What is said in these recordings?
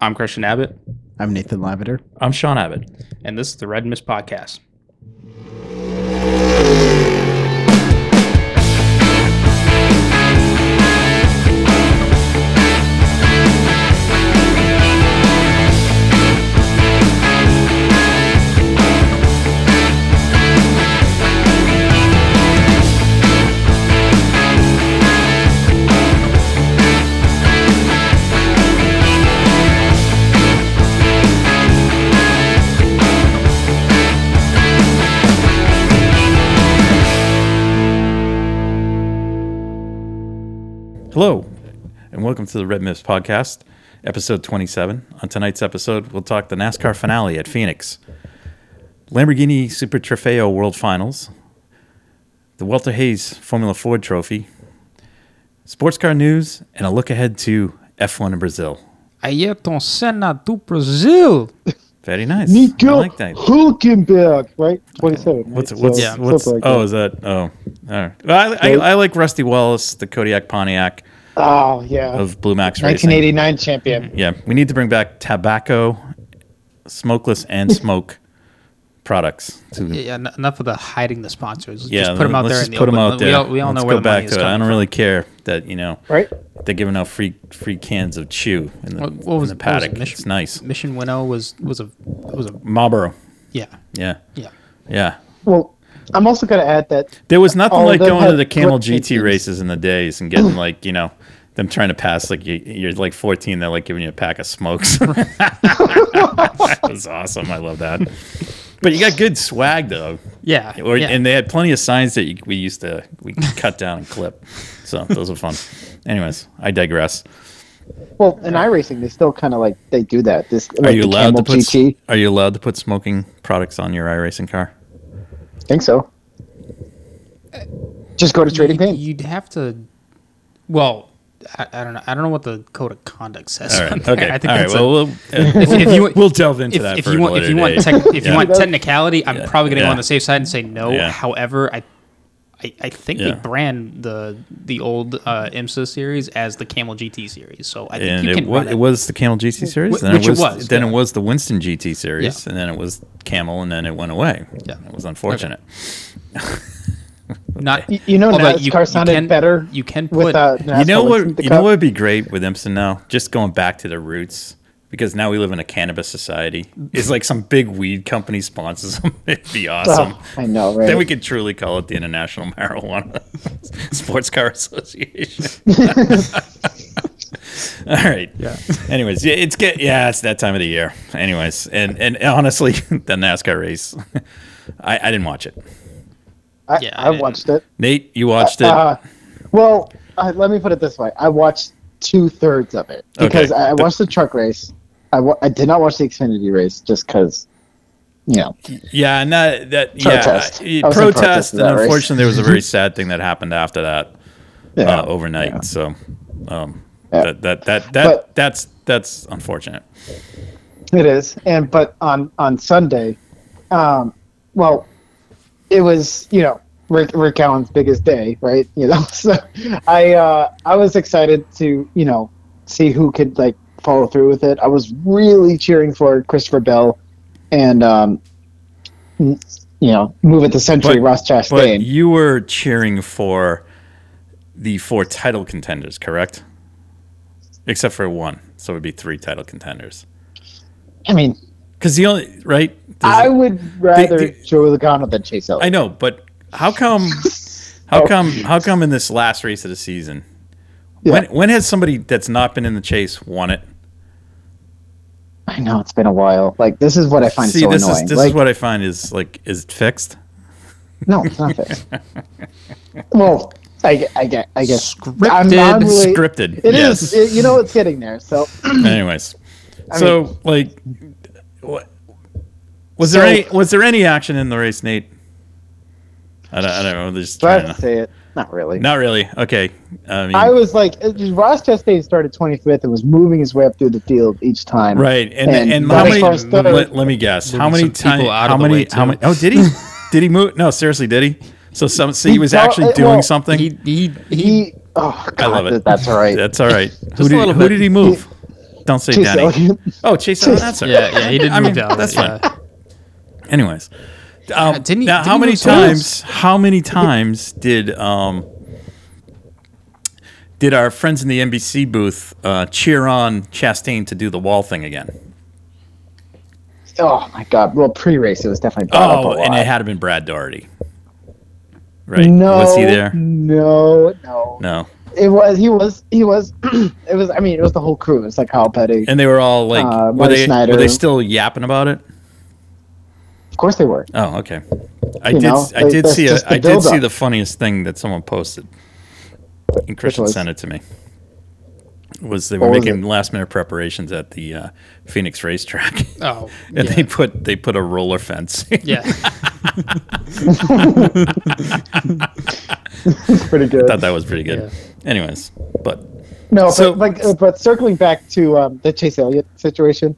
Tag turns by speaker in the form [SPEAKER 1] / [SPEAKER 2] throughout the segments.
[SPEAKER 1] I'm Christian Abbott.
[SPEAKER 2] I'm Nathan Lavender.
[SPEAKER 1] I'm Sean Abbott. And this is the Red Mist Podcast.
[SPEAKER 3] Hello, and welcome to the Red Mist Podcast, episode 27. On tonight's episode, we'll talk the NASCAR finale at Phoenix, Lamborghini Super Trofeo World Finals, the Walter Hayes Formula Ford Trophy, sports car news, and a look ahead to F1 in Brazil.
[SPEAKER 1] Ayrton Senna do Brazil.
[SPEAKER 3] Very nice. I
[SPEAKER 4] Nico
[SPEAKER 3] like that.
[SPEAKER 4] Hulkenberg, right? 27.
[SPEAKER 3] What's
[SPEAKER 4] right?
[SPEAKER 3] what's
[SPEAKER 4] So,
[SPEAKER 1] Yeah.
[SPEAKER 3] what's
[SPEAKER 4] something like
[SPEAKER 3] oh
[SPEAKER 4] that.
[SPEAKER 3] is that oh all right. Well, I, I,
[SPEAKER 4] Right.
[SPEAKER 3] I like Rusty Wallace, the Kodiak Pontiac
[SPEAKER 4] Oh, yeah.
[SPEAKER 3] of Blue Max Racing.
[SPEAKER 4] 1989 champion.
[SPEAKER 3] Yeah, we need to bring back tobacco, smokeless, and smoke products. To
[SPEAKER 1] Yeah, yeah, en- enough of the hiding the sponsors.
[SPEAKER 3] yeah,
[SPEAKER 1] just put them out
[SPEAKER 3] let's
[SPEAKER 1] there.
[SPEAKER 3] just
[SPEAKER 1] in the
[SPEAKER 3] put 'em
[SPEAKER 1] open.
[SPEAKER 3] out there.
[SPEAKER 1] We all, we all
[SPEAKER 3] Let's
[SPEAKER 1] know where
[SPEAKER 3] go
[SPEAKER 1] the
[SPEAKER 3] back
[SPEAKER 1] money is
[SPEAKER 3] to it.
[SPEAKER 1] coming
[SPEAKER 3] I don't really care that you know
[SPEAKER 4] Right?
[SPEAKER 3] they're giving out free free cans of chew in the,
[SPEAKER 1] What- what was-
[SPEAKER 3] in the
[SPEAKER 1] what was it,
[SPEAKER 3] paddock.
[SPEAKER 1] Mich-
[SPEAKER 3] it's nice.
[SPEAKER 1] from. Mission Winnow was was a was a
[SPEAKER 3] Marlboro.
[SPEAKER 1] yeah
[SPEAKER 3] Yeah,
[SPEAKER 1] yeah.
[SPEAKER 3] yeah.
[SPEAKER 4] Well, I'm also going to add that
[SPEAKER 3] There was nothing
[SPEAKER 4] All of
[SPEAKER 3] like
[SPEAKER 4] them
[SPEAKER 3] going to
[SPEAKER 4] had
[SPEAKER 3] the Camel
[SPEAKER 4] grip
[SPEAKER 3] GT
[SPEAKER 4] tapeings.
[SPEAKER 3] races in the days and getting like you know them trying to pass like you, you're like 14. They're like giving you a pack of smokes. that was awesome. I love that. But you got good swag though.
[SPEAKER 1] Yeah.
[SPEAKER 3] Or,
[SPEAKER 1] yeah.
[SPEAKER 3] And they had plenty of signs that you, we used to we could cut down and clip. So those were fun. Anyways, I digress.
[SPEAKER 4] well, in iRacing, they still kind of like they do that. This like
[SPEAKER 3] are you
[SPEAKER 4] the
[SPEAKER 3] allowed to
[SPEAKER 4] Camel
[SPEAKER 3] put s-
[SPEAKER 4] GT.
[SPEAKER 3] Are you allowed to put smoking products on your iRacing car?
[SPEAKER 4] I think so. Just go to trading
[SPEAKER 1] you'd,
[SPEAKER 4] paint.
[SPEAKER 1] you'd have to well, I, I don't know. I don't know what the code of conduct says.
[SPEAKER 3] All
[SPEAKER 1] on
[SPEAKER 3] right.
[SPEAKER 1] there.
[SPEAKER 3] Okay.
[SPEAKER 1] I think
[SPEAKER 3] All right.
[SPEAKER 1] that's
[SPEAKER 3] Well,
[SPEAKER 1] a,
[SPEAKER 3] we'll, uh,
[SPEAKER 1] if, if you
[SPEAKER 3] we'll delve into
[SPEAKER 1] if,
[SPEAKER 3] that
[SPEAKER 1] if
[SPEAKER 3] for
[SPEAKER 1] you want
[SPEAKER 3] later
[SPEAKER 1] if you want
[SPEAKER 3] date.
[SPEAKER 1] tec- if you
[SPEAKER 3] Yeah.
[SPEAKER 1] want technicality, I'm
[SPEAKER 3] Yeah.
[SPEAKER 1] probably going to
[SPEAKER 3] Yeah.
[SPEAKER 1] go on the safe side and say no.
[SPEAKER 3] Yeah.
[SPEAKER 1] However, I I, I think
[SPEAKER 3] Yeah.
[SPEAKER 1] they brand the the old uh, IMSA series as the Camel GT series, so I think
[SPEAKER 3] and
[SPEAKER 1] you
[SPEAKER 3] it,
[SPEAKER 1] can
[SPEAKER 3] wa-
[SPEAKER 1] run it.
[SPEAKER 3] it was the Camel GT series,
[SPEAKER 1] Wh-
[SPEAKER 3] then
[SPEAKER 1] which
[SPEAKER 3] it
[SPEAKER 1] it
[SPEAKER 3] was,
[SPEAKER 1] was,
[SPEAKER 3] then
[SPEAKER 1] yeah.
[SPEAKER 3] it was the Winston GT series,
[SPEAKER 1] Yeah.
[SPEAKER 3] and then it was Camel, and then it went away.
[SPEAKER 1] Yeah.
[SPEAKER 3] it was unfortunate.
[SPEAKER 1] Not
[SPEAKER 4] Y- you know,
[SPEAKER 1] although
[SPEAKER 4] NASCAR sounded
[SPEAKER 1] can,
[SPEAKER 4] better
[SPEAKER 1] You can put
[SPEAKER 4] With, uh, NASCAR
[SPEAKER 3] you know
[SPEAKER 4] Winston,
[SPEAKER 3] what?
[SPEAKER 4] the
[SPEAKER 3] You know
[SPEAKER 4] cup.
[SPEAKER 3] what would be great with Imson now? Just going back to the roots, because now we live in a cannabis society. It's like some big weed company sponsors them. It'd be awesome.
[SPEAKER 4] Oh, I know, right?
[SPEAKER 3] Then we could truly call it the International Marijuana Sports Car Association. All right. Yeah. Anyways, yeah, it's get yeah, it's that time of the year. Anyways, and and honestly, the NASCAR race, I, I didn't watch it.
[SPEAKER 4] I,
[SPEAKER 1] Yeah, I
[SPEAKER 4] I
[SPEAKER 1] didn't-
[SPEAKER 4] watched it.
[SPEAKER 3] Nate, you watched it.
[SPEAKER 4] Uh, well, uh, let me put it this way: I watched two thirds of it because
[SPEAKER 3] Okay.
[SPEAKER 4] I, I watched the truck race. I, wa- I did not watch the Xfinity race just because, you know,
[SPEAKER 3] Yeah, and that that
[SPEAKER 4] Protest.
[SPEAKER 3] yeah,
[SPEAKER 4] I
[SPEAKER 3] uh,
[SPEAKER 4] was in
[SPEAKER 3] protest,
[SPEAKER 4] protest
[SPEAKER 3] and
[SPEAKER 4] that race.
[SPEAKER 3] unfortunately there was a very sad thing that happened after that
[SPEAKER 4] yeah.
[SPEAKER 3] uh, overnight. So, um,
[SPEAKER 4] Yeah.
[SPEAKER 3] that that that that
[SPEAKER 4] But-
[SPEAKER 3] that's that's unfortunate.
[SPEAKER 4] It is, and but on on Sunday, um, well, it was you know Rick Rick Allen's biggest day, right? You know, so I uh, I was excited to you know see who could like follow through with it. I was really cheering for Christopher Bell, and um, n- you know move at the century
[SPEAKER 3] But-
[SPEAKER 4] Ross
[SPEAKER 3] But
[SPEAKER 4] Chastain.
[SPEAKER 3] you were cheering for the four title contenders, correct? Except for one, so it would be three title contenders.
[SPEAKER 4] I mean,
[SPEAKER 3] Because the only right, there's-
[SPEAKER 4] I would rather
[SPEAKER 3] the-
[SPEAKER 4] Joe Logano than Chase Elliott.
[SPEAKER 3] I know, but how come? How
[SPEAKER 4] Oh.
[SPEAKER 3] come? How come in this last race of the season?
[SPEAKER 4] Yeah.
[SPEAKER 3] When when has somebody that's not been in the chase won it?
[SPEAKER 4] I know it's been a while. Like this is what I find
[SPEAKER 3] See,
[SPEAKER 4] so
[SPEAKER 3] this
[SPEAKER 4] annoying.
[SPEAKER 3] is this
[SPEAKER 4] like,
[SPEAKER 3] is what I find is like is it fixed.
[SPEAKER 4] No, it's not fixed. well, I, gue- I, gue- I guess
[SPEAKER 1] Scripted.
[SPEAKER 4] I'm not really-
[SPEAKER 3] Scripted.
[SPEAKER 4] It
[SPEAKER 3] yes.
[SPEAKER 4] is. It- you know, it's getting there. So
[SPEAKER 3] Anyways, so like, what, was there
[SPEAKER 4] So-
[SPEAKER 3] any was there any action in the race, Nate? I don't, I don't know. There's
[SPEAKER 4] do I have to say it? Not really.
[SPEAKER 3] not really. Okay. I mean,
[SPEAKER 4] I was like, it- Ross Chastain started 25th and was moving his way up through the field each time.
[SPEAKER 3] right. And and,
[SPEAKER 4] and
[SPEAKER 3] how
[SPEAKER 4] Bobby
[SPEAKER 3] many?
[SPEAKER 4] First third.
[SPEAKER 3] Let, let me guess. How
[SPEAKER 1] Moving
[SPEAKER 3] many
[SPEAKER 1] some people
[SPEAKER 3] times?
[SPEAKER 1] out
[SPEAKER 3] How
[SPEAKER 1] of the way,
[SPEAKER 3] many? How
[SPEAKER 1] too.
[SPEAKER 3] many? Oh, did he? did he move? No, seriously, did he? So some. So he was
[SPEAKER 4] fell-
[SPEAKER 3] actually
[SPEAKER 4] it-
[SPEAKER 3] doing
[SPEAKER 4] well,
[SPEAKER 3] something.
[SPEAKER 1] he, he, he,
[SPEAKER 4] He, oh
[SPEAKER 3] I
[SPEAKER 4] God,
[SPEAKER 3] love it.
[SPEAKER 4] that's all right.
[SPEAKER 3] That's all right.
[SPEAKER 1] a
[SPEAKER 3] who did,
[SPEAKER 1] little
[SPEAKER 3] who
[SPEAKER 1] bit.
[SPEAKER 3] did he move? Don't say
[SPEAKER 4] Chase
[SPEAKER 3] Denny.
[SPEAKER 4] Elliott.
[SPEAKER 3] Oh, Chase Elliott. That's right.
[SPEAKER 1] Yeah, yeah, he did
[SPEAKER 3] I
[SPEAKER 1] move
[SPEAKER 3] mean,
[SPEAKER 1] down.
[SPEAKER 3] that's
[SPEAKER 1] yeah.
[SPEAKER 3] Anyways, um,
[SPEAKER 1] didn't he-
[SPEAKER 3] now
[SPEAKER 1] didn't
[SPEAKER 3] how
[SPEAKER 1] he
[SPEAKER 3] many
[SPEAKER 1] lose twice?
[SPEAKER 3] times? How many times did um, did our friends in the NBC booth uh, cheer on Chastain to do the wall thing again?
[SPEAKER 4] Oh my god. Well, pre-race it was definitely brought up a
[SPEAKER 3] Oh,
[SPEAKER 4] lot.
[SPEAKER 3] and it had to been Brad Doherty, right?
[SPEAKER 4] no,
[SPEAKER 3] was he there?
[SPEAKER 4] No, no,
[SPEAKER 3] No,
[SPEAKER 4] It was. He was. He was. it was. I mean, it was the whole crew. It's like Kyle Petty.
[SPEAKER 3] and they were all like,
[SPEAKER 4] Uh,
[SPEAKER 3] were
[SPEAKER 4] Marty
[SPEAKER 3] they
[SPEAKER 4] Schneider.
[SPEAKER 3] were they still yapping about it?
[SPEAKER 4] of course they were.
[SPEAKER 3] Oh, okay. I
[SPEAKER 4] You
[SPEAKER 3] did.
[SPEAKER 4] know,
[SPEAKER 3] I
[SPEAKER 4] like,
[SPEAKER 3] did
[SPEAKER 4] that's
[SPEAKER 3] see. A,
[SPEAKER 4] just the
[SPEAKER 3] I did see
[SPEAKER 4] buildup.
[SPEAKER 3] the funniest thing that someone posted, and Christian
[SPEAKER 4] was?
[SPEAKER 3] sent it to me. Was they were
[SPEAKER 4] What was
[SPEAKER 3] making last minute preparations at the uh, Phoenix racetrack,
[SPEAKER 1] Oh,
[SPEAKER 3] and
[SPEAKER 1] yeah.
[SPEAKER 3] they put they put a roller fence.
[SPEAKER 1] yeah.
[SPEAKER 4] It's pretty good.
[SPEAKER 3] Thought that was pretty good. Anyways, but
[SPEAKER 4] No,
[SPEAKER 3] So-
[SPEAKER 4] but like, uh, but circling back to um, the Chase Elliott situation,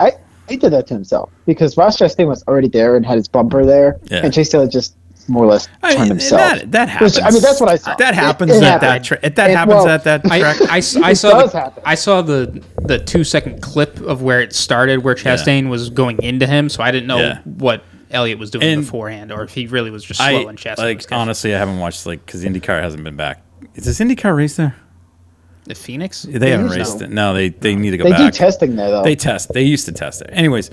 [SPEAKER 4] I he did that to himself because Ross Chastain was already there and had his bumper there,
[SPEAKER 3] Yeah.
[SPEAKER 4] and Chase Elliott just more or less
[SPEAKER 3] I
[SPEAKER 4] turned
[SPEAKER 3] mean,
[SPEAKER 4] himself.
[SPEAKER 3] that that happens.
[SPEAKER 4] Which, I mean, that's what I saw.
[SPEAKER 3] That
[SPEAKER 4] It-
[SPEAKER 3] happens
[SPEAKER 4] it
[SPEAKER 3] at that.
[SPEAKER 4] happened.
[SPEAKER 3] Tra- that
[SPEAKER 4] It-
[SPEAKER 3] happens
[SPEAKER 4] well,
[SPEAKER 3] at that
[SPEAKER 1] I,
[SPEAKER 3] track.
[SPEAKER 1] I s- I
[SPEAKER 4] It
[SPEAKER 1] saw
[SPEAKER 4] does
[SPEAKER 1] the,
[SPEAKER 4] happen.
[SPEAKER 1] I saw the the two second clip of where it started, where Chastain was going into him, so I didn't know
[SPEAKER 3] Yeah.
[SPEAKER 1] what Elliot was doing
[SPEAKER 3] And-
[SPEAKER 1] beforehand, or if he really was just
[SPEAKER 3] I,
[SPEAKER 1] slow and Chastain was
[SPEAKER 3] like
[SPEAKER 1] catching.
[SPEAKER 3] honestly, I haven't watched like because IndyCar hasn't been back. Is this IndyCar race there?
[SPEAKER 1] The Phoenix?
[SPEAKER 3] They, haven't
[SPEAKER 4] usually-
[SPEAKER 3] raced it. No, they they need to go
[SPEAKER 4] They
[SPEAKER 3] back.
[SPEAKER 4] do testing there though.
[SPEAKER 3] They test. They used to test it. Anyways,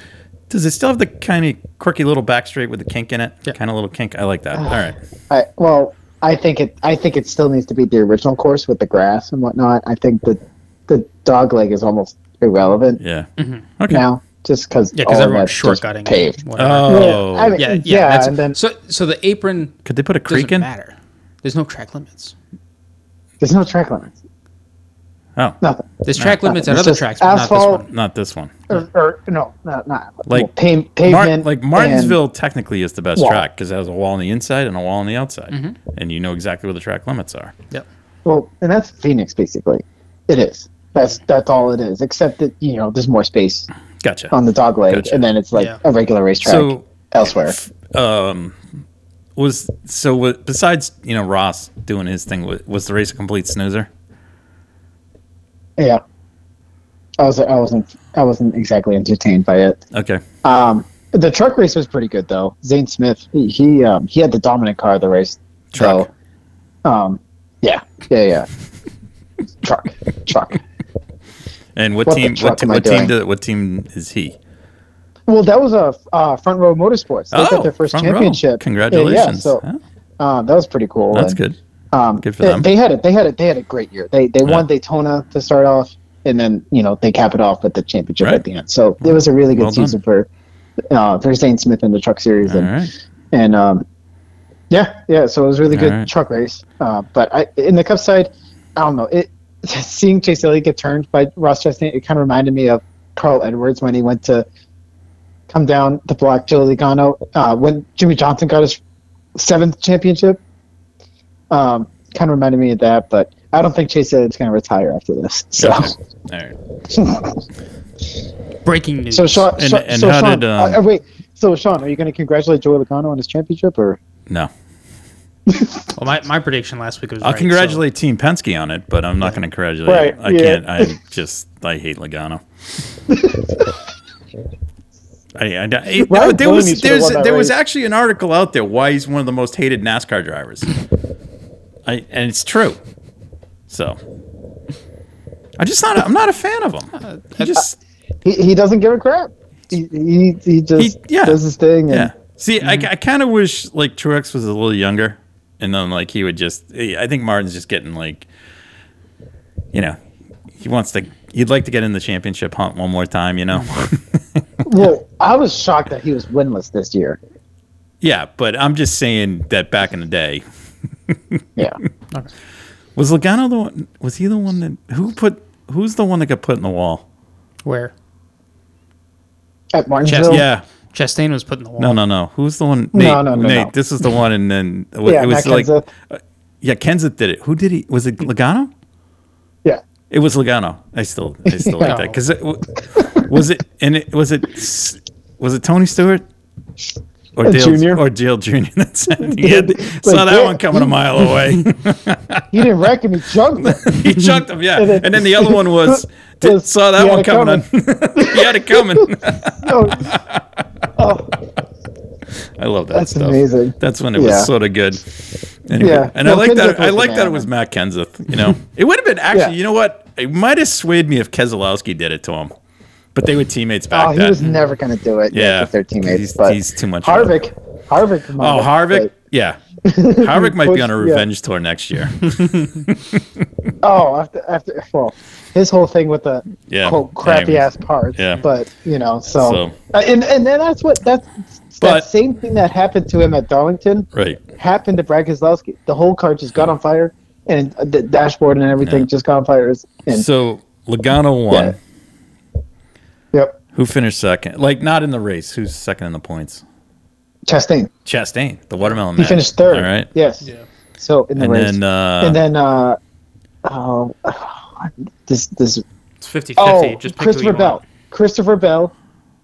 [SPEAKER 3] does it still have the kind of quirky little back straight with the kink in it?
[SPEAKER 1] Yeah.
[SPEAKER 3] Kind of little kink. I like that.
[SPEAKER 4] Oh.
[SPEAKER 3] All right.
[SPEAKER 4] I, well, I think it. I think it still needs to be the original course with the grass and whatnot. I think the the dog leg is almost irrelevant
[SPEAKER 3] Yeah.
[SPEAKER 1] Mm-hmm.
[SPEAKER 3] Okay.
[SPEAKER 4] now, just because
[SPEAKER 1] Yeah, because everyone's shortcutting.
[SPEAKER 4] paved.
[SPEAKER 1] whatever.
[SPEAKER 3] Oh.
[SPEAKER 4] I mean-
[SPEAKER 1] yeah, yeah.
[SPEAKER 4] yeah,
[SPEAKER 1] that's-
[SPEAKER 4] and then-
[SPEAKER 1] so so the apron
[SPEAKER 3] Could they put a
[SPEAKER 1] doesn't
[SPEAKER 3] creek in?
[SPEAKER 1] matter. There's no track limits.
[SPEAKER 4] There's no track limits.
[SPEAKER 3] Oh,
[SPEAKER 4] Nothing.
[SPEAKER 1] There's track limits at
[SPEAKER 4] It's
[SPEAKER 1] other
[SPEAKER 4] just
[SPEAKER 1] tracks, but not
[SPEAKER 4] asphalt.
[SPEAKER 1] this one.
[SPEAKER 3] not this one.
[SPEAKER 4] Or, or no, not not
[SPEAKER 3] Like,
[SPEAKER 4] well, pa-
[SPEAKER 3] Mar-
[SPEAKER 4] pavement.
[SPEAKER 3] like
[SPEAKER 4] and-
[SPEAKER 3] Martinsville technically is the best
[SPEAKER 4] Wall.
[SPEAKER 3] track because it has a wall on the inside and a wall on the outside,
[SPEAKER 1] Mm-hmm.
[SPEAKER 3] and you know exactly where the track limits are.
[SPEAKER 1] Yep.
[SPEAKER 4] Well, and that's Phoenix basically. It is. That's that's all it is. Except that you know there's more space
[SPEAKER 3] Gotcha.
[SPEAKER 4] on the dog leg,
[SPEAKER 3] Gotcha.
[SPEAKER 4] and then it's like
[SPEAKER 1] Yeah.
[SPEAKER 4] a regular racetrack
[SPEAKER 3] So-
[SPEAKER 4] elsewhere.
[SPEAKER 3] um, was so wa- besides you know Ross doing his thing wa- was the race a complete snoozer?
[SPEAKER 4] Yeah. I was I wasn't I wasn't exactly entertained by it.
[SPEAKER 3] Okay.
[SPEAKER 4] Um, the truck race was pretty good though. Zane Smith he he, um, he had the dominant car of the race.
[SPEAKER 3] Truck.
[SPEAKER 4] So, um, yeah, yeah, yeah. truck, truck.
[SPEAKER 3] And what,
[SPEAKER 4] What the
[SPEAKER 3] team?
[SPEAKER 4] truck
[SPEAKER 3] What, te-
[SPEAKER 4] am I
[SPEAKER 3] what team?
[SPEAKER 4] doing?
[SPEAKER 3] Do, what team is he?
[SPEAKER 4] Well, that was a uh, front row motorsports. They got their first
[SPEAKER 3] Oh, front row.
[SPEAKER 4] championship.
[SPEAKER 3] Congratulations.
[SPEAKER 4] Yeah, yeah, so
[SPEAKER 3] Huh?
[SPEAKER 4] uh, that was pretty cool.
[SPEAKER 3] That's
[SPEAKER 4] And,
[SPEAKER 3] good.
[SPEAKER 4] Um,
[SPEAKER 3] Good for
[SPEAKER 4] they,
[SPEAKER 3] them.
[SPEAKER 4] They had it. They had it. They had a great year. They they
[SPEAKER 3] Yeah.
[SPEAKER 4] won Daytona to start off, and then you know they cap it off with the championship
[SPEAKER 3] Right.
[SPEAKER 4] at the end. So it was a really good
[SPEAKER 3] Well done.
[SPEAKER 4] season for uh, for Zane Smith in the Truck Series,
[SPEAKER 3] All
[SPEAKER 4] and
[SPEAKER 3] right.
[SPEAKER 4] and um, yeah, yeah. So it was a really good
[SPEAKER 3] All right.
[SPEAKER 4] truck race. Uh, but I in the Cup side, I don't know. It seeing Chase Elliott get turned by Ross Chastain, it kind of reminded me of Carl Edwards when he went to come down to block Joe Logano uh, when Jimmy Johnson got his seventh championship. Um, kind of reminded me of that, but I don't think Chase Elliott's going to retire after this. So,
[SPEAKER 3] All right.
[SPEAKER 1] Breaking news.
[SPEAKER 4] so Sean,
[SPEAKER 3] And-
[SPEAKER 4] so,
[SPEAKER 3] and
[SPEAKER 4] so
[SPEAKER 3] how
[SPEAKER 4] Sean,
[SPEAKER 3] did, um,
[SPEAKER 4] uh, uh, wait, so Sean, are you going to congratulate Joey Logano on his championship or?
[SPEAKER 3] No.
[SPEAKER 1] well, my, my prediction last week was
[SPEAKER 3] I'll
[SPEAKER 1] right, so-
[SPEAKER 3] congratulate Team Penske on it, but I'm not going to congratulate.
[SPEAKER 4] Right,
[SPEAKER 3] I
[SPEAKER 4] yeah.
[SPEAKER 3] can't. I just I hate Logano. I, I, I-
[SPEAKER 4] Ryan
[SPEAKER 3] there
[SPEAKER 4] Blaney
[SPEAKER 3] was
[SPEAKER 4] should've
[SPEAKER 3] there's,
[SPEAKER 4] won that
[SPEAKER 3] there was
[SPEAKER 4] race.
[SPEAKER 3] actually an article out there why he's one of the most hated NASCAR drivers. I, and it's true. So I just not I'm not a fan of him. He just
[SPEAKER 4] he, he doesn't give a crap. He he, he just
[SPEAKER 3] He- yeah.
[SPEAKER 4] does his thing. And,
[SPEAKER 3] Yeah. See,
[SPEAKER 4] Mm-hmm.
[SPEAKER 3] I, I kind of wish like Truex was a little younger, and then like he would just. eh, I think Martin's just getting like, you know, he wants to. He'd like to get in the championship hunt one more time, you know.
[SPEAKER 4] Well, I was shocked that he was winless this year.
[SPEAKER 3] yeah, but I'm just saying that back in the day,
[SPEAKER 4] Yeah.
[SPEAKER 3] was Logano the one? Was he the one that who put? Who's the one that got put in the wall?
[SPEAKER 1] Where
[SPEAKER 4] At Martinsville.
[SPEAKER 1] Oh.
[SPEAKER 3] Yeah.
[SPEAKER 1] Chastain was put in the wall.
[SPEAKER 3] No, no, no. Who's the one? Nate,
[SPEAKER 4] No, no, no,
[SPEAKER 3] Nate,
[SPEAKER 4] no.
[SPEAKER 3] This is the one, and then it
[SPEAKER 4] Yeah,
[SPEAKER 3] was
[SPEAKER 4] Matt
[SPEAKER 3] like,
[SPEAKER 4] Kenseth.
[SPEAKER 3] yeah, Kenseth did it. Who did he? Was it Logano?
[SPEAKER 4] Yeah.
[SPEAKER 3] It was Logano. I still, I still like that because it w- was it and it was it s- was it Tony Stewart or
[SPEAKER 4] Uh,
[SPEAKER 3] Dale
[SPEAKER 4] Junior.
[SPEAKER 3] or Dale Junior. That's he had,
[SPEAKER 4] Like,
[SPEAKER 3] saw that
[SPEAKER 4] yeah,
[SPEAKER 3] one coming a mile away.
[SPEAKER 4] He didn't wreck him. He jumped him.
[SPEAKER 3] he chucked him, yeah.
[SPEAKER 4] And then-
[SPEAKER 3] And then the other one was Didn't saw that
[SPEAKER 4] you had
[SPEAKER 3] one
[SPEAKER 4] it
[SPEAKER 3] coming. you had it coming.
[SPEAKER 4] No. oh,
[SPEAKER 3] I love that
[SPEAKER 4] That's
[SPEAKER 3] stuff.
[SPEAKER 4] amazing.
[SPEAKER 3] That's when it
[SPEAKER 4] Yeah.
[SPEAKER 3] was sort of good. Anyway,
[SPEAKER 4] Yeah.
[SPEAKER 3] And I
[SPEAKER 4] No,
[SPEAKER 3] like
[SPEAKER 4] Kenseth
[SPEAKER 3] that. I
[SPEAKER 4] was the
[SPEAKER 3] like that it
[SPEAKER 4] man.
[SPEAKER 3] was Matt Kenseth. You know, it would have been actually.
[SPEAKER 4] Yeah.
[SPEAKER 3] You know what? It might have swayed me if Keselowski did it to him, but they were teammates back
[SPEAKER 4] oh, he
[SPEAKER 3] then.
[SPEAKER 4] was never going to do it.
[SPEAKER 3] Yeah.
[SPEAKER 4] with their teammates.
[SPEAKER 3] He's-
[SPEAKER 4] but
[SPEAKER 3] he's too much of a-
[SPEAKER 4] Harvick. Harvick.
[SPEAKER 3] oh,
[SPEAKER 4] might,
[SPEAKER 3] Harvick.
[SPEAKER 4] but-
[SPEAKER 3] Yeah, Harvick might be
[SPEAKER 4] Push-
[SPEAKER 3] on a
[SPEAKER 4] yeah.
[SPEAKER 3] revenge tour next year.
[SPEAKER 4] Oh, after after well, his whole thing with the
[SPEAKER 3] Yeah,
[SPEAKER 4] quote Oh, crappy
[SPEAKER 3] anyways.
[SPEAKER 4] ass parts.
[SPEAKER 3] Yeah.
[SPEAKER 4] But you know, so,
[SPEAKER 3] So-
[SPEAKER 4] Uh, and and then that's what that's
[SPEAKER 3] But-
[SPEAKER 4] that same thing that happened to him at Darlington
[SPEAKER 3] right.
[SPEAKER 4] happened to Brad Keselowski. The whole car just got on fire, and the dashboard and everything
[SPEAKER 3] Yeah.
[SPEAKER 4] just got on fire. And
[SPEAKER 3] So Logano won.
[SPEAKER 4] Yeah. yep,
[SPEAKER 3] Who finished second? Like not in the race. Who's second in the points?
[SPEAKER 4] Chastain.
[SPEAKER 3] Chastain, the watermelon.
[SPEAKER 4] He
[SPEAKER 3] man.
[SPEAKER 4] finished third.
[SPEAKER 3] All right.
[SPEAKER 4] Yes.
[SPEAKER 1] Yeah.
[SPEAKER 4] So in the
[SPEAKER 3] And
[SPEAKER 4] race,
[SPEAKER 3] then, uh,
[SPEAKER 4] and then uh, oh, this this
[SPEAKER 2] It's 50 50.
[SPEAKER 4] oh
[SPEAKER 2] Just pick who
[SPEAKER 4] Christopher
[SPEAKER 2] you
[SPEAKER 4] Bell,
[SPEAKER 2] want.
[SPEAKER 4] Christopher Bell,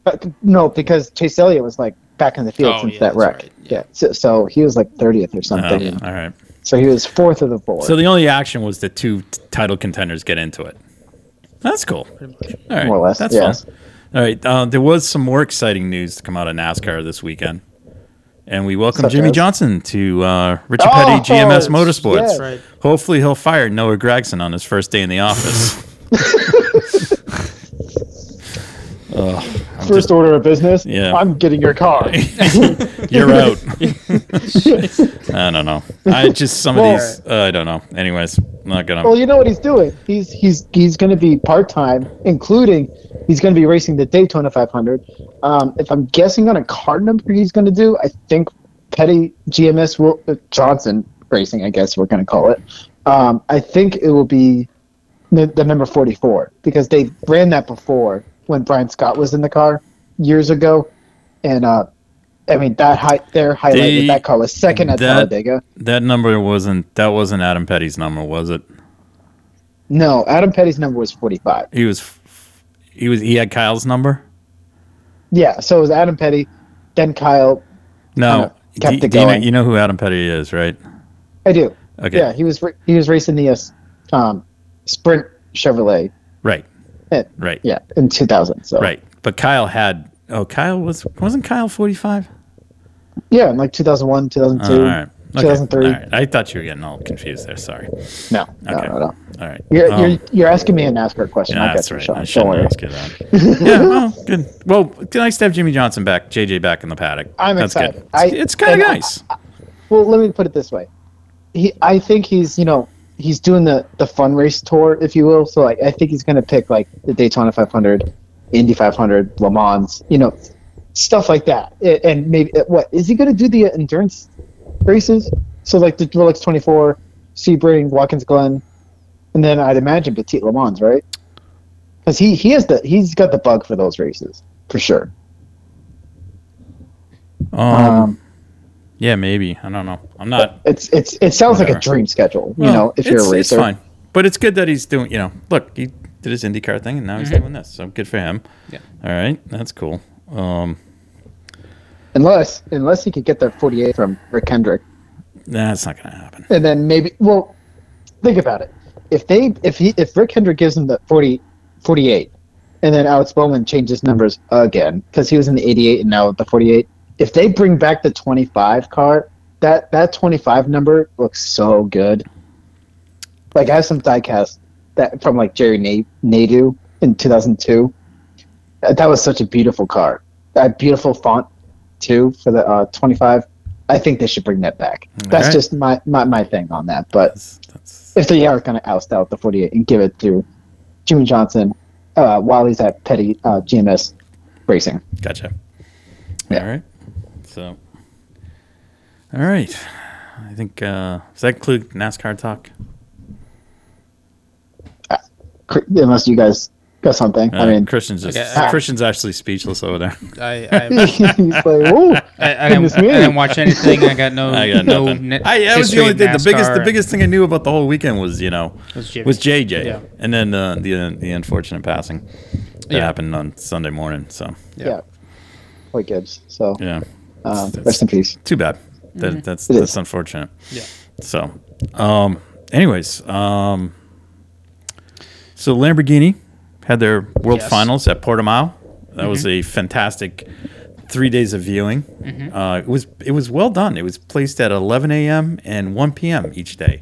[SPEAKER 4] but no, because Chase Elliott was like back in the field
[SPEAKER 2] Oh,
[SPEAKER 4] since
[SPEAKER 2] yeah,
[SPEAKER 4] that
[SPEAKER 2] that's
[SPEAKER 4] wreck.
[SPEAKER 2] right,
[SPEAKER 4] yeah. So, so he was like thirtieth or
[SPEAKER 3] Oh,
[SPEAKER 4] something.
[SPEAKER 3] all right.
[SPEAKER 4] So he was fourth of the four.
[SPEAKER 3] So the only action was the two t- title contenders get into it. That's cool. All right,
[SPEAKER 4] More or less,
[SPEAKER 3] That's
[SPEAKER 4] yes.
[SPEAKER 3] fun. All right. Uh, there was some more exciting news to come out of NASCAR this weekend, and we welcome
[SPEAKER 4] Such
[SPEAKER 3] Jimmy
[SPEAKER 4] as?
[SPEAKER 3] Johnson to uh, Richard
[SPEAKER 4] Oh,
[SPEAKER 3] Petty GMS Motorsports.
[SPEAKER 4] yes.
[SPEAKER 2] Right.
[SPEAKER 3] Hopefully, he'll fire Noah Gregson on his first day in the office.
[SPEAKER 4] First order of business.
[SPEAKER 3] Yeah.
[SPEAKER 4] I'm getting your car.
[SPEAKER 3] You're out. I don't know. I just some
[SPEAKER 4] Well-
[SPEAKER 3] of these. Uh, I don't know. Anyways, I'm not gonna.
[SPEAKER 4] well, you know what he's doing. He's he's he's going to be part time, including he's going to be racing the Daytona 500. Um, if I'm guessing on a car number, he's going to do. I think Petty GMS will, uh, Johnson Racing. I guess we're going to call it. Um, I think it will be n- the number 44 because they ran that before when Brian Scott was in the car years ago, and uh, I mean that high their highlight
[SPEAKER 3] They-
[SPEAKER 4] with that car was second at
[SPEAKER 3] that-
[SPEAKER 4] Talladega.
[SPEAKER 3] That number wasn't. That wasn't Adam Petty's number, was it?
[SPEAKER 4] No, Adam Petty's number was 45.
[SPEAKER 3] He was. f- He was. He had Kyle's number.
[SPEAKER 4] Yeah, so it was Adam Petty, then Kyle.
[SPEAKER 3] No.
[SPEAKER 4] Kinda Uh, kept
[SPEAKER 3] Do-
[SPEAKER 4] it
[SPEAKER 3] do you, know,
[SPEAKER 4] going.
[SPEAKER 3] you know who Adam Petty is, right?
[SPEAKER 4] I do.
[SPEAKER 3] Okay.
[SPEAKER 4] Yeah, he was ra- he was racing the uh, s- um, Sprint Chevrolet.
[SPEAKER 3] Right.
[SPEAKER 4] eh,
[SPEAKER 3] Right.
[SPEAKER 4] yeah, in 2000. So
[SPEAKER 3] Right. But Kyle had. Oh, Kyle was. Wasn't Kyle 45?
[SPEAKER 4] Yeah, in like 2001, 2002,
[SPEAKER 3] all right. Okay.
[SPEAKER 4] 2003.
[SPEAKER 3] All right. I thought you were getting all confused there. Sorry.
[SPEAKER 4] No, no,
[SPEAKER 3] Okay.
[SPEAKER 4] no, no.
[SPEAKER 3] All right.
[SPEAKER 4] You're,
[SPEAKER 3] Um,
[SPEAKER 4] you're, you're asking me a NASCAR question. I
[SPEAKER 3] Yeah,
[SPEAKER 4] got
[SPEAKER 3] that's
[SPEAKER 4] you,
[SPEAKER 3] right.
[SPEAKER 4] Sean.
[SPEAKER 3] I
[SPEAKER 4] Don't
[SPEAKER 3] shouldn't
[SPEAKER 4] worry.
[SPEAKER 3] ask you that. yeah, well, good. Well, it's nice to have Jimmy Johnson back, JJ back in the paddock.
[SPEAKER 4] I'm
[SPEAKER 3] that's
[SPEAKER 4] excited.
[SPEAKER 3] Good.
[SPEAKER 4] I-
[SPEAKER 3] It's, it's kind
[SPEAKER 4] and
[SPEAKER 3] of
[SPEAKER 4] I-
[SPEAKER 3] nice.
[SPEAKER 4] Well, let me put it this way. He, I think he's, you know, he's doing the the fun race tour, if you will. So like, I think he's gonna pick like the Daytona 500, Indy 500, Le Mans, you know, stuff like that. A- And maybe uh, what is he gonna do the endurance races? So like the Rolex 24, Sebring, Watkins Glen, and then I'd imagine Petit Le Mans, right? Because he he has the he's got the bug for those races for sure.
[SPEAKER 3] Um,
[SPEAKER 4] Um,
[SPEAKER 3] yeah, maybe. I don't know. I'm not.
[SPEAKER 4] it's it's it sounds like
[SPEAKER 3] Whatever.
[SPEAKER 4] a dream schedule, you
[SPEAKER 3] well,
[SPEAKER 4] know, if you're
[SPEAKER 3] it's,
[SPEAKER 4] a racer.
[SPEAKER 3] it's fine. But it's good that he's doing. You know, look, he did his IndyCar thing, and now
[SPEAKER 4] Mm-hmm.
[SPEAKER 3] he's doing this. So good for him.
[SPEAKER 1] Yeah.
[SPEAKER 3] All right, that's cool. Um,
[SPEAKER 4] Unless unless he could get that 48 from Rick Hendrick,
[SPEAKER 3] nah, it's not gonna happen.
[SPEAKER 4] and then maybe well, think about it. If they if he if Rick Hendrick gives him the 40 48, and then Alex Bowman changes numbers again because he was in the 88 and now the 48. If they bring back the 25 car, that that 25 number looks so good. Like I have some diecast that from like Jerry Na- Nadu in 2002. Uh, That was such a beautiful car. That beautiful font too for the uh, 25. I think they should bring that back. That's
[SPEAKER 3] Alright.
[SPEAKER 4] just my, my my thing on that. But
[SPEAKER 3] That's, that's
[SPEAKER 4] if they are going to oust out the 48 and give it to Jimmy Johnson uh, while he's at Petty uh, GMS Racing.
[SPEAKER 3] Gotcha.
[SPEAKER 4] Yeah.
[SPEAKER 3] All right. So, all right. I think, uh, does that include NASCAR talk?
[SPEAKER 4] Cr- Unless you guys got something.
[SPEAKER 3] Uh,
[SPEAKER 4] I mean,
[SPEAKER 3] Christian's just,
[SPEAKER 1] Okay, I-
[SPEAKER 3] Christian's actually speechless over there.
[SPEAKER 1] I, I,
[SPEAKER 4] he's like, "Ooh,
[SPEAKER 1] I, I,
[SPEAKER 4] goodness
[SPEAKER 1] didn't, I
[SPEAKER 4] me."
[SPEAKER 1] didn't watch anything. I got no.
[SPEAKER 3] I got
[SPEAKER 1] Oh, no
[SPEAKER 3] nothing.
[SPEAKER 1] net
[SPEAKER 3] I, that was the
[SPEAKER 1] history
[SPEAKER 3] only
[SPEAKER 1] of
[SPEAKER 3] thing. The biggest, the
[SPEAKER 1] NASCAR.
[SPEAKER 3] biggest thing I knew about the whole weekend was, you know,
[SPEAKER 1] Was
[SPEAKER 3] was
[SPEAKER 1] Jimmy.
[SPEAKER 3] JJ,
[SPEAKER 1] Yeah.
[SPEAKER 3] and then uh, the the unfortunate passing that
[SPEAKER 1] Yeah.
[SPEAKER 3] happened on Sunday morning. So
[SPEAKER 4] yeah. Boy Gibbs. So
[SPEAKER 3] yeah,
[SPEAKER 4] um,
[SPEAKER 3] It's-
[SPEAKER 4] rest in peace. Mm-hmm.
[SPEAKER 3] too bad. That, that's
[SPEAKER 4] It is.
[SPEAKER 3] that's unfortunate.
[SPEAKER 1] Yeah.
[SPEAKER 3] So, um, anyways, um, so Lamborghini had their world
[SPEAKER 1] Yes.
[SPEAKER 3] finals at Portimao. That was
[SPEAKER 4] Mm-hmm.
[SPEAKER 3] a fantastic three days of viewing. Uh, it was it was well done. It was placed at 11 a.m. and 1 p.m. each day.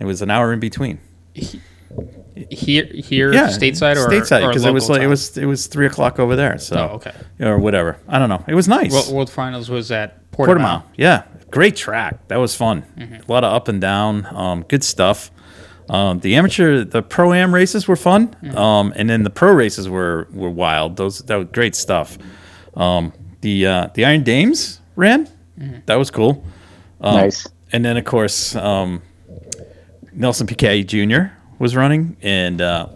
[SPEAKER 3] It was an hour in between.
[SPEAKER 1] Here, here, stateside or
[SPEAKER 3] stateside
[SPEAKER 1] or
[SPEAKER 3] because it was
[SPEAKER 1] local
[SPEAKER 3] like it
[SPEAKER 1] time?
[SPEAKER 3] was it was three o'clock over there. So
[SPEAKER 1] Oh, okay.
[SPEAKER 3] or whatever. I don't know. It was nice.
[SPEAKER 1] World, World Finals was at Portimao.
[SPEAKER 3] Portimao. Yeah, great track. That was fun.
[SPEAKER 1] Mm-hmm.
[SPEAKER 3] A lot of up and down. Um, good stuff. Um, the amateur, the pro am races were fun,
[SPEAKER 1] Mm-hmm.
[SPEAKER 3] um, and then the pro races were were wild. Those that was great stuff. Um, the uh, the Iron Dames ran.
[SPEAKER 1] Mm-hmm.
[SPEAKER 3] That was cool. Um,
[SPEAKER 4] Nice.
[SPEAKER 3] And then of course um, Nelson Piquet Jr. was running, and uh,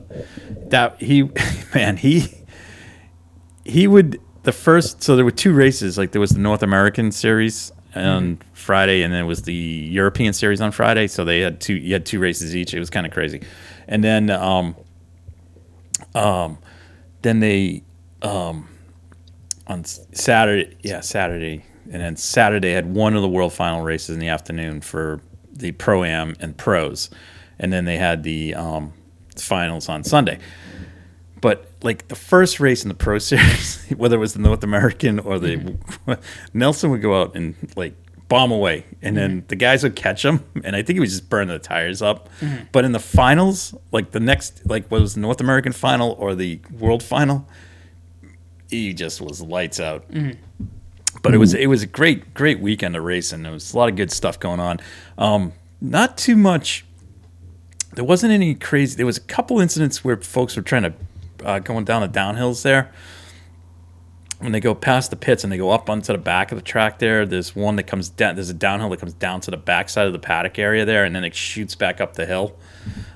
[SPEAKER 3] that he man he he would the first so there were two races like there was the north american series on friday and then it was the european series on friday so they had two you had two races each it was kind of crazy and then um um then they um on S- saturday yeah saturday and then saturday had one of the world final races in the afternoon for the pro am and pros and then they had the um finals on sunday but like the first race in the pro series, whether it was the North American or the Nelson would go out and like bomb away, and then the guys would catch him, and I think he would just burn the tires up. But in the finals, like the next, like whether it was the North American final or the World final, he E just was lights out. But it was it was a great great weekend of racing. There was a lot of good stuff going on. Um, not too much there wasn't any crazy. There was a couple incidents where folks were trying to uh, going down the downhills there. When they go past the pits and they go up onto the back of the track there, there's one that comes down. There's a downhill that comes down to the backside of the paddock area there, and then it shoots back up the hill.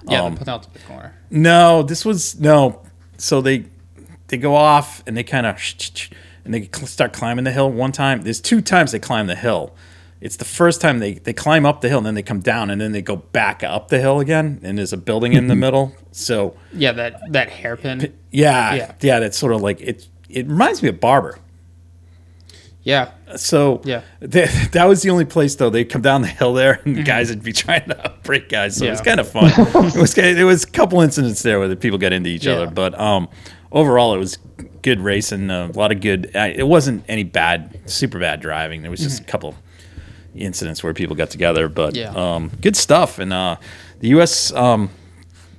[SPEAKER 1] Yeah,
[SPEAKER 3] Um,
[SPEAKER 1] the penultimate corner.
[SPEAKER 3] No, this was no. So they they go off and they kind of and they cl- start climbing the hill. One time, there's two times they climb the hill. It's the first time they they climb up the hill and then they come down and then they go back up the hill again. And there's a building in the middle. So
[SPEAKER 1] Yeah, that that hairpin.
[SPEAKER 3] yeah,
[SPEAKER 1] Yeah.
[SPEAKER 3] yeah, that's sort of like it. It reminds me of Barber.
[SPEAKER 1] Yeah,
[SPEAKER 3] So
[SPEAKER 1] Yeah.
[SPEAKER 3] th- that was the only place though. They'd come down the hill there, and the guys would be trying to break guys. So it was
[SPEAKER 1] Mm-hmm. Yeah.
[SPEAKER 3] kind of fun. it was ki- there was a couple incidents there where the people got into each
[SPEAKER 1] Yeah.
[SPEAKER 3] other, but um, overall it was good racing. A lot of good. Uh, it wasn't any bad, super bad driving. There was just a couple incidents where people got together, but
[SPEAKER 1] Mm-hmm. Yeah.
[SPEAKER 3] um, good stuff. And uh, the U.S. Um,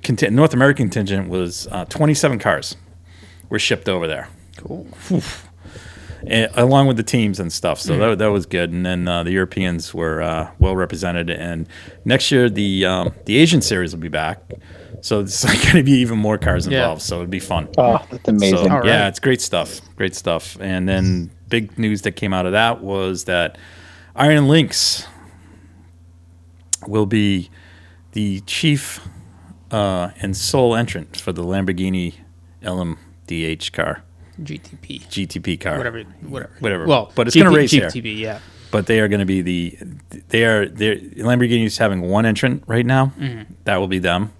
[SPEAKER 3] content, North American contingent was uh, 27 cars were shipped over there
[SPEAKER 1] cool.
[SPEAKER 3] and, along with the teams and stuff.
[SPEAKER 1] Mm.
[SPEAKER 3] So that, that was good. And then uh, the Europeans were uh, well represented. And next year the um, the Asian series will be back. So it's going to be even more cars
[SPEAKER 1] Yeah.
[SPEAKER 3] involved. So it'd be fun.
[SPEAKER 2] Uh,
[SPEAKER 4] Oh, that's amazing.
[SPEAKER 3] So,
[SPEAKER 1] All
[SPEAKER 3] Yeah,
[SPEAKER 1] right.
[SPEAKER 3] it's great stuff. Great stuff. And then big news that came out of that was that Iron Lynx will be the chief uh, and sole entrant for the Lamborghini LMDH car,
[SPEAKER 1] GTP.
[SPEAKER 3] GTP car.
[SPEAKER 1] Whatever, whatever,
[SPEAKER 3] Whatever.
[SPEAKER 1] Well,
[SPEAKER 3] But it's gonna race here.
[SPEAKER 1] GTP, yeah.
[SPEAKER 3] but they are going to be the they are they're Lamborghini's having one entrant right now. That will be them.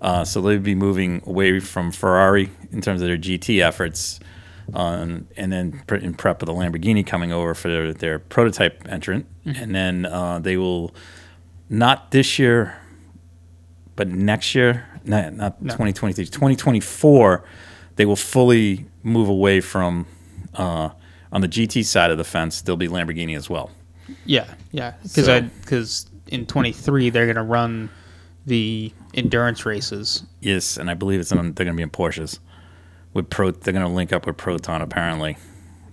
[SPEAKER 3] Uh, so they'll be moving away from Ferrari in terms of their GT efforts, um, and then pre- in prep of the Lamborghini coming over for their, their prototype entrant, and then uh, they will not this year, but next year, not, not 2023, 2024, they will fully move away from uh, on the GT side of the fence. They'll be Lamborghini as well.
[SPEAKER 1] Yeah, yeah. Because
[SPEAKER 3] So-
[SPEAKER 1] I because in twenty three they're gonna run the endurance races.
[SPEAKER 3] Yes, and I believe it's on, they're going to be in Porsches. With Pro, they're going to link up with Proton. Apparently,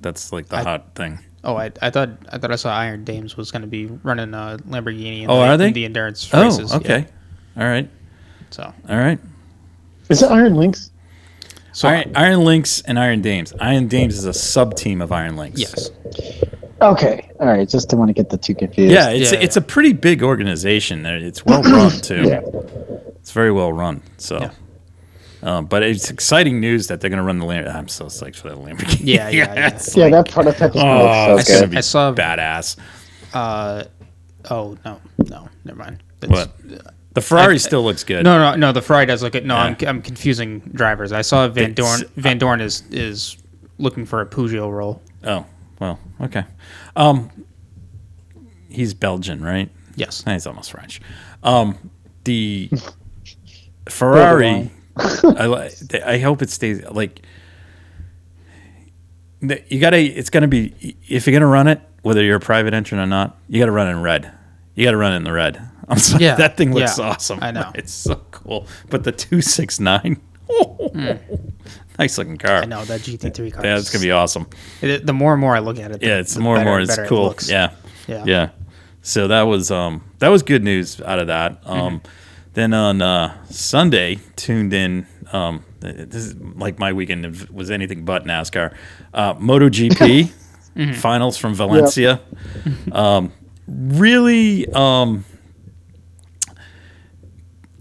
[SPEAKER 3] that's like the
[SPEAKER 1] I-
[SPEAKER 3] hot thing.
[SPEAKER 1] Oh, I, I thought I thought I saw Iron Dames was gonna be running a Lamborghini. In
[SPEAKER 3] Oh,
[SPEAKER 1] the,
[SPEAKER 3] are they?
[SPEAKER 1] in the endurance races?
[SPEAKER 3] oh, okay.
[SPEAKER 1] Yeah,
[SPEAKER 3] All right.
[SPEAKER 1] so
[SPEAKER 3] All right.
[SPEAKER 4] Is it Iron Links?
[SPEAKER 1] so
[SPEAKER 3] Iron, Iron Links and Iron Dames. Iron Dames is a sub team of Iron Links.
[SPEAKER 1] yes,
[SPEAKER 4] Okay. All right. Just don't want to get the two confused.
[SPEAKER 3] Yeah, it's
[SPEAKER 1] Yeah,
[SPEAKER 3] it's a pretty big organization. There, It's well run too.
[SPEAKER 4] Yeah.
[SPEAKER 3] It's very well run. So,
[SPEAKER 1] Yeah.
[SPEAKER 3] um, but it's exciting news that they're going to run the Lamborghini. I'm so psyched for that Lamborghini.
[SPEAKER 1] Yeah, yeah, yeah.
[SPEAKER 3] it's
[SPEAKER 4] Yeah,
[SPEAKER 3] like,
[SPEAKER 4] that prototype is
[SPEAKER 3] oh,
[SPEAKER 4] oh,
[SPEAKER 3] it's
[SPEAKER 4] so
[SPEAKER 3] going to
[SPEAKER 4] good.
[SPEAKER 3] be
[SPEAKER 1] I saw-
[SPEAKER 3] badass.
[SPEAKER 1] uh, oh no, no, never mind. It's-
[SPEAKER 3] What? The Ferrari still looks good.
[SPEAKER 1] No, no, no. The Ferrari does look at. No, I'm,
[SPEAKER 3] Yeah.
[SPEAKER 1] I'm confusing drivers. I saw Van
[SPEAKER 3] It's- uh,
[SPEAKER 1] Dorn. Van Dorn is is looking for a Peugeot role.
[SPEAKER 3] Oh, well, okay. Um, he's Belgian, right?
[SPEAKER 1] Yes.
[SPEAKER 3] He's almost French. Um, the Ferrari I li- I hope it stays like the- you gotta. It's gonna be if you're gonna run it, whether you're a private entrant or not, you gotta run in red. You gotta run in the red. I'm sorry,
[SPEAKER 1] Yeah,
[SPEAKER 3] that thing looks
[SPEAKER 1] yeah,
[SPEAKER 3] awesome.
[SPEAKER 1] I know.
[SPEAKER 3] it's so cool. But the two six nine, nice looking car.
[SPEAKER 1] Hmm. I know that GT3 car.
[SPEAKER 3] Yeah, it's gonna be awesome.
[SPEAKER 1] be. the more and more I look at it, the,
[SPEAKER 3] Yeah, it's
[SPEAKER 1] the
[SPEAKER 3] more and
[SPEAKER 1] better
[SPEAKER 3] more. It's
[SPEAKER 1] better it
[SPEAKER 3] cool.
[SPEAKER 1] looks.
[SPEAKER 3] yeah.
[SPEAKER 1] Yeah.
[SPEAKER 3] Yeah. So that was um that was good news out of that.
[SPEAKER 1] Mm-hmm.
[SPEAKER 3] Um then on uh Sunday tuned in um th- this is like my weekend if- was anything but NASCAR. Uh MotoGP
[SPEAKER 1] Mm-hmm.
[SPEAKER 3] finals from Valencia. um really um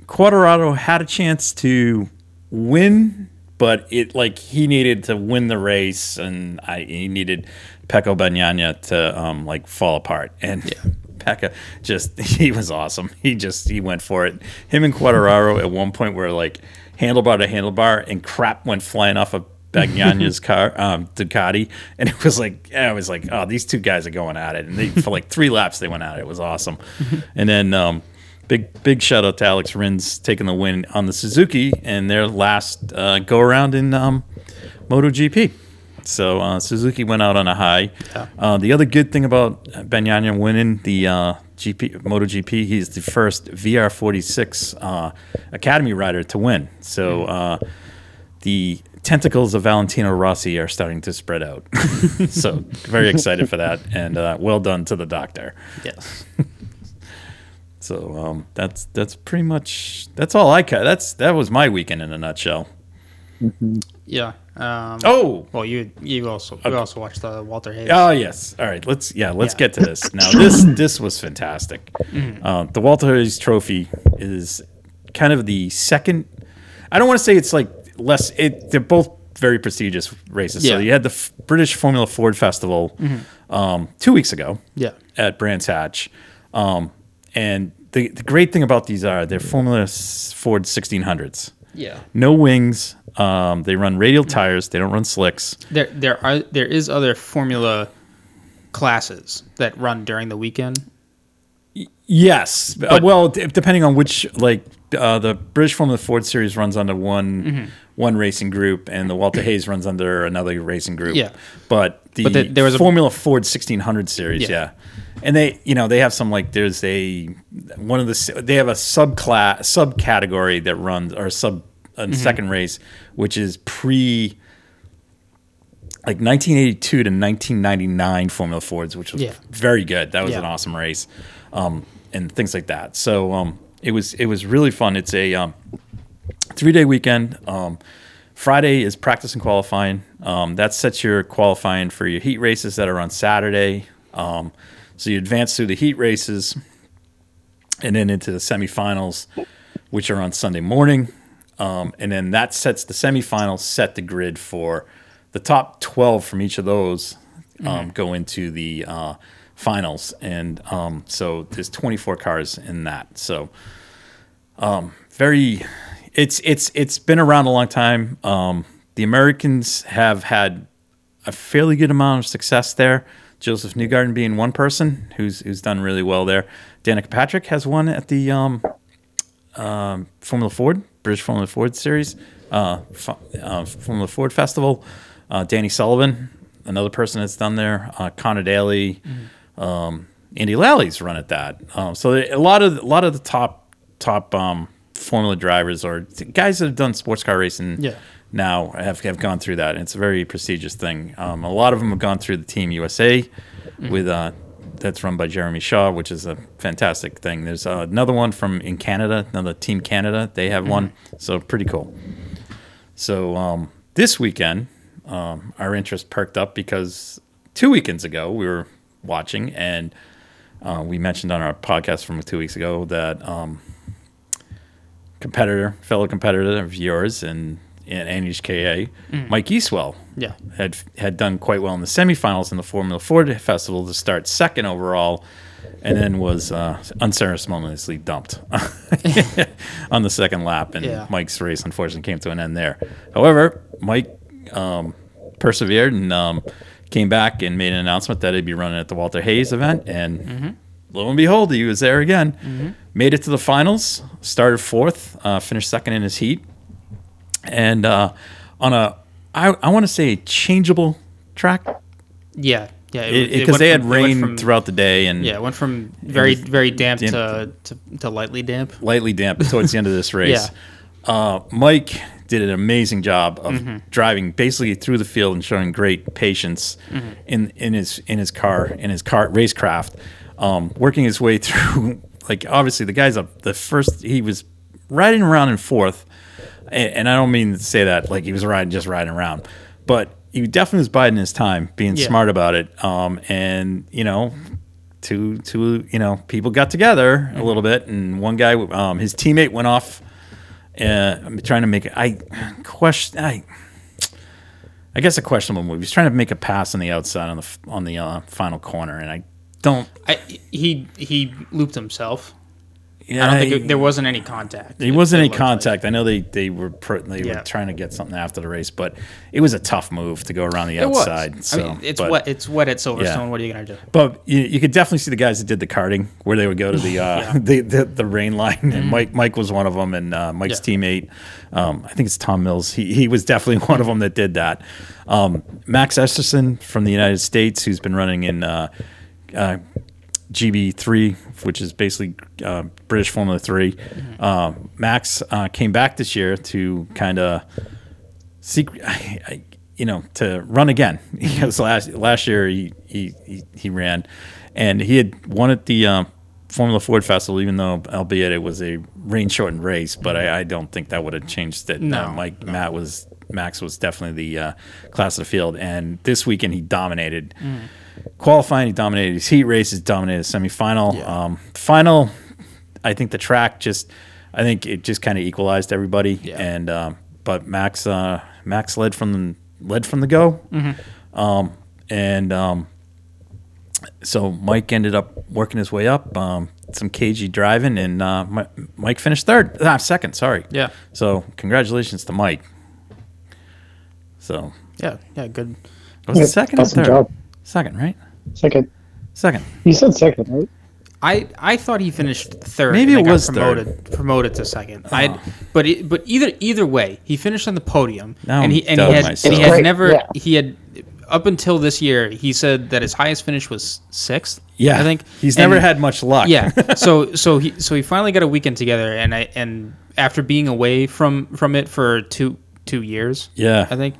[SPEAKER 3] Quadrado had a chance to win, but it like he needed to win the race, and I, he needed Pecco Bagnaia to um, like fall apart. And Pecco just he was awesome. He just he went for it. Him and Quadraro at one point were like handlebar to handlebar, and crap went flying off of. Bagnania's car, um, Ducati, and it was like I was like, oh, these two guys are going at it, and they for like three laps they went at it. It was awesome, and then um, Big big shout out to Alex Rins taking the win on the Suzuki and their last uh, go around in um, MotoGP. So uh, Suzuki went out on a high. Uh, the other good thing about Banyanya winning the uh, GP MotoGP, he's the first VR46 uh, Academy rider to win. So uh, the tentacles of Valentino Rossi are starting to spread out. so very excited for that, and uh, well done to the doctor.
[SPEAKER 1] Yes.
[SPEAKER 3] So um, that's that's pretty much that's all I cut. That's that was my weekend in a nutshell.
[SPEAKER 1] Yeah. Um,
[SPEAKER 3] Oh,
[SPEAKER 1] Well, you you also you also watched the Walter Hayes.
[SPEAKER 3] oh yes. All right, let's yeah, let's
[SPEAKER 1] Yeah. Mm-hmm.
[SPEAKER 3] get to this now. This this was fantastic. Uh, the Walter Hayes Trophy is kind of the second. I don't want to say it's like less. It they're both very prestigious races. So
[SPEAKER 1] Yeah. Mm-hmm.
[SPEAKER 3] you had the F- British Formula Ford Festival um, two weeks ago.
[SPEAKER 1] Yeah.
[SPEAKER 3] at Brands Hatch. Um, and the, the great thing about these are they're Formula S- Ford 1600s.
[SPEAKER 1] Yeah.
[SPEAKER 3] No wings. Um, they run radial tires. They don't run slicks.
[SPEAKER 1] There there are there is other Formula classes that run during the weekend.
[SPEAKER 3] Yes. uh, well, d- depending on which, like uh, the British Formula Ford Series runs under one one racing group, and the Walter Hayes runs under another racing group.
[SPEAKER 1] Yeah.
[SPEAKER 3] But the,
[SPEAKER 1] But there- there was a-
[SPEAKER 3] Formula Ford 1600 Series. Yeah.
[SPEAKER 1] Yeah.
[SPEAKER 3] And they, you know, they have some like there's a one of the s- they have a subclass subcategory that runs or sub a second race, which is pre. Like 1982 to 1999 Formula Fords, which was
[SPEAKER 1] Yeah.
[SPEAKER 3] very good. That was
[SPEAKER 1] Yeah.
[SPEAKER 3] an awesome race, um, and things like that. So um, it was it was really fun. It's a um, three day weekend. Um, Friday is practice and qualifying. Um, that sets your qualifying for your heat races that are on Saturday. Um, so you advance through the heat races, and then into the semifinals, which are on Sunday morning. Um, and then that sets the semifinals, set the grid for the top 12 from each of those um, go into the uh, finals. And um, so there's 24 cars in that. So um, very, it's it's it's been around a long time. Um, the Americans have had a fairly good amount of success there. Joseph Newgarden being one person who's who's done really well there. Danica Patrick has won at the um, um, Formula Ford British Formula Ford Series, uh, F- uh, Formula Ford Festival. Uh, Danny Sullivan, another person that's done there. Uh, Connor Daly, um, Andy Lally's run at that. Um, so there- a lot of a lot of the top top um, Formula drivers or guys that have done sports car racing
[SPEAKER 1] Yeah.
[SPEAKER 3] now have, have gone through that. And it's a very prestigious thing. Um, a lot of them have gone through the Team USA with uh, that's run by Jeremy Shaw, which is a fantastic thing. There's uh, another one from in Canada, another Team Canada. They have one, so pretty cool. So um, this weekend, um, our interest perked up because two weekends ago we were watching, and uh, we mentioned on our podcast from two weeks ago that um, competitor, fellow competitor of yours and in NHKA, Mike Eastwell,
[SPEAKER 1] Yeah.
[SPEAKER 3] had had done quite well in the semifinals in the Formula Ford Festival to start second overall, and then was uh, unceremoniously dumped on the second lap, and
[SPEAKER 1] Yeah.
[SPEAKER 3] Mike's race unfortunately came to an end there. However, Mike um, persevered and um, came back and made an announcement that he'd be running at the Walter Hayes event, and
[SPEAKER 1] Mm-hmm.
[SPEAKER 3] lo and behold, he was there again. Made it to the finals, started fourth, uh, finished second in his heat, and uh, on a I, I want to say changeable track
[SPEAKER 1] Yeah, yeah.
[SPEAKER 3] because
[SPEAKER 1] went
[SPEAKER 3] they had
[SPEAKER 1] from- it went
[SPEAKER 3] rain
[SPEAKER 1] from-
[SPEAKER 3] throughout the day and
[SPEAKER 1] Yeah, it went from very
[SPEAKER 3] was
[SPEAKER 1] very damp,
[SPEAKER 3] damp
[SPEAKER 1] to, to to lightly damp.
[SPEAKER 3] lightly damp towards the end of this race. uh, Mike did an amazing job of driving basically through the field and showing great patience in in his in his car in his car racecraft, um, working his way through. Like obviously the guy's up the first he was riding around in fourth, and, and I don't mean to say that like he was riding just riding around, but he definitely was biding his time, being
[SPEAKER 1] Yeah.
[SPEAKER 3] smart about it, um, and you know two two you know people got together
[SPEAKER 1] Mm-hmm.
[SPEAKER 3] a little bit and one guy um, his teammate went off uh, I'm trying to make I question I I guess a questionable move he's trying to make a pass on the outside on the f- on the uh, final corner and I don't
[SPEAKER 1] I, he he looped himself. I don't think it, there wasn't any contact.
[SPEAKER 3] There
[SPEAKER 1] It-
[SPEAKER 3] wasn't
[SPEAKER 1] it
[SPEAKER 3] any
[SPEAKER 1] looked like.
[SPEAKER 3] contact. I know they they were pr- they
[SPEAKER 1] Yeah.
[SPEAKER 3] were trying to get something after the race, but it was a tough move to go around the
[SPEAKER 1] It was.
[SPEAKER 3] outside. So
[SPEAKER 1] I mean, it's
[SPEAKER 3] but-
[SPEAKER 1] wet. It's wet at Silverstone.
[SPEAKER 3] Yeah.
[SPEAKER 1] What are you gonna do?
[SPEAKER 3] But you, you could definitely see the guys that did the karting, where they would go to the uh, the, the the rain line, and Mike Mike was one of them, and uh, Mike's
[SPEAKER 1] Yeah.
[SPEAKER 3] teammate, um, I think it's Tom Mills. He he was definitely one of them that did that. Um, Max Esterson from the United States, who's been running in uh, uh, GB3, which is basically uh, British Formula 3. Uh, Max uh, came back this year to kind of secret, I, I, you know, to run again because last last year he he, he, he ran, and he had won at the um, Formula Ford Festival, even though albeit it was a rain shortened race, but I, I don't think that would have changed it.
[SPEAKER 1] No,
[SPEAKER 3] Uh, Mike Matt was Max was definitely the uh, class of the field, and this weekend he dominated.
[SPEAKER 1] Mm.
[SPEAKER 3] Qualifying, he dominated his heat races, dominated his semifinal. Um, final, I think the track just, I think it just kind of equalized everybody.
[SPEAKER 1] Yeah.
[SPEAKER 3] And um, but Max, uh, Max led from led from the go,
[SPEAKER 1] Mm-hmm.
[SPEAKER 3] um, and um, so Mike ended up working his way up, um, some cagey driving, and uh, Mi- Mike finished third, ah, second. Sorry.
[SPEAKER 1] Yeah.
[SPEAKER 3] So congratulations to Mike. So
[SPEAKER 1] Yeah, yeah. Good.
[SPEAKER 3] was
[SPEAKER 4] Yeah,
[SPEAKER 3] it second or
[SPEAKER 4] awesome
[SPEAKER 3] third?
[SPEAKER 4] job.
[SPEAKER 3] Second, right?
[SPEAKER 4] Second,
[SPEAKER 3] Second.
[SPEAKER 4] you said second, right?
[SPEAKER 1] I I thought he finished third.
[SPEAKER 3] Maybe
[SPEAKER 1] and then
[SPEAKER 3] it
[SPEAKER 1] got
[SPEAKER 3] was third. Oh.
[SPEAKER 1] promoted promoted to second. I but it, but either either way, he finished on the podium,
[SPEAKER 3] Now
[SPEAKER 1] and
[SPEAKER 3] I'm
[SPEAKER 1] he and he
[SPEAKER 3] doubting
[SPEAKER 1] had, and
[SPEAKER 3] myself.
[SPEAKER 1] he had
[SPEAKER 4] Right,
[SPEAKER 1] never
[SPEAKER 4] yeah.
[SPEAKER 1] he had up until this year he said that his highest finish was sixth.
[SPEAKER 3] Yeah.
[SPEAKER 1] I think
[SPEAKER 3] he's
[SPEAKER 1] And-
[SPEAKER 3] never had much luck.
[SPEAKER 1] Yeah. So so he so he finally got a weekend together, and I and after being away from from it for two two years,
[SPEAKER 3] Yeah.
[SPEAKER 1] I think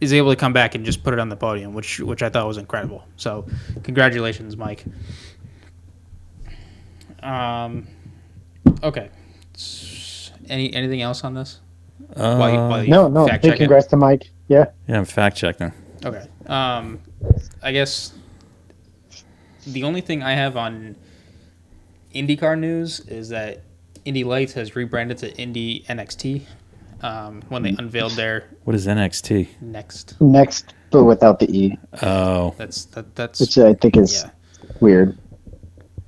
[SPEAKER 1] is able to come back and just put it on the podium, which which I thought was incredible. So congratulations, Mike. Um, okay. S- Any anything else on this? While you- while you
[SPEAKER 4] No, no.
[SPEAKER 1] fact
[SPEAKER 4] Hey,
[SPEAKER 1] check it?
[SPEAKER 4] congrats to Mike. Yeah.
[SPEAKER 3] Uh, Yeah, I'm fact checking.
[SPEAKER 1] Okay. Um, I guess the only thing I have on IndyCar news is that Indy Lights has rebranded to Indy NXT um, when they unveiled their
[SPEAKER 3] What is NXT?
[SPEAKER 1] next.
[SPEAKER 4] Next, but without the E,
[SPEAKER 3] Oh,
[SPEAKER 1] That's that. That's
[SPEAKER 4] which I think is
[SPEAKER 1] yeah.
[SPEAKER 4] weird.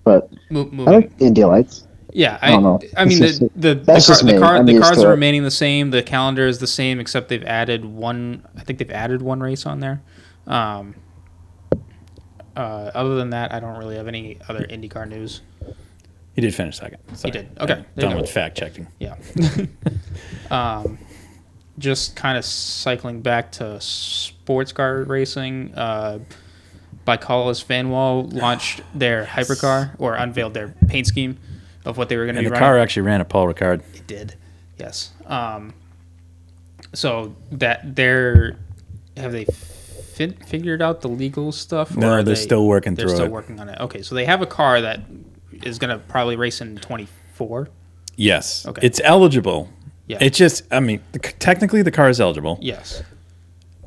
[SPEAKER 4] But
[SPEAKER 1] Mo-
[SPEAKER 4] I
[SPEAKER 1] moving.
[SPEAKER 4] like Indy Lights.
[SPEAKER 1] Yeah,
[SPEAKER 4] I
[SPEAKER 1] I,
[SPEAKER 4] don't know.
[SPEAKER 1] I mean,
[SPEAKER 4] It's
[SPEAKER 1] the,
[SPEAKER 4] just-
[SPEAKER 1] the, the,
[SPEAKER 4] that's
[SPEAKER 1] car,
[SPEAKER 4] just
[SPEAKER 1] the,
[SPEAKER 4] me.
[SPEAKER 1] car,
[SPEAKER 4] I'm
[SPEAKER 1] the
[SPEAKER 4] used
[SPEAKER 1] cars
[SPEAKER 4] to
[SPEAKER 1] are
[SPEAKER 4] it.
[SPEAKER 1] remaining the same. The calendar is the same, except they've added one. I think they've added one race on there. Um, uh, other than that, I don't really have any other IndyCar news.
[SPEAKER 3] he did finish second. Sorry.
[SPEAKER 1] did. Okay. There
[SPEAKER 3] I'm
[SPEAKER 1] you
[SPEAKER 3] done
[SPEAKER 1] go.
[SPEAKER 3] with fact checking.
[SPEAKER 1] Yeah. um, just kind of cycling back to sports car racing. Uh, Bicolis Fanwall launched their hypercar or unveiled their paint scheme of what they were going to
[SPEAKER 3] And
[SPEAKER 1] be
[SPEAKER 3] the
[SPEAKER 1] running.
[SPEAKER 3] car actually ran at Paul Ricard.
[SPEAKER 1] It did. Yes. Um, so that they're have they fin- figured out the legal stuff?
[SPEAKER 3] No,
[SPEAKER 1] are
[SPEAKER 3] they're still working
[SPEAKER 1] they're
[SPEAKER 3] through
[SPEAKER 1] still
[SPEAKER 3] it.
[SPEAKER 1] working on it. Okay, so they have a car that is going to probably race in twenty four.
[SPEAKER 3] Yes.
[SPEAKER 1] Okay.
[SPEAKER 3] It's eligible.
[SPEAKER 1] Yeah.
[SPEAKER 3] It's just, I mean, the, c- technically the car is eligible.
[SPEAKER 1] Yes.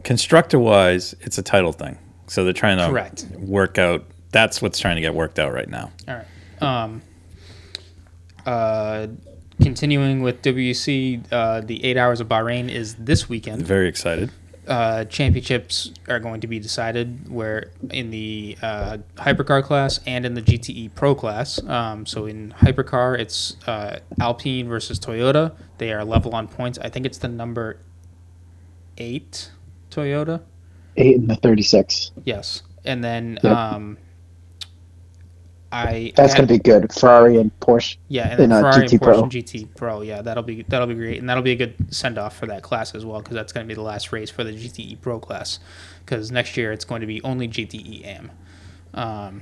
[SPEAKER 3] Constructor wise, it's a title thing. So they're trying to
[SPEAKER 1] Correct.
[SPEAKER 3] work out. That's what's trying to get worked out right now.
[SPEAKER 1] All right. Um, uh, continuing with WC, uh, the eight hours of Bahrain is this weekend.
[SPEAKER 3] Very excited.
[SPEAKER 1] uh, championships are going to be decided where in the uh, hypercar class and in the GTE Pro class. Um, so in hypercar, it's uh, Alpine versus Toyota. They are level on points. I think it's the number eight Toyota.
[SPEAKER 4] Eight and the thirty-six.
[SPEAKER 1] Yes, and then
[SPEAKER 4] Yep.
[SPEAKER 1] um, I
[SPEAKER 4] That's
[SPEAKER 1] had-
[SPEAKER 4] going to be good. Ferrari and Porsche.
[SPEAKER 1] yeah, and then
[SPEAKER 4] in a
[SPEAKER 1] Ferrari
[SPEAKER 4] GT
[SPEAKER 1] and Porsche
[SPEAKER 4] Pro.
[SPEAKER 1] and GT Pro. Yeah, that'll be that'll be great, and that'll be a good send off for that class as well because that's going to be the last race for the GTE Pro class because next year it's going to be only GTE AM. Um,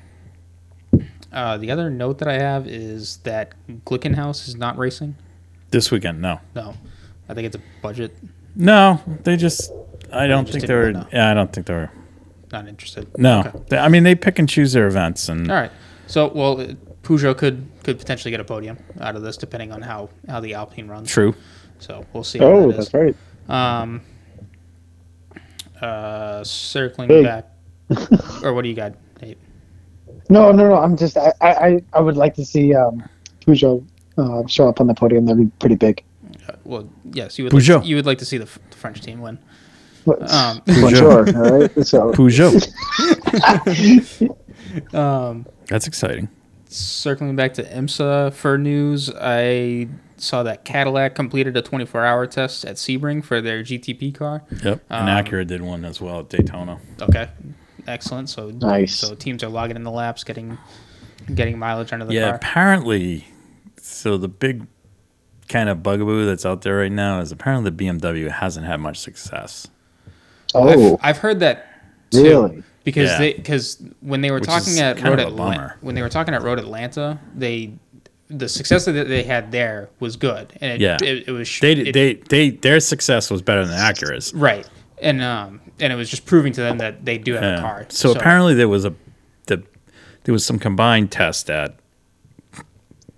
[SPEAKER 1] uh, the other note that I have is that Glickenhaus is not racing.
[SPEAKER 3] This weekend, no.
[SPEAKER 1] No, I think it's a budget.
[SPEAKER 3] No, they just. I don't
[SPEAKER 1] just didn't
[SPEAKER 3] think they were.
[SPEAKER 1] want to.
[SPEAKER 3] Yeah, I don't think they were.
[SPEAKER 1] Not interested.
[SPEAKER 3] No,
[SPEAKER 1] Okay.
[SPEAKER 3] They- I mean they pick and choose their events, and
[SPEAKER 1] All right. So well, uh, Peugeot could could potentially get a podium out of this depending on how how the Alpine runs.
[SPEAKER 3] true.
[SPEAKER 1] So we'll see. how
[SPEAKER 4] Oh,
[SPEAKER 1] that is.
[SPEAKER 4] that's right.
[SPEAKER 1] Um, uh, circling
[SPEAKER 4] Hey.
[SPEAKER 1] back, or what do you got, Nate?
[SPEAKER 4] No, no, no. I'm just. I, I, I- I would like to see um, Peugeot uh, show up on the podium. That'd be pretty big.
[SPEAKER 1] Uh, well, yes, you would.
[SPEAKER 3] Peugeot.
[SPEAKER 1] Like, you would like to see the, f- the French team win.
[SPEAKER 4] But,
[SPEAKER 1] Um,
[SPEAKER 4] Bonjour. all right. So
[SPEAKER 3] Peugeot.
[SPEAKER 1] um,
[SPEAKER 3] That's exciting.
[SPEAKER 1] circling back to IMSA for news, I saw that Cadillac completed a 24-hour test at Sebring for their GTP car.
[SPEAKER 3] Yep.
[SPEAKER 1] Um,
[SPEAKER 3] and Acura did one as well at Daytona.
[SPEAKER 1] Okay, excellent. So
[SPEAKER 4] Nice.
[SPEAKER 1] So teams are logging in the laps, getting getting mileage under the
[SPEAKER 3] Yeah,
[SPEAKER 1] car.
[SPEAKER 3] apparently. So the big kind of bugaboo that's out there right now is apparently the BMW hasn't had much success.
[SPEAKER 4] oh,
[SPEAKER 1] I've, I've heard that too,
[SPEAKER 4] really?
[SPEAKER 1] because
[SPEAKER 3] Yeah.
[SPEAKER 1] they because when they were
[SPEAKER 3] Which
[SPEAKER 1] talking
[SPEAKER 3] is
[SPEAKER 1] at
[SPEAKER 3] kind
[SPEAKER 1] Road
[SPEAKER 3] of a
[SPEAKER 1] Atlanta
[SPEAKER 3] bummer.
[SPEAKER 1] when they were talking at Road Atlanta, they the success that they had there was good, and it,
[SPEAKER 3] Yeah.
[SPEAKER 1] it, it was sh-
[SPEAKER 3] They
[SPEAKER 1] it-
[SPEAKER 3] they they their success was better than Acura's.
[SPEAKER 1] right, and um and it was just proving to them that they do have
[SPEAKER 3] Yeah.
[SPEAKER 1] a car.
[SPEAKER 3] So, apparently there was a the there was some combined test at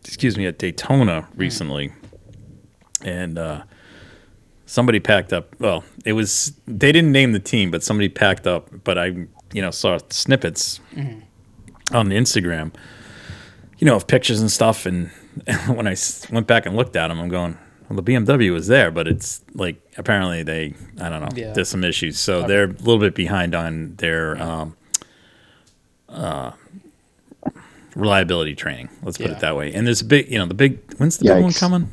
[SPEAKER 3] excuse me at Daytona recently, and uh, somebody packed up. Well, it was they didn't name the team, but somebody packed up. But I you know saw snippets
[SPEAKER 1] Mm-hmm.
[SPEAKER 3] on Instagram, you know, of pictures and stuff. And when I s- went back and looked at them, I'm going. Well, the BMW was there, but it's like apparently they, I don't know,
[SPEAKER 1] Yeah.
[SPEAKER 3] there's some issues. So they're a little bit behind on their um, uh, reliability training. Let's put
[SPEAKER 1] Yeah.
[SPEAKER 3] it that way. And there's a big, you know, the big. When's the big one
[SPEAKER 4] Yikes.
[SPEAKER 3] coming?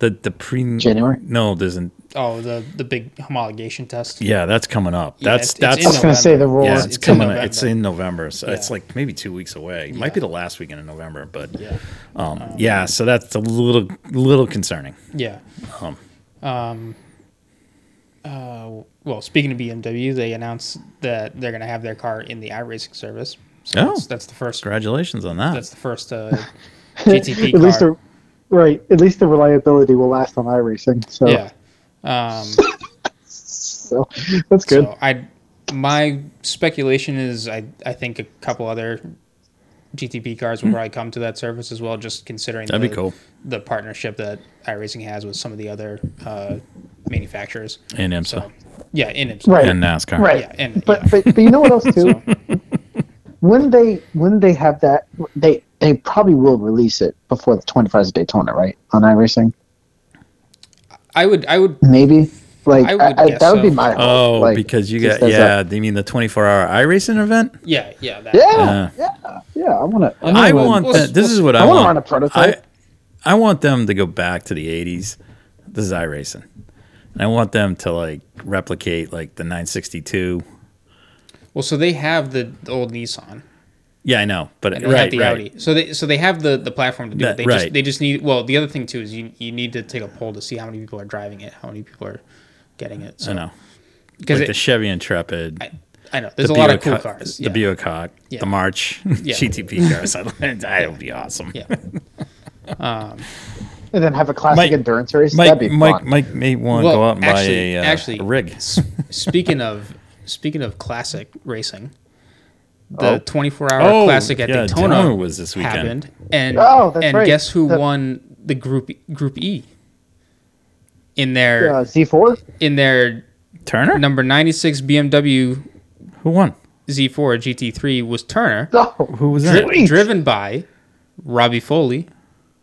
[SPEAKER 3] The the pre
[SPEAKER 4] January?
[SPEAKER 3] No, there's an
[SPEAKER 1] oh the the big homologation test.
[SPEAKER 3] yeah, that's coming up.
[SPEAKER 1] Yeah, it's-
[SPEAKER 3] that's
[SPEAKER 1] it's
[SPEAKER 3] that's
[SPEAKER 1] in
[SPEAKER 4] I was going to say the rules.
[SPEAKER 3] yeah,
[SPEAKER 1] It's
[SPEAKER 3] it's,
[SPEAKER 1] in
[SPEAKER 3] coming.
[SPEAKER 1] November.
[SPEAKER 3] it's in November, so it's
[SPEAKER 1] Yeah.
[SPEAKER 3] like maybe two weeks away. It
[SPEAKER 1] Yeah.
[SPEAKER 3] Might be the last weekend in November, but
[SPEAKER 1] Yeah.
[SPEAKER 3] um, yeah. So that's a little little concerning.
[SPEAKER 1] Yeah.
[SPEAKER 3] Um,
[SPEAKER 1] Uh, well, speaking of BMW, they announced that they're going to have their car in the iRacing service. So
[SPEAKER 3] Oh.
[SPEAKER 1] that's, that's the first.
[SPEAKER 3] congratulations on that.
[SPEAKER 1] That's the first uh, GTP
[SPEAKER 4] at
[SPEAKER 1] car.
[SPEAKER 4] least the right. At least the reliability will last on iRacing. So
[SPEAKER 1] yeah. Um,
[SPEAKER 4] so that's good.
[SPEAKER 1] So I, my speculation is I, I think a couple other GTP cars will probably come to that service as well. Just considering
[SPEAKER 3] Hmm. That'd
[SPEAKER 1] the,
[SPEAKER 3] be cool.
[SPEAKER 1] the partnership that iRacing has with some of the other uh, manufacturers.
[SPEAKER 3] and IMSA
[SPEAKER 1] So yeah, in it.
[SPEAKER 4] Right.
[SPEAKER 3] and NASCAR.
[SPEAKER 4] right.
[SPEAKER 1] Yeah, and
[SPEAKER 4] but,
[SPEAKER 1] yeah.
[SPEAKER 4] but but you know what else too? when they when they have that, they they probably will release it before the 25 hours of Daytona, right? On iRacing,
[SPEAKER 1] I would I would
[SPEAKER 4] maybe. Like
[SPEAKER 1] I
[SPEAKER 4] I
[SPEAKER 1] would guess
[SPEAKER 4] that would be
[SPEAKER 1] so.
[SPEAKER 4] my hope.
[SPEAKER 3] Oh,
[SPEAKER 4] like,
[SPEAKER 3] because you
[SPEAKER 4] just
[SPEAKER 3] got
[SPEAKER 4] as a-
[SPEAKER 3] yeah. They mean the 24 hour iRacing event? Uh,
[SPEAKER 1] yeah yeah that,
[SPEAKER 4] yeah, Oh, yeah, yeah, I want to.
[SPEAKER 3] I want
[SPEAKER 1] Well,
[SPEAKER 3] that. This is what I,
[SPEAKER 4] I wanna
[SPEAKER 3] want.
[SPEAKER 4] run a prototype.
[SPEAKER 3] I, I want them to go back to the '80s. This is iRacing, and I want them to like replicate like the 962.
[SPEAKER 1] Well, so they have the, the old Nissan.
[SPEAKER 3] Yeah, I know, but
[SPEAKER 1] And they have
[SPEAKER 3] right,
[SPEAKER 1] the
[SPEAKER 3] right.
[SPEAKER 1] Audi. So they so they have the, the platform to do
[SPEAKER 3] That-
[SPEAKER 1] it. They
[SPEAKER 3] right.
[SPEAKER 1] just they just need well the other thing too is you, you need to take a poll to see how many people are driving it, how many people are getting it. So
[SPEAKER 3] I know,
[SPEAKER 1] because
[SPEAKER 3] like the Chevy Intrepid.
[SPEAKER 1] I, I know. There's
[SPEAKER 3] the
[SPEAKER 1] a lot of cool
[SPEAKER 3] Buick Cu-
[SPEAKER 1] cars.
[SPEAKER 3] The
[SPEAKER 1] yeah.
[SPEAKER 3] Buick,
[SPEAKER 1] Yeah.
[SPEAKER 3] the March, GTP cars. that would be awesome.
[SPEAKER 1] yeah.
[SPEAKER 4] and then have a classic
[SPEAKER 3] Mike-
[SPEAKER 4] endurance race.
[SPEAKER 3] Mike,
[SPEAKER 4] That'd be
[SPEAKER 3] Mike,
[SPEAKER 4] fun.
[SPEAKER 3] Mike may want to
[SPEAKER 1] Well,
[SPEAKER 3] go out and
[SPEAKER 1] actually,
[SPEAKER 3] buy a, uh,
[SPEAKER 1] actually,
[SPEAKER 3] a rig.
[SPEAKER 1] s- speaking of speaking of classic racing,
[SPEAKER 4] Oh.
[SPEAKER 1] the 24-hour
[SPEAKER 3] Oh,
[SPEAKER 1] classic at
[SPEAKER 3] yeah,
[SPEAKER 1] Daytona,
[SPEAKER 3] Daytona was this weekend.
[SPEAKER 1] happened, and
[SPEAKER 4] Oh, that's
[SPEAKER 1] and
[SPEAKER 4] right.
[SPEAKER 1] guess who
[SPEAKER 4] The-
[SPEAKER 1] won the group Group E in their
[SPEAKER 4] Uh, Z4.
[SPEAKER 1] in their
[SPEAKER 3] Turner,
[SPEAKER 1] number 96 BMW
[SPEAKER 3] who won?
[SPEAKER 1] Z4 GT3 was Turner,
[SPEAKER 4] Oh,
[SPEAKER 3] Who was
[SPEAKER 1] dri-
[SPEAKER 3] that?
[SPEAKER 4] Sweet.
[SPEAKER 1] driven by Robbie Foley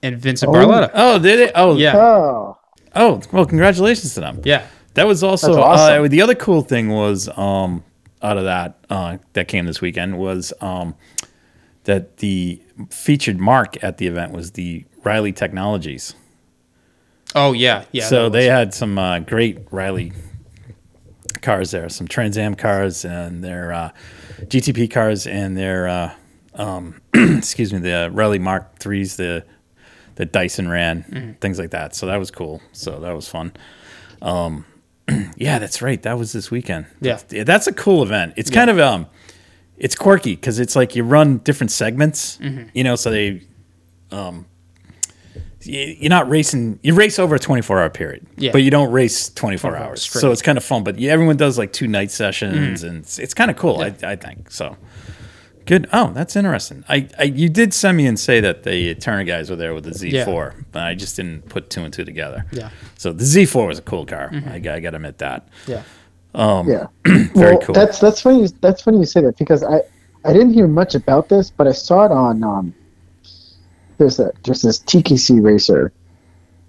[SPEAKER 1] and Vincent
[SPEAKER 4] Oh.
[SPEAKER 1] Barletta.
[SPEAKER 3] Oh, did it? Oh,
[SPEAKER 1] Yeah.
[SPEAKER 4] oh,
[SPEAKER 3] Oh, well, congratulations to them.
[SPEAKER 1] Yeah.
[SPEAKER 3] That was also
[SPEAKER 4] That's awesome.
[SPEAKER 3] uh, the other cool thing was um, out of that uh, that came this weekend was um, that the featured mark at the event was the Riley Technologies.
[SPEAKER 1] Oh yeah, yeah. that
[SPEAKER 3] so
[SPEAKER 1] was-
[SPEAKER 3] they had some uh, great Riley cars there, some Trans Am cars and their uh, GTP cars and their uh, um, excuse me, the Rally Mark threes, the the Dyson ran,
[SPEAKER 1] Mm.
[SPEAKER 3] things like that. So that was cool. So that was fun. Um, yeah, that's right. That was this weekend.
[SPEAKER 1] Yeah.
[SPEAKER 3] yeah that's a cool event. It's kind of um, it's quirky because it's like you run different segments.
[SPEAKER 1] Mm-hmm.
[SPEAKER 3] You know, so they y- you're not racing. You race over a 24 hour period,
[SPEAKER 1] Yeah.
[SPEAKER 3] but you don't race 24,
[SPEAKER 1] 24
[SPEAKER 3] hours.
[SPEAKER 1] straight.
[SPEAKER 3] So it's kind of fun. But yeah, everyone does like two night sessions, and it's, it's kind of cool. I, I think so. Good. Oh, that's interesting. I, I you did send me and say that the Turner guys were there with the Z4, but I just didn't put two and two together.
[SPEAKER 1] Yeah.
[SPEAKER 3] So the Z4 was a cool car. I, got- I got to admit that. Um,
[SPEAKER 1] Yeah.
[SPEAKER 4] yeah.
[SPEAKER 3] Very
[SPEAKER 4] well,
[SPEAKER 3] cool.
[SPEAKER 4] That's that's funny. That's funny you say that because I I didn't hear much about this, but I saw it on um. There's a there's this TKC racer,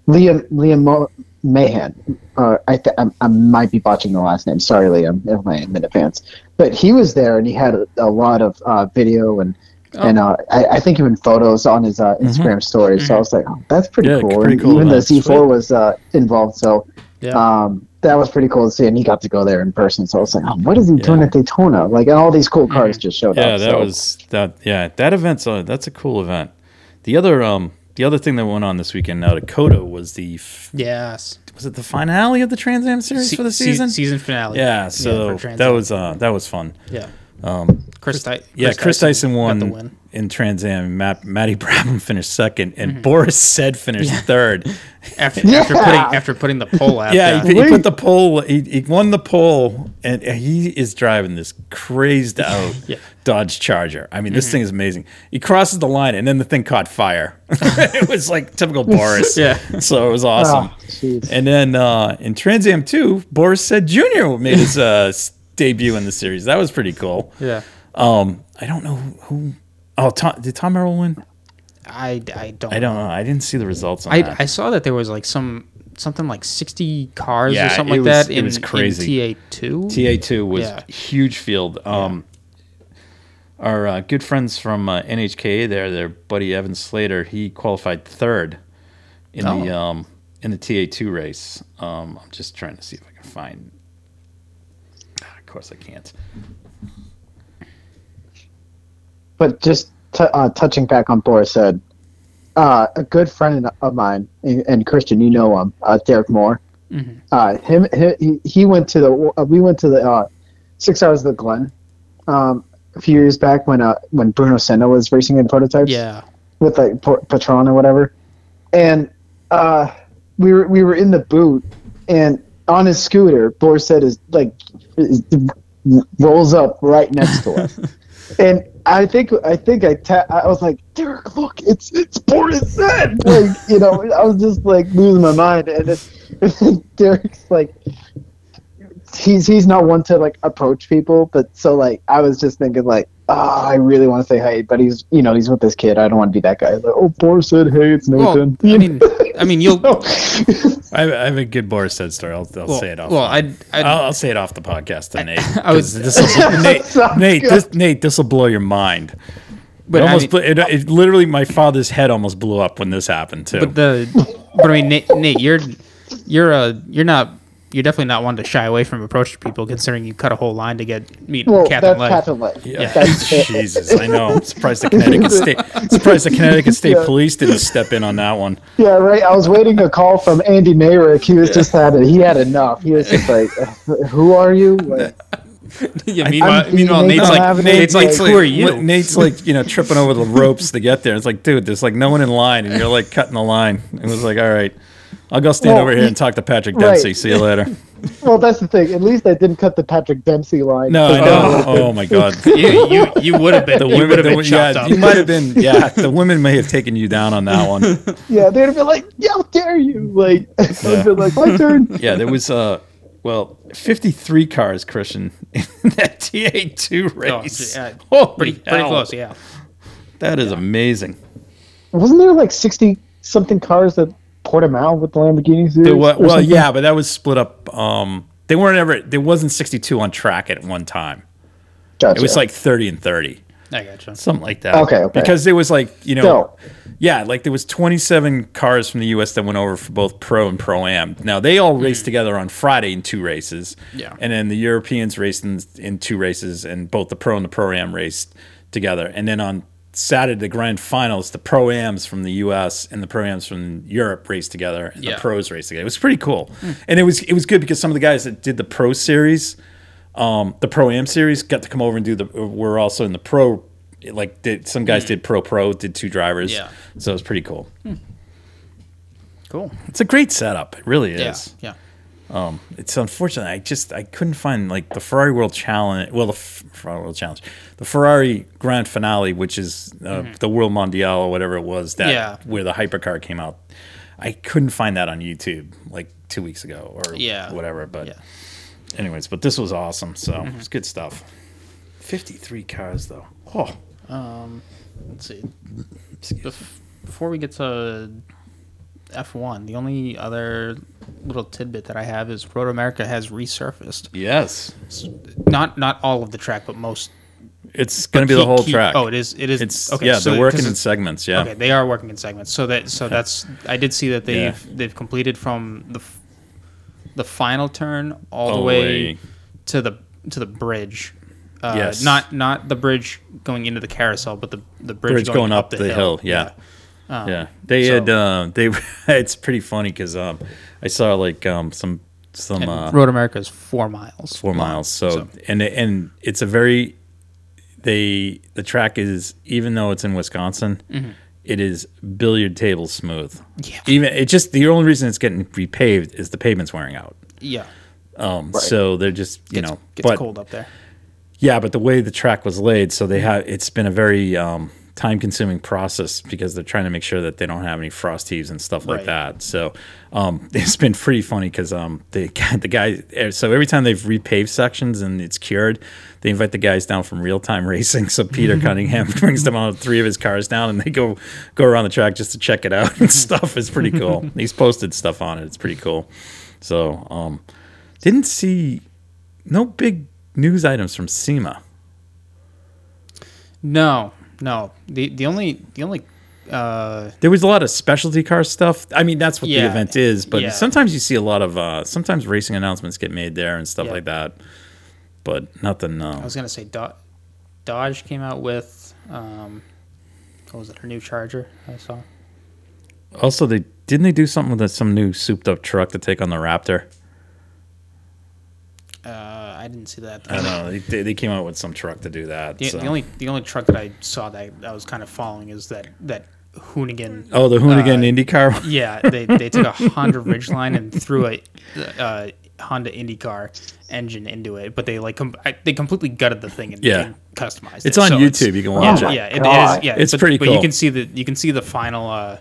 [SPEAKER 4] Liam Liam Mo- Mahan. Uh, I th- I'm, I might be botching the last name. Sorry, Liam, if I am in advance. But he was there and he had a, a lot of uh, video and.
[SPEAKER 3] Oh.
[SPEAKER 4] And uh, I, I think even photos on his
[SPEAKER 3] Mm-hmm.
[SPEAKER 4] uh, Instagram story. So I was like, oh, that's pretty
[SPEAKER 3] Yeah,
[SPEAKER 4] cool.
[SPEAKER 3] pretty
[SPEAKER 4] And
[SPEAKER 3] cool,
[SPEAKER 4] even
[SPEAKER 3] man.
[SPEAKER 4] the Z4
[SPEAKER 3] Sweet.
[SPEAKER 4] was uh, involved. So
[SPEAKER 1] Yeah.
[SPEAKER 4] um, that was pretty cool to see, and he got to go there in person. So I was like, oh, "What is he doing at Daytona?" Like, and all these cool cars just showed up.
[SPEAKER 3] Mm-hmm. Yeah, that
[SPEAKER 4] so-
[SPEAKER 3] was that. Yeah, that event's a, that's a cool event. The other um the other thing that went on this weekend out of Coda was the f-
[SPEAKER 1] yes.
[SPEAKER 3] was it the finale of the Trans Am series
[SPEAKER 1] Se-
[SPEAKER 3] for the
[SPEAKER 1] se-
[SPEAKER 3] season?
[SPEAKER 1] season finale.
[SPEAKER 3] Yeah, so
[SPEAKER 1] for Trans
[SPEAKER 3] that
[SPEAKER 1] Am.
[SPEAKER 3] was uh, that was fun.
[SPEAKER 1] yeah. Chris, Dy-
[SPEAKER 3] Yeah, Chris Dyson,
[SPEAKER 1] got
[SPEAKER 3] won
[SPEAKER 1] the win.
[SPEAKER 3] in Trans Am. Matt, Matty Brabham finished second,
[SPEAKER 1] Mm-hmm.
[SPEAKER 3] and Boris said finished third.
[SPEAKER 1] after,
[SPEAKER 4] Yeah.
[SPEAKER 1] after putting after putting the poll out.
[SPEAKER 3] Yeah,
[SPEAKER 1] there.
[SPEAKER 3] He, he
[SPEAKER 4] Wait.
[SPEAKER 3] put the pole. He, he won the pole, and he is driving this crazed out
[SPEAKER 1] Yeah. Mm-hmm.
[SPEAKER 3] Dodge Charger. I mean, this thing is amazing. He crosses the line, and then the thing caught fire. it was like typical Boris.
[SPEAKER 1] Yeah. Ah.
[SPEAKER 3] so it was awesome.
[SPEAKER 4] Oh, jeez.
[SPEAKER 3] and then uh, in Trans Am two, Boris said Junior made his uh, s- debut in the series. That was pretty cool.
[SPEAKER 1] yeah.
[SPEAKER 3] Um, I don't know who. who- Oh, Tom, did Tom Merrill win?
[SPEAKER 1] I, I don't
[SPEAKER 3] I don't know. I didn't see the results on
[SPEAKER 1] I,
[SPEAKER 3] that.
[SPEAKER 1] I saw that there was like some something like 60 cars
[SPEAKER 3] Yeah,
[SPEAKER 1] or something
[SPEAKER 3] it
[SPEAKER 1] like
[SPEAKER 3] was-
[SPEAKER 1] that
[SPEAKER 3] it
[SPEAKER 1] in,
[SPEAKER 3] was crazy.
[SPEAKER 1] in TA2.
[SPEAKER 3] TA two was
[SPEAKER 1] Yeah.
[SPEAKER 3] huge field. Um, our uh, good friends from uh, NHKA there, their buddy Evan Slater, he qualified third in the
[SPEAKER 1] Oh.
[SPEAKER 3] um in the TA two race. Um, I'm just trying to see if I can find. Ah, Of course, I can't.
[SPEAKER 4] But just t- uh, touching back on Boris said, uh, a good friend of mine and, and Christian, you know him, uh, Derek Moore.
[SPEAKER 3] Mm-hmm.
[SPEAKER 4] Uh, him, he, he went to the uh, we went to the uh, six hours of the Glen um, a few years back when uh, when Bruno Senna was racing in prototypes.
[SPEAKER 1] Yeah.
[SPEAKER 4] with like P- Patron or whatever, and uh, we were we were in the boot, and on his scooter, Boris said is like is, rolls up right next to us, and I think I think I ta- I was like Derek, look, it's it's Boris said, like you know I was just like losing my mind, and then, and then Derek's like. He's he's not one to like approach people, but so like I was just thinking like, ah, I really want to say hey, but he's you know he's with this kid. I don't want to be that guy. Like, oh, Boris said, hey, it's
[SPEAKER 1] Well,
[SPEAKER 4] Nathan.
[SPEAKER 1] I mean, I mean, you'll. Well,
[SPEAKER 3] I, I have a good Boris said story. I'll, I'll say it off.
[SPEAKER 1] well, I'd, I'd,
[SPEAKER 3] I'll, I'll say it off the podcast to Nate.
[SPEAKER 1] I was-
[SPEAKER 3] 'cause this'll- Nate,
[SPEAKER 4] Sounds
[SPEAKER 3] Nate,
[SPEAKER 4] good.
[SPEAKER 3] this, Nate, this will blow your mind.
[SPEAKER 1] but
[SPEAKER 3] it
[SPEAKER 1] I
[SPEAKER 3] almost,
[SPEAKER 1] mean-
[SPEAKER 3] blew, it, it literally, my father's head almost blew up when this happened too.
[SPEAKER 1] But the but I mean Nate, Nate you're you're a you're not you're definitely not one to shy away from approaching people considering you cut a whole line to get meet
[SPEAKER 4] well,
[SPEAKER 1] Catherine
[SPEAKER 4] that's
[SPEAKER 1] Lake.
[SPEAKER 4] Catherine
[SPEAKER 3] yeah.
[SPEAKER 4] Lake. That's it.
[SPEAKER 3] Jesus, I know. I'm surprised the Connecticut State, surprised the Connecticut State
[SPEAKER 4] Yeah.
[SPEAKER 3] Police didn't step in on that one.
[SPEAKER 4] Yeah, right. I was waiting a call from Andy Mayrick. He was just had it. He had enough. He was just like, "Who are you?" Like,
[SPEAKER 1] yeah, meanwhile,
[SPEAKER 4] I'm-
[SPEAKER 1] meanwhile
[SPEAKER 4] Nate's
[SPEAKER 1] Nate's
[SPEAKER 4] not
[SPEAKER 1] like
[SPEAKER 4] having
[SPEAKER 1] Nate's
[SPEAKER 4] it.
[SPEAKER 1] like
[SPEAKER 4] Like,
[SPEAKER 1] who are you?
[SPEAKER 3] Nate's like, you know, tripping over the ropes to get there. It's like, dude, there's like no one in line, and you're like cutting the line. It was like, all right, I'll go stand
[SPEAKER 4] Well,
[SPEAKER 3] over here
[SPEAKER 4] you-
[SPEAKER 3] and talk to Patrick
[SPEAKER 4] right.
[SPEAKER 3] Dempsey. See you later.
[SPEAKER 4] well, that's the thing. At least I didn't cut the Patrick Dempsey line.
[SPEAKER 3] No, I know. Oh my god.
[SPEAKER 1] you you you would have been
[SPEAKER 3] The
[SPEAKER 1] you would
[SPEAKER 3] women,
[SPEAKER 1] have
[SPEAKER 3] the,
[SPEAKER 1] been
[SPEAKER 3] wo-
[SPEAKER 1] chopped
[SPEAKER 3] yeah,
[SPEAKER 1] up.
[SPEAKER 3] you might have been. Yeah, the women may have taken you down on that one.
[SPEAKER 4] Yeah, they'd have been like, "Yeah, how dare you!" Like, I would
[SPEAKER 3] Yeah.
[SPEAKER 4] have been like, "My turn."
[SPEAKER 3] Yeah, there was uh, well, fifty-three cars, Christian, in that TA two
[SPEAKER 1] Oh,
[SPEAKER 3] race.
[SPEAKER 1] yeah,
[SPEAKER 3] Oh,
[SPEAKER 1] pretty pretty close, yeah.
[SPEAKER 3] That is amazing.
[SPEAKER 4] Wasn't there like sixty something cars that poured him out with the Lamborghini series?
[SPEAKER 3] There wa-
[SPEAKER 4] or
[SPEAKER 3] well,
[SPEAKER 4] something?
[SPEAKER 3] yeah, but that was split up. Um, they weren't ever. There wasn't sixty-two on track at one time.
[SPEAKER 4] Gotcha.
[SPEAKER 3] It was like thirty and thirty.
[SPEAKER 1] I gotcha.
[SPEAKER 3] something like that.
[SPEAKER 4] Okay, okay.
[SPEAKER 3] Because there was like you know,
[SPEAKER 4] Still.
[SPEAKER 3] yeah, like there was 27 cars from the U.S. that went over for both pro and pro am. Now they all raced together on Friday in two races.
[SPEAKER 1] Hmm. Yeah.
[SPEAKER 3] and then the Europeans raced in, in two races, and both the pro and the pro am raced together. And then on Saturday, the grand finals, the pro ams from the U.S. and the pro ams from Europe raced together, and
[SPEAKER 1] Yeah. Hmm.
[SPEAKER 3] the pros raced together. It was pretty cool, and it was it was good because some of the guys that did the pro series, um, the pro am series, got to come over and do the. We're also in the pro, like did some guys did pro pro, did two drivers,
[SPEAKER 1] Mm. Yeah.
[SPEAKER 3] So it was pretty cool.
[SPEAKER 1] Cool.
[SPEAKER 3] It's a great setup. It really is.
[SPEAKER 1] Yeah.
[SPEAKER 3] It's unfortunate. I just I couldn't find like the Ferrari World Challenge. Well, the F- Ferrari World Challenge, the Ferrari Grand Finale, which is uh, the World Mondial or whatever it was that
[SPEAKER 1] Mm-hmm. Yeah.
[SPEAKER 3] where the hypercar came out. I couldn't find that on YouTube like two weeks ago or
[SPEAKER 1] Yeah.
[SPEAKER 3] whatever. But
[SPEAKER 1] Yeah. Mm-hmm.
[SPEAKER 3] anyways, but this was awesome. So it's good stuff. Fifty three cars though. Oh,
[SPEAKER 1] Yeah. Let's see. Bef- before we get to F1, the only other little tidbit that I have is Road America has resurfaced.
[SPEAKER 3] yes,
[SPEAKER 1] Not not all of the track, but most.
[SPEAKER 3] it's gonna be the
[SPEAKER 1] key-
[SPEAKER 3] whole
[SPEAKER 1] key-
[SPEAKER 3] track.
[SPEAKER 1] Oh, it is. It is.
[SPEAKER 3] It's
[SPEAKER 1] okay.
[SPEAKER 3] yeah,
[SPEAKER 1] so
[SPEAKER 3] they're working
[SPEAKER 1] 'cause
[SPEAKER 3] in
[SPEAKER 1] it's-
[SPEAKER 3] segments. Yeah,
[SPEAKER 1] Okay, they are working in segments. So that so that's I did see that they've
[SPEAKER 3] Yeah.
[SPEAKER 1] they've completed from the f- the final turn all,
[SPEAKER 3] All
[SPEAKER 1] the
[SPEAKER 3] the
[SPEAKER 1] way
[SPEAKER 3] way.
[SPEAKER 1] to the to the bridge. Uh,
[SPEAKER 3] Yes.
[SPEAKER 1] Not not the bridge going into the carousel, but the the bridge,
[SPEAKER 3] bridge going, up, the, hill. Yeah. Yeah. They
[SPEAKER 1] so-
[SPEAKER 3] had, uh, they, it's pretty funny because um, I saw like um, some, some,
[SPEAKER 1] And
[SPEAKER 3] uh,
[SPEAKER 1] Road America is four miles.
[SPEAKER 3] four
[SPEAKER 1] long,
[SPEAKER 3] miles. So, and, and it's a very, they, the track is, even though it's in Wisconsin, it is billiard table smooth.
[SPEAKER 1] Mm-hmm. Yeah.
[SPEAKER 3] Even, it just, the only reason it's getting repaved is the pavement's wearing out.
[SPEAKER 1] yeah,
[SPEAKER 3] Um, So they're just, you
[SPEAKER 1] gets,
[SPEAKER 3] know,
[SPEAKER 1] gets
[SPEAKER 3] but
[SPEAKER 1] cold up there.
[SPEAKER 3] yeah, but the way the track was laid, so they have it's been a very um, time consuming process because they're trying to make sure that they don't have any frost heaves and stuff like
[SPEAKER 1] Right.
[SPEAKER 3] that. So um, it's been pretty funny because um, the guy, the guy, eh, so every time they've repaved sections and it's cured, they invite the guys down from Real Time Racing. So Peter Cunningham brings them on three of his cars down and they go go around the track just to check it out and stuff. It's pretty cool. He's posted stuff on it. It's pretty cool. So um, didn't see no big news items from SEMA.
[SPEAKER 1] No, no. The the only the only uh,
[SPEAKER 3] There was a lot of specialty car stuff. I mean, that's what the
[SPEAKER 1] Yeah.
[SPEAKER 3] event is, but
[SPEAKER 1] Yeah.
[SPEAKER 3] sometimes you see a lot of uh, sometimes racing announcements get made there and stuff
[SPEAKER 1] Yeah.
[SPEAKER 3] like that. But nothing. uh, No.
[SPEAKER 1] I was gonna say Do- Dodge came out with um, what was it? Her new Charger I saw.
[SPEAKER 3] also, they didn't they do something with that some new souped up truck to take on the Raptor.
[SPEAKER 1] Uh, I didn't see that. The
[SPEAKER 3] I don't
[SPEAKER 1] only,
[SPEAKER 3] know. They- They, they came out with some truck to do that.
[SPEAKER 1] the,
[SPEAKER 3] so.
[SPEAKER 1] the only the only truck that I saw that I was kind of following is that that Hoonigan.
[SPEAKER 3] oh, the Hoonigan
[SPEAKER 1] uh,
[SPEAKER 3] IndyCar. one?
[SPEAKER 1] Yeah, they, they took a Honda Ridgeline and threw a uh, Honda IndyCar engine into it, but they like com- I, they completely gutted the thing and,
[SPEAKER 3] Yeah.
[SPEAKER 1] and customized it.
[SPEAKER 3] It's on
[SPEAKER 1] So Oh,
[SPEAKER 3] YouTube. You can watch
[SPEAKER 1] yeah,
[SPEAKER 3] it.
[SPEAKER 1] yeah, it- it
[SPEAKER 4] God.
[SPEAKER 1] is, yeah,
[SPEAKER 3] It's
[SPEAKER 1] but-
[SPEAKER 3] pretty
[SPEAKER 1] But
[SPEAKER 3] cool.
[SPEAKER 1] you can see the you can see the final uh,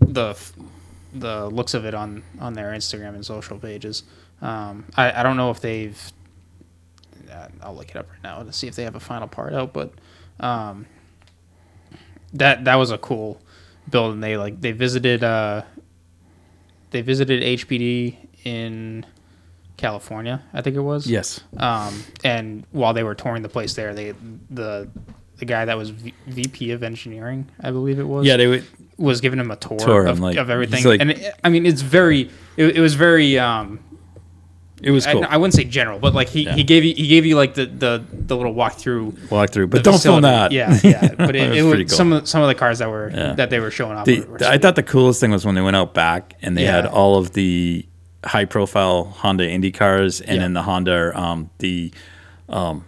[SPEAKER 1] the f- the looks of it on on their Instagram and social pages. Um, I I don't know if they've. uh, I'll look it up right now to see if they have a final part out, but um, that that was a cool build, and they like they visited uh, they visited HPD in California, I think it was.
[SPEAKER 3] Yes.
[SPEAKER 1] Um, and while they were touring the place there, they the the guy that was v- VP of engineering, I believe it was,
[SPEAKER 3] Yeah. They would.
[SPEAKER 1] was giving him a tour,
[SPEAKER 3] Tour,
[SPEAKER 1] of,
[SPEAKER 3] I'm like-
[SPEAKER 1] of everything.
[SPEAKER 3] he's like-
[SPEAKER 1] and it, I mean, it's very, it, it was very, um,
[SPEAKER 3] It was cool.
[SPEAKER 1] I, I wouldn't say general, but like he,
[SPEAKER 3] Yeah.
[SPEAKER 1] he gave you he gave you like the the, the little walkthrough.
[SPEAKER 3] Walk through, but
[SPEAKER 1] the
[SPEAKER 3] don't film that.
[SPEAKER 1] facility. Yeah, yeah. But it,
[SPEAKER 3] was
[SPEAKER 1] it was
[SPEAKER 3] pretty cool.
[SPEAKER 1] some of, some of the cars that were
[SPEAKER 3] Yeah.
[SPEAKER 1] that they were showing off.
[SPEAKER 3] The,
[SPEAKER 1] were, were
[SPEAKER 3] I thought the coolest thing was when they went out back and they had
[SPEAKER 1] Yeah.
[SPEAKER 3] all of the high profile Honda Indy cars and
[SPEAKER 1] Yeah.
[SPEAKER 3] then the Honda, um, the, um,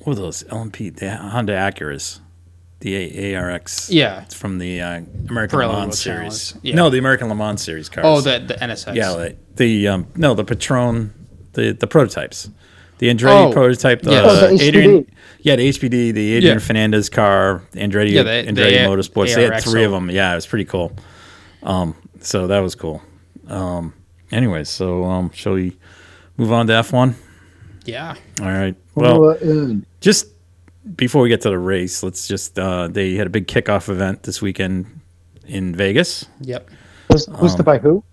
[SPEAKER 3] what were those? LMP, the Honda Acuras, the A- ARX.
[SPEAKER 1] Yeah.
[SPEAKER 3] It's from the uh, American
[SPEAKER 1] Pirelli
[SPEAKER 3] Le
[SPEAKER 1] World
[SPEAKER 3] Mans series.
[SPEAKER 1] Challenge, yeah.
[SPEAKER 3] No, the American Le Mans series cars.
[SPEAKER 1] oh, the the NSX.
[SPEAKER 3] Yeah. The, the um, no, the Patron, the, the prototypes. The Andretti
[SPEAKER 1] Oh,
[SPEAKER 3] prototype, the,
[SPEAKER 1] yes.
[SPEAKER 4] Oh, the
[SPEAKER 3] Adrian,
[SPEAKER 4] HPD.
[SPEAKER 3] yeah, the HPD, the
[SPEAKER 1] Yeah.
[SPEAKER 3] Adrian Fernandez car, Andretti,
[SPEAKER 1] Yeah, they-
[SPEAKER 3] Andretti
[SPEAKER 1] they-
[SPEAKER 3] Motorsports. they had
[SPEAKER 1] ARX
[SPEAKER 3] three of
[SPEAKER 1] all-
[SPEAKER 3] them. Yeah, it was pretty cool. Um, so that was cool. Um, anyways, so um, shall we move on to F one?
[SPEAKER 1] yeah.
[SPEAKER 3] All right. Well,
[SPEAKER 4] Formula One.
[SPEAKER 3] just before we get to the race, let's just uh, they had a big kickoff event this weekend in Vegas.
[SPEAKER 1] Yep.
[SPEAKER 4] was
[SPEAKER 3] um,
[SPEAKER 4] hosted by who?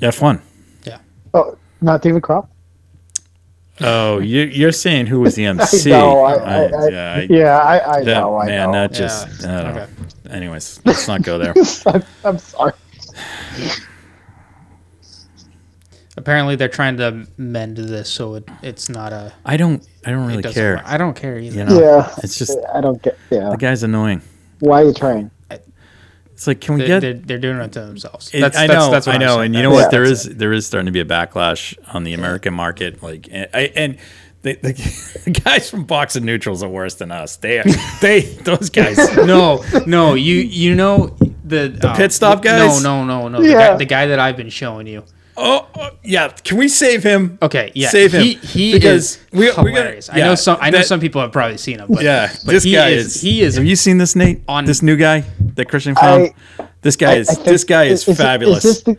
[SPEAKER 3] F one.
[SPEAKER 1] Yeah.
[SPEAKER 4] Oh, not David Croft.
[SPEAKER 3] Oh, you, you're saying who was the MC?
[SPEAKER 4] No, I, I, I,
[SPEAKER 3] yeah, I-
[SPEAKER 4] yeah, I, I
[SPEAKER 3] that-
[SPEAKER 4] know, I
[SPEAKER 3] man,
[SPEAKER 4] know.
[SPEAKER 3] that
[SPEAKER 1] Yeah.
[SPEAKER 3] just. I don't know.
[SPEAKER 1] Okay.
[SPEAKER 3] Anyways, let's not go there.
[SPEAKER 4] I'm, I'm sorry.
[SPEAKER 1] Apparently, they're trying to mend this, so it, it's not a.
[SPEAKER 3] I don't. I don't
[SPEAKER 1] it
[SPEAKER 3] really
[SPEAKER 1] doesn't
[SPEAKER 3] care.
[SPEAKER 1] work. I don't care either.
[SPEAKER 3] You know,
[SPEAKER 4] yeah.
[SPEAKER 3] it's just
[SPEAKER 4] I don't get. Yeah.
[SPEAKER 3] the guy's annoying.
[SPEAKER 4] Why are you trying?
[SPEAKER 3] It's like, can we
[SPEAKER 1] They,
[SPEAKER 3] get?
[SPEAKER 1] are they're doing it to themselves.
[SPEAKER 3] It- I know, I
[SPEAKER 1] I'm
[SPEAKER 3] know,
[SPEAKER 1] saying.
[SPEAKER 3] and you know
[SPEAKER 1] That's-
[SPEAKER 3] what? There
[SPEAKER 1] that's
[SPEAKER 3] is there is starting to be a backlash on the American market. Like, and, I, and the, the, the guys from Box and Neutrals are worse than us. They they those guys.
[SPEAKER 1] it. no, no. You you know the uh, the
[SPEAKER 3] pit stop guys?
[SPEAKER 1] No, no, no, no. The,
[SPEAKER 4] Yeah.
[SPEAKER 1] guy, the guy that I've been showing you.
[SPEAKER 3] Oh, oh, yeah. Can we save him?
[SPEAKER 1] Okay, yeah.
[SPEAKER 3] Save him
[SPEAKER 1] He, he
[SPEAKER 3] Because
[SPEAKER 1] is
[SPEAKER 3] we- we gotta-
[SPEAKER 1] hilarious. I
[SPEAKER 3] yeah,
[SPEAKER 1] know some. I know
[SPEAKER 3] that-
[SPEAKER 1] some people have probably seen him. But,
[SPEAKER 3] Yeah,
[SPEAKER 1] but
[SPEAKER 3] this
[SPEAKER 1] he
[SPEAKER 3] guy
[SPEAKER 1] is,
[SPEAKER 3] is,
[SPEAKER 1] He is.
[SPEAKER 3] Have you seen this Nate?
[SPEAKER 1] on-
[SPEAKER 3] this new guy that Christian found.
[SPEAKER 4] I-
[SPEAKER 3] this guy is.
[SPEAKER 4] I think-
[SPEAKER 3] this guy is,
[SPEAKER 4] it-
[SPEAKER 3] fabulous.
[SPEAKER 4] this the,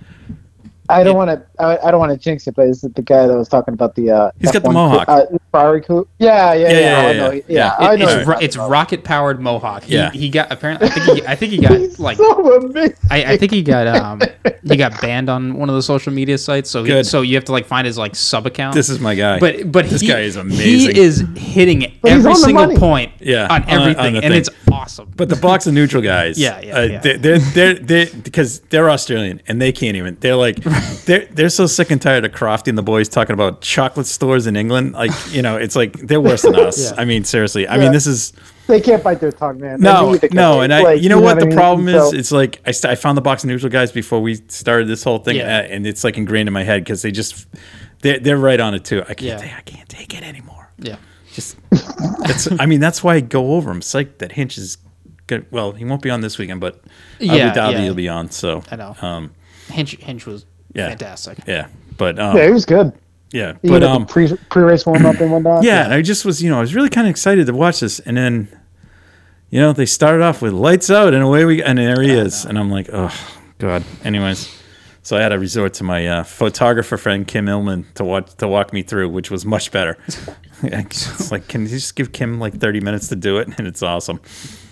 [SPEAKER 4] I don't want to. I, I don't want to jinx it, but is it the guy that was talking about the? Uh,
[SPEAKER 3] He's got the
[SPEAKER 4] F1
[SPEAKER 3] mohawk.
[SPEAKER 4] Uh, Ferrari coupe. Yeah, yeah,
[SPEAKER 3] yeah,
[SPEAKER 4] yeah, I
[SPEAKER 3] yeah,
[SPEAKER 4] know.
[SPEAKER 3] yeah.
[SPEAKER 4] Yeah,
[SPEAKER 3] Yeah.
[SPEAKER 4] I
[SPEAKER 1] It- it's
[SPEAKER 4] know. what
[SPEAKER 1] ro-
[SPEAKER 4] you're
[SPEAKER 1] it's
[SPEAKER 4] talking about.
[SPEAKER 1] rocket powered mohawk. He,
[SPEAKER 3] Yeah.
[SPEAKER 1] he got apparently. I think he, I think he got
[SPEAKER 4] He's
[SPEAKER 1] like.
[SPEAKER 4] so amazing.
[SPEAKER 1] I, I think he got um he got banned on one of the social media sites. So he,
[SPEAKER 3] Good.
[SPEAKER 1] so you have to like find his like sub account.
[SPEAKER 3] This is my guy.
[SPEAKER 1] But but
[SPEAKER 3] this
[SPEAKER 1] he,
[SPEAKER 3] guy is amazing.
[SPEAKER 1] He is hitting
[SPEAKER 4] But he's
[SPEAKER 1] every
[SPEAKER 4] on the
[SPEAKER 1] single
[SPEAKER 4] money.
[SPEAKER 1] point
[SPEAKER 3] Yeah, on-
[SPEAKER 1] on
[SPEAKER 3] on
[SPEAKER 1] everything,
[SPEAKER 3] the
[SPEAKER 1] and
[SPEAKER 3] thing.
[SPEAKER 1] it's awesome.
[SPEAKER 3] But the box of neutral guys,
[SPEAKER 1] Yeah, yeah,
[SPEAKER 3] uh,
[SPEAKER 1] yeah.
[SPEAKER 3] They're, they're they're they're because they're Australian and they can't even. They're like they're they're so sick and tired of Crofty and the boys talking about chocolate stores in England. Like you know, it's like they're worse than us.
[SPEAKER 1] Yeah.
[SPEAKER 3] I mean, seriously. I
[SPEAKER 4] Yeah.
[SPEAKER 3] mean, this is
[SPEAKER 4] They can't bite their tongue, man. They
[SPEAKER 3] no,
[SPEAKER 4] need to
[SPEAKER 3] no,
[SPEAKER 4] cut
[SPEAKER 3] and
[SPEAKER 4] it.
[SPEAKER 3] I,
[SPEAKER 4] Like,
[SPEAKER 3] you know what,
[SPEAKER 4] I
[SPEAKER 3] the
[SPEAKER 4] mean?
[SPEAKER 3] problem is,
[SPEAKER 4] So-
[SPEAKER 3] it's like I, st- I found the box of neutral guys before we started this whole thing,
[SPEAKER 1] Yeah.
[SPEAKER 3] uh, and it's like ingrained in my head because they just they're they're right on it too. I can't
[SPEAKER 1] Yeah.
[SPEAKER 3] ta- I can't take it anymore.
[SPEAKER 1] yeah,
[SPEAKER 3] Just that's I mean that's why I go over. I'm psyched that Hinch is good. Well, he won't be on this weekend, but
[SPEAKER 1] Yeah,
[SPEAKER 3] Abu Dhabi
[SPEAKER 1] yeah.
[SPEAKER 3] will be on. So
[SPEAKER 1] I know.
[SPEAKER 3] Um,
[SPEAKER 1] Hinch Hinch was
[SPEAKER 3] Yeah.
[SPEAKER 1] fantastic.
[SPEAKER 3] yeah, but um,
[SPEAKER 4] Yeah,
[SPEAKER 3] yeah,
[SPEAKER 4] he was good. He
[SPEAKER 3] but
[SPEAKER 4] had
[SPEAKER 3] um,
[SPEAKER 4] the pre pre race warm up and whatnot.
[SPEAKER 3] yeah, and I just was, you know, I was really kind of excited to watch this, and then, you know, they started off with lights out, and away we, and there he is, and I'm like, oh god. Anyways, so I had to resort to my uh, photographer friend Kim Illman to watch to walk me through, which was much better. it's like, can you just give Kim like 30 minutes to do it, and it's awesome.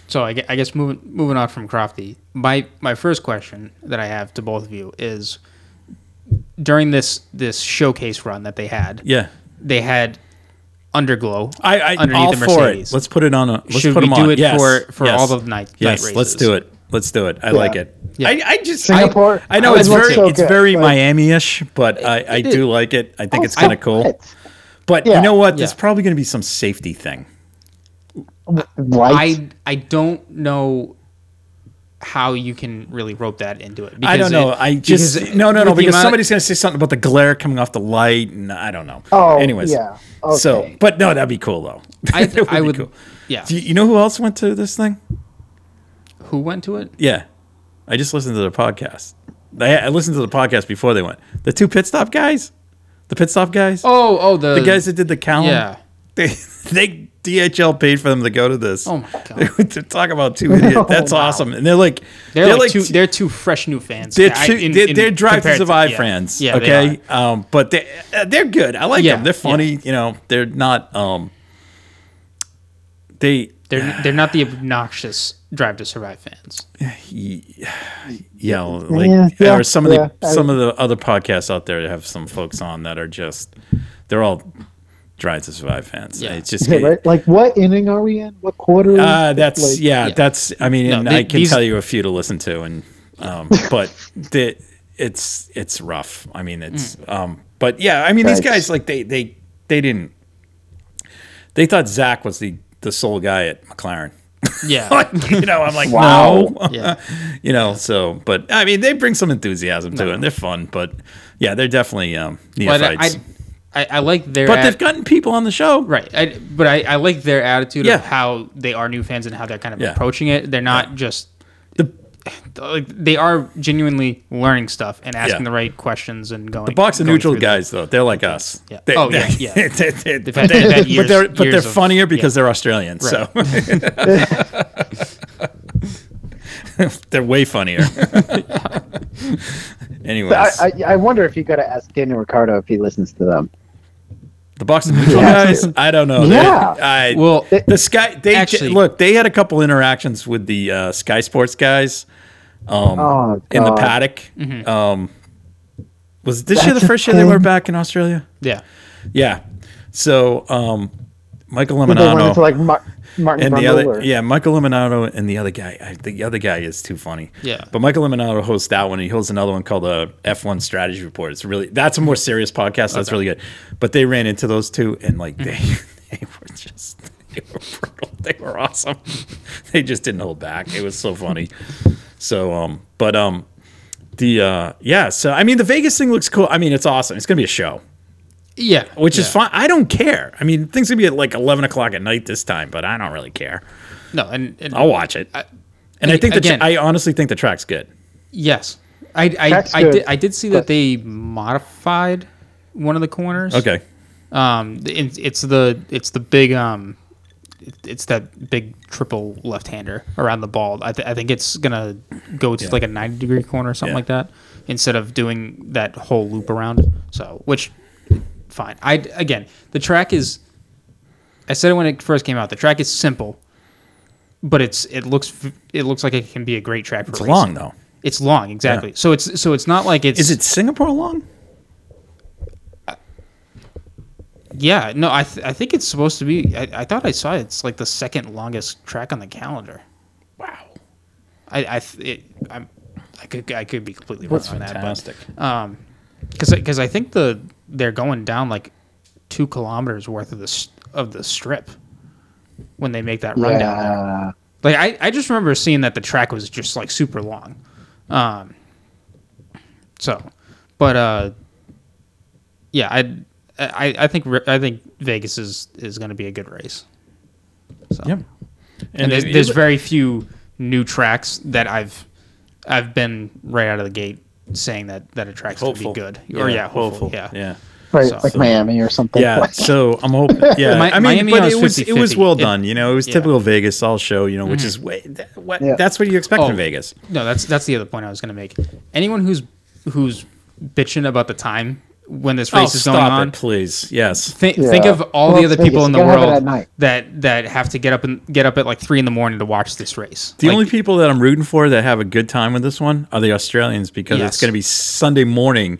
[SPEAKER 1] So I, gue- I guess moving moving on from Crofty, my my first question that I have to both of you is during this this showcase run that they had,
[SPEAKER 3] Yeah,
[SPEAKER 1] they had Underglow.
[SPEAKER 3] I, I
[SPEAKER 1] Underneath
[SPEAKER 3] all
[SPEAKER 1] the
[SPEAKER 3] for it.
[SPEAKER 1] Mercedes.
[SPEAKER 3] Let's put it on a. Let's
[SPEAKER 1] Should
[SPEAKER 3] put
[SPEAKER 1] we
[SPEAKER 3] 'em
[SPEAKER 1] do
[SPEAKER 3] on.
[SPEAKER 1] it
[SPEAKER 3] Yes,
[SPEAKER 1] for- for
[SPEAKER 3] yes.
[SPEAKER 1] all the night-
[SPEAKER 3] Yes,
[SPEAKER 1] night
[SPEAKER 3] let's
[SPEAKER 1] races?
[SPEAKER 3] do it. Let's do it. I like it.
[SPEAKER 1] Yeah.
[SPEAKER 3] I, I just
[SPEAKER 4] Singapore?
[SPEAKER 3] I, I know
[SPEAKER 4] It
[SPEAKER 3] it's
[SPEAKER 4] looks
[SPEAKER 3] very
[SPEAKER 4] so
[SPEAKER 3] it's
[SPEAKER 4] good,
[SPEAKER 3] very
[SPEAKER 4] like-
[SPEAKER 3] Miami-ish, but I, I
[SPEAKER 1] it-
[SPEAKER 3] do like it. I think it's
[SPEAKER 4] Oh,
[SPEAKER 3] kind of
[SPEAKER 4] so
[SPEAKER 3] cool.
[SPEAKER 4] what?
[SPEAKER 3] But
[SPEAKER 4] Yeah.
[SPEAKER 3] you know what? There's
[SPEAKER 1] Yeah.
[SPEAKER 3] probably going to be some safety thing.
[SPEAKER 4] Right?
[SPEAKER 1] I I don't know how you can really rope that into it.
[SPEAKER 3] I don't
[SPEAKER 1] because
[SPEAKER 3] know.
[SPEAKER 1] it-
[SPEAKER 3] I just
[SPEAKER 1] because it-
[SPEAKER 3] no no
[SPEAKER 1] with
[SPEAKER 3] no
[SPEAKER 1] the
[SPEAKER 3] because
[SPEAKER 1] amount-
[SPEAKER 3] somebody's going to say something about the glare coming off the light, and I don't know.
[SPEAKER 4] Oh,
[SPEAKER 3] anyways,
[SPEAKER 4] yeah.
[SPEAKER 3] So,
[SPEAKER 4] Okay.
[SPEAKER 3] but no, that'd be cool though.
[SPEAKER 1] I-
[SPEAKER 3] That
[SPEAKER 1] I
[SPEAKER 3] be
[SPEAKER 1] would-
[SPEAKER 3] cool.
[SPEAKER 1] yeah.
[SPEAKER 3] Do you, you know who else went to this thing?
[SPEAKER 1] Who went to it?
[SPEAKER 3] Yeah. I just listened to their podcast. I, I listened to the podcast before they went. The two pit stop guys, the pit stop guys,
[SPEAKER 1] Oh oh the
[SPEAKER 3] the guys that did the column.
[SPEAKER 1] yeah.
[SPEAKER 3] They, they DHL paid for them to go to this.
[SPEAKER 1] Oh my God. Oh,
[SPEAKER 3] to talk about two idiots. That's
[SPEAKER 1] wow.
[SPEAKER 3] awesome. And they're like,
[SPEAKER 1] They're, like, two. They're two fresh new fans.
[SPEAKER 3] they're,
[SPEAKER 1] I-
[SPEAKER 3] two,
[SPEAKER 1] in-
[SPEAKER 3] they're,
[SPEAKER 1] in-
[SPEAKER 3] they're drive to
[SPEAKER 1] compared
[SPEAKER 3] survive
[SPEAKER 1] yeah.
[SPEAKER 3] friends.
[SPEAKER 1] Yeah, they
[SPEAKER 3] okay. um, but they uh, they're good. I like
[SPEAKER 1] Yeah,
[SPEAKER 3] them. They're
[SPEAKER 1] yeah.
[SPEAKER 3] funny. You know, they're not. Um, they
[SPEAKER 1] are. They're they're not the obnoxious drive to survive fans.
[SPEAKER 3] yeah, like
[SPEAKER 4] Yeah, yeah,
[SPEAKER 3] or some
[SPEAKER 4] yeah,
[SPEAKER 3] of the
[SPEAKER 4] I-
[SPEAKER 3] some of the other podcasts out there have some folks on that are just they're all Drive to Survive fans.
[SPEAKER 1] Yeah.
[SPEAKER 3] It's just
[SPEAKER 4] Yeah, right? Like, what inning are we in? What quarter?
[SPEAKER 3] uh, that's
[SPEAKER 4] Like,
[SPEAKER 3] yeah,
[SPEAKER 1] Yeah.
[SPEAKER 3] that's I mean,
[SPEAKER 1] No,
[SPEAKER 3] and
[SPEAKER 1] they-
[SPEAKER 3] I can
[SPEAKER 1] these-
[SPEAKER 3] tell you a few to listen to, and um, but the, it's it's rough. I mean, it's
[SPEAKER 1] Mm.
[SPEAKER 3] um, but yeah, I mean, these
[SPEAKER 4] Yikes.
[SPEAKER 3] guys like they they they didn't they thought Zach was the the sole guy at McLaren.
[SPEAKER 1] Yeah.
[SPEAKER 3] like, you know, I'm like,
[SPEAKER 4] Wow.
[SPEAKER 3] no,
[SPEAKER 1] Yeah.
[SPEAKER 3] you know, so, but I mean, they bring some enthusiasm to it and they're fun, but yeah, they're definitely, um,
[SPEAKER 1] but uh, I,
[SPEAKER 3] neophytes.
[SPEAKER 1] I, I I like their
[SPEAKER 3] but
[SPEAKER 1] at-
[SPEAKER 3] they've gotten people on the show.
[SPEAKER 1] right. I, but I, I like their attitude
[SPEAKER 3] Yeah.
[SPEAKER 1] of how they are new fans and how they're kind of
[SPEAKER 3] Yeah.
[SPEAKER 1] approaching it. They're not just
[SPEAKER 3] The-
[SPEAKER 1] like they are genuinely learning stuff and asking
[SPEAKER 3] Yeah.
[SPEAKER 1] the right questions and going. The
[SPEAKER 3] Box of neutral guys, though, they're like us.
[SPEAKER 1] Yeah.
[SPEAKER 3] They,
[SPEAKER 1] Oh,
[SPEAKER 3] they-
[SPEAKER 1] yeah, yeah.
[SPEAKER 3] they- they- but
[SPEAKER 1] had- they've had
[SPEAKER 3] they- but
[SPEAKER 1] years-
[SPEAKER 3] they're, but
[SPEAKER 1] years
[SPEAKER 3] they're
[SPEAKER 1] of-
[SPEAKER 3] funnier because they're Australian. So they're way funnier. Anyways,
[SPEAKER 4] I, I, I wonder if you got to ask Daniel Ricardo if he listens to them.
[SPEAKER 3] The Box of Neutral
[SPEAKER 4] Yeah.
[SPEAKER 3] guys, I don't know.
[SPEAKER 4] Yeah.
[SPEAKER 3] They- I,
[SPEAKER 1] Well,
[SPEAKER 3] the Sky, they j-
[SPEAKER 1] actually-
[SPEAKER 3] look, they had a couple interactions with the uh, Sky Sports guys um,
[SPEAKER 4] Oh,
[SPEAKER 3] in the
[SPEAKER 4] God.
[SPEAKER 3] paddock. Um, was this year the
[SPEAKER 4] That's a
[SPEAKER 3] first year they were
[SPEAKER 4] thing.
[SPEAKER 3] back in Australia?
[SPEAKER 1] Yeah.
[SPEAKER 3] Yeah. So, um, Michael
[SPEAKER 4] They went into
[SPEAKER 3] Lemonano
[SPEAKER 4] like Mar- Martin
[SPEAKER 3] and the
[SPEAKER 4] Brundle
[SPEAKER 3] other
[SPEAKER 4] or-
[SPEAKER 3] yeah Michael Lemonano and the other guy. I, the other guy is too funny.
[SPEAKER 1] Yeah.
[SPEAKER 3] but Michael Lemonano hosts that one. and He hosts another one called the F1 Strategy Report. It's really that's a more serious podcast. That's really good. But they ran into those two and like they they were just they were brutal. They were awesome. they just didn't hold back. It was so funny. So um, but um, the uh, yeah. So I mean, the Vegas thing looks cool. I mean, it's awesome. It's gonna be a show
[SPEAKER 1] Yeah,
[SPEAKER 3] which is
[SPEAKER 1] yeah.
[SPEAKER 3] fine. I don't care. I mean, things gonna be at like eleven o'clock at night this time, but I don't really care.
[SPEAKER 1] No, and, and
[SPEAKER 3] I'll watch it, and I,
[SPEAKER 1] I-
[SPEAKER 3] think the
[SPEAKER 1] again-
[SPEAKER 3] tra- I honestly think the track's good.
[SPEAKER 1] yes, I I,
[SPEAKER 4] That's
[SPEAKER 1] I,
[SPEAKER 4] good.
[SPEAKER 1] did, I did see that they modified one of the corners.
[SPEAKER 3] Okay,
[SPEAKER 1] Um, the- it, it's the it's the big um, it, it's that big triple left hander around the ball. I, th- I think it's gonna go to like a ninety degree corner or something
[SPEAKER 3] Yeah.
[SPEAKER 1] like that instead of doing that whole loop around. So which fine. I again the track is. I said it when it first came out. The track is simple, but it's it looks v- it looks like it can be a great track for
[SPEAKER 3] it's
[SPEAKER 1] racing.
[SPEAKER 3] long though.
[SPEAKER 1] It's long, exactly. So it's so it's not like it's
[SPEAKER 3] Is it Singapore long?
[SPEAKER 1] Yeah, no, I th- I think it's supposed to be. I, I thought I saw it's like the second longest track on the calendar.
[SPEAKER 3] Wow,
[SPEAKER 1] I I th- it, I'm I could I could be completely wrong
[SPEAKER 3] that's
[SPEAKER 1] on that,
[SPEAKER 3] fantastic.
[SPEAKER 1] because because I think the they're going down like two kilometers worth of the s- of the strip when they make that run down. there.
[SPEAKER 4] Yeah.
[SPEAKER 1] Like I I just remember seeing that the track was just like super long, um. So, but uh, yeah, I I I think Re- I think Vegas is is going to be a good race. So.
[SPEAKER 3] Yep.
[SPEAKER 1] and there's,
[SPEAKER 3] it-
[SPEAKER 1] there's
[SPEAKER 3] it-
[SPEAKER 1] very few new tracks that I've I've been right out of the gate saying that that a track's going to
[SPEAKER 3] Hopeful.
[SPEAKER 1] be good. Or yeah, hopeful. Yeah.
[SPEAKER 3] yeah.
[SPEAKER 4] Right,
[SPEAKER 1] So-
[SPEAKER 4] like Miami or something.
[SPEAKER 3] Yeah,
[SPEAKER 4] Like-
[SPEAKER 3] so I'm hoping. Yeah,
[SPEAKER 1] Mi-
[SPEAKER 3] I mean,
[SPEAKER 1] Miami,
[SPEAKER 3] but
[SPEAKER 1] I was
[SPEAKER 3] it was it was
[SPEAKER 1] 50-50.
[SPEAKER 3] well
[SPEAKER 1] It-
[SPEAKER 3] done. You know, it was
[SPEAKER 1] yeah.
[SPEAKER 3] typical Vegas all show. You know, which is way, that, what
[SPEAKER 4] Yeah.
[SPEAKER 3] that's what you expect
[SPEAKER 1] Oh.
[SPEAKER 3] in Vegas.
[SPEAKER 1] No, that's that's the other point I was going to make. Anyone who's who's bitching about the time when this
[SPEAKER 3] Oh,
[SPEAKER 1] race is going
[SPEAKER 3] stop
[SPEAKER 1] on,
[SPEAKER 3] it, please. Yes,
[SPEAKER 1] thi- think of all
[SPEAKER 4] Well,
[SPEAKER 1] the other
[SPEAKER 4] it's
[SPEAKER 1] people
[SPEAKER 4] Vegas.
[SPEAKER 1] in the
[SPEAKER 4] You gotta have it at
[SPEAKER 1] world
[SPEAKER 4] night.
[SPEAKER 1] that that have to get up and get up at like three in the morning to watch this race.
[SPEAKER 3] The
[SPEAKER 1] Like,
[SPEAKER 3] only people that I'm rooting for that have a good time with this one are the Australians because it's
[SPEAKER 1] Yes. Mm-hmm.
[SPEAKER 3] going to be Sunday morning.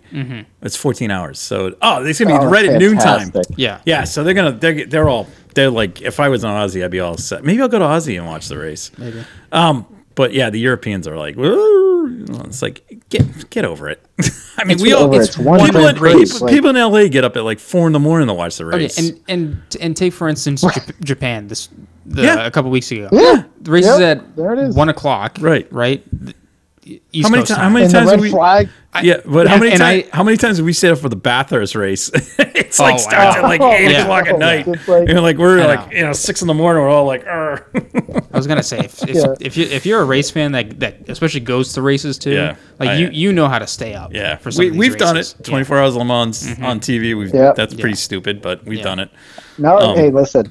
[SPEAKER 3] It's 14 hours, so oh, it's going to be
[SPEAKER 4] Oh,
[SPEAKER 3] right at noon time.
[SPEAKER 4] fantastic.
[SPEAKER 1] yeah,
[SPEAKER 3] Yeah, so they're gonna they're they're all they're like if I was on Aussie, I'd be all set. Maybe I'll go to Aussie and watch the race. Maybe. Um, but yeah, the Europeans are like, "Woo." it's like get get over it. I mean,
[SPEAKER 1] It's
[SPEAKER 3] we all
[SPEAKER 4] over.
[SPEAKER 3] it's
[SPEAKER 4] It's one
[SPEAKER 3] people, in,
[SPEAKER 4] big race,
[SPEAKER 3] people,
[SPEAKER 4] like-
[SPEAKER 3] people in LA get up at like four in the morning to watch the
[SPEAKER 1] Okay,
[SPEAKER 3] race.
[SPEAKER 1] and and and take for instance Jap- Japan this the,
[SPEAKER 3] Yeah.
[SPEAKER 1] a couple weeks ago.
[SPEAKER 4] Yeah.
[SPEAKER 1] the race is
[SPEAKER 4] Yep,
[SPEAKER 1] at
[SPEAKER 4] there it is.
[SPEAKER 1] one o'clock.
[SPEAKER 3] Right.
[SPEAKER 1] right. The- East
[SPEAKER 3] how many
[SPEAKER 1] Coast
[SPEAKER 3] times?
[SPEAKER 1] time.
[SPEAKER 3] How many
[SPEAKER 4] And the
[SPEAKER 3] times? have
[SPEAKER 4] red
[SPEAKER 3] we,
[SPEAKER 4] flag.
[SPEAKER 3] yeah, but how
[SPEAKER 1] and-
[SPEAKER 3] many
[SPEAKER 1] and
[SPEAKER 3] times?
[SPEAKER 1] I-
[SPEAKER 3] How many times did we stay up for the Bathurst race? it's
[SPEAKER 1] Oh,
[SPEAKER 3] like starts
[SPEAKER 1] I know.
[SPEAKER 3] at like eight
[SPEAKER 1] Yeah.
[SPEAKER 3] o'clock at night.
[SPEAKER 4] It's like-
[SPEAKER 3] and like we're
[SPEAKER 1] I
[SPEAKER 3] like
[SPEAKER 1] know.
[SPEAKER 3] you know six in the morning. We're all like, "Arr."
[SPEAKER 1] I was gonna say if if,
[SPEAKER 4] Yeah.
[SPEAKER 1] if you if you're a race fan that that especially goes to races too,
[SPEAKER 3] Yeah.
[SPEAKER 1] like
[SPEAKER 3] I-
[SPEAKER 1] you you know how to stay up.
[SPEAKER 3] yeah.
[SPEAKER 1] for some
[SPEAKER 3] We,
[SPEAKER 1] of these
[SPEAKER 3] we've done it.
[SPEAKER 1] races. Mm-hmm.
[SPEAKER 3] Twenty four hours Le Mans on TV. We've
[SPEAKER 4] Yep.
[SPEAKER 3] that's
[SPEAKER 1] Yeah.
[SPEAKER 3] pretty stupid, but we've
[SPEAKER 1] Yeah.
[SPEAKER 3] done it.
[SPEAKER 4] No,
[SPEAKER 3] Um,
[SPEAKER 4] hey, listen,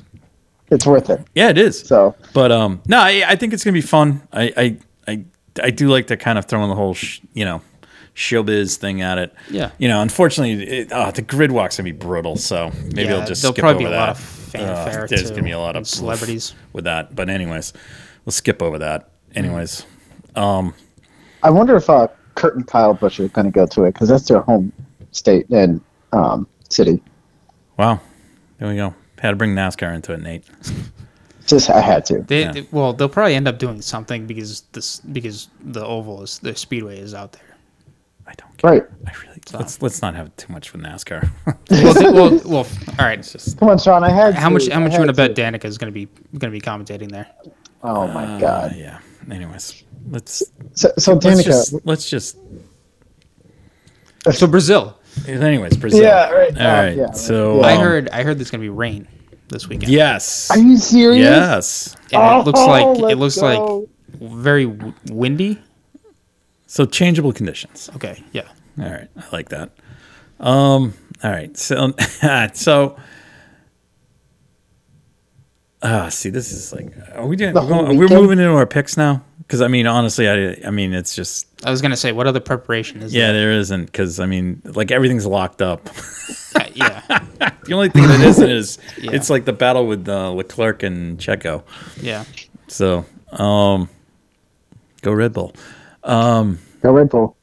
[SPEAKER 4] it's worth it.
[SPEAKER 3] Yeah, it is.
[SPEAKER 4] So
[SPEAKER 3] But um, no, I, I think it's gonna be fun. I I I, I do like to kind of throw in the whole sh- you know showbiz thing at it.
[SPEAKER 1] Yeah.
[SPEAKER 3] You know, unfortunately, it, oh, the grid walk's gonna be brutal. So maybe
[SPEAKER 1] Yeah,
[SPEAKER 3] I'll just
[SPEAKER 1] there'll
[SPEAKER 3] skip
[SPEAKER 1] probably be
[SPEAKER 3] over
[SPEAKER 1] a lot of
[SPEAKER 3] that.
[SPEAKER 1] fanfare,
[SPEAKER 3] there's
[SPEAKER 1] too,
[SPEAKER 3] gonna be a lot
[SPEAKER 1] and
[SPEAKER 3] of
[SPEAKER 1] celebrities.
[SPEAKER 3] with that. But anyways, we'll skip over that. Anyways,
[SPEAKER 4] I wonder if uh, Kurt and Kyle Busch are going to go to it because that's their home state and um, city.
[SPEAKER 3] wow, there we go. Had to bring NASCAR into it, Nate.
[SPEAKER 4] Just I had to.
[SPEAKER 1] They,
[SPEAKER 3] Yeah.
[SPEAKER 1] they- well, they'll probably end up doing something because this because the oval is the speedway is out there.
[SPEAKER 3] I don't care.
[SPEAKER 4] Right.
[SPEAKER 3] I really let's let's not have too much with NASCAR. Uh,
[SPEAKER 1] Well, they- well, well, all right.
[SPEAKER 4] Come on, Sean. I had.
[SPEAKER 1] How much
[SPEAKER 4] to.
[SPEAKER 1] how
[SPEAKER 4] I
[SPEAKER 1] much you
[SPEAKER 4] had
[SPEAKER 1] want to bet Danica is gonna be gonna be commentating there?
[SPEAKER 4] Oh my
[SPEAKER 3] Uh,
[SPEAKER 4] God.
[SPEAKER 3] yeah. Anyways, let's
[SPEAKER 4] So, so
[SPEAKER 3] let's
[SPEAKER 4] Danica.
[SPEAKER 3] just let's just
[SPEAKER 1] So Brazil,
[SPEAKER 3] anyways Brazil.
[SPEAKER 4] Yeah, right.
[SPEAKER 3] All
[SPEAKER 4] Uh,
[SPEAKER 3] right.
[SPEAKER 4] yeah, right.
[SPEAKER 3] so
[SPEAKER 1] I
[SPEAKER 3] um,
[SPEAKER 1] heard I heard there's gonna be rain this weekend.
[SPEAKER 3] Yes.
[SPEAKER 4] are you serious?
[SPEAKER 3] Yes.
[SPEAKER 1] and it looks
[SPEAKER 4] Oh,
[SPEAKER 1] like it
[SPEAKER 4] let's
[SPEAKER 1] looks
[SPEAKER 4] go.
[SPEAKER 1] like very w- windy.
[SPEAKER 3] So changeable conditions.
[SPEAKER 1] Okay, yeah.
[SPEAKER 3] All right. I like that. Um. All right. So so. Ah, see, this is like, are we doing?
[SPEAKER 4] The
[SPEAKER 3] We're,
[SPEAKER 4] whole
[SPEAKER 3] going, we're
[SPEAKER 4] weekend?
[SPEAKER 3] moving into our picks now, because I mean, honestly, I, I mean, it's just,
[SPEAKER 1] I was gonna say, what other preparation is
[SPEAKER 3] yeah, there isn't, because I mean, like everything's locked up.
[SPEAKER 1] there? Uh, yeah,
[SPEAKER 3] the only thing that isn't is
[SPEAKER 1] Yeah.
[SPEAKER 3] it's like the battle with uh, Leclerc and Checo.
[SPEAKER 1] yeah.
[SPEAKER 3] So, um, go Red Bull.
[SPEAKER 4] Go Red Bull.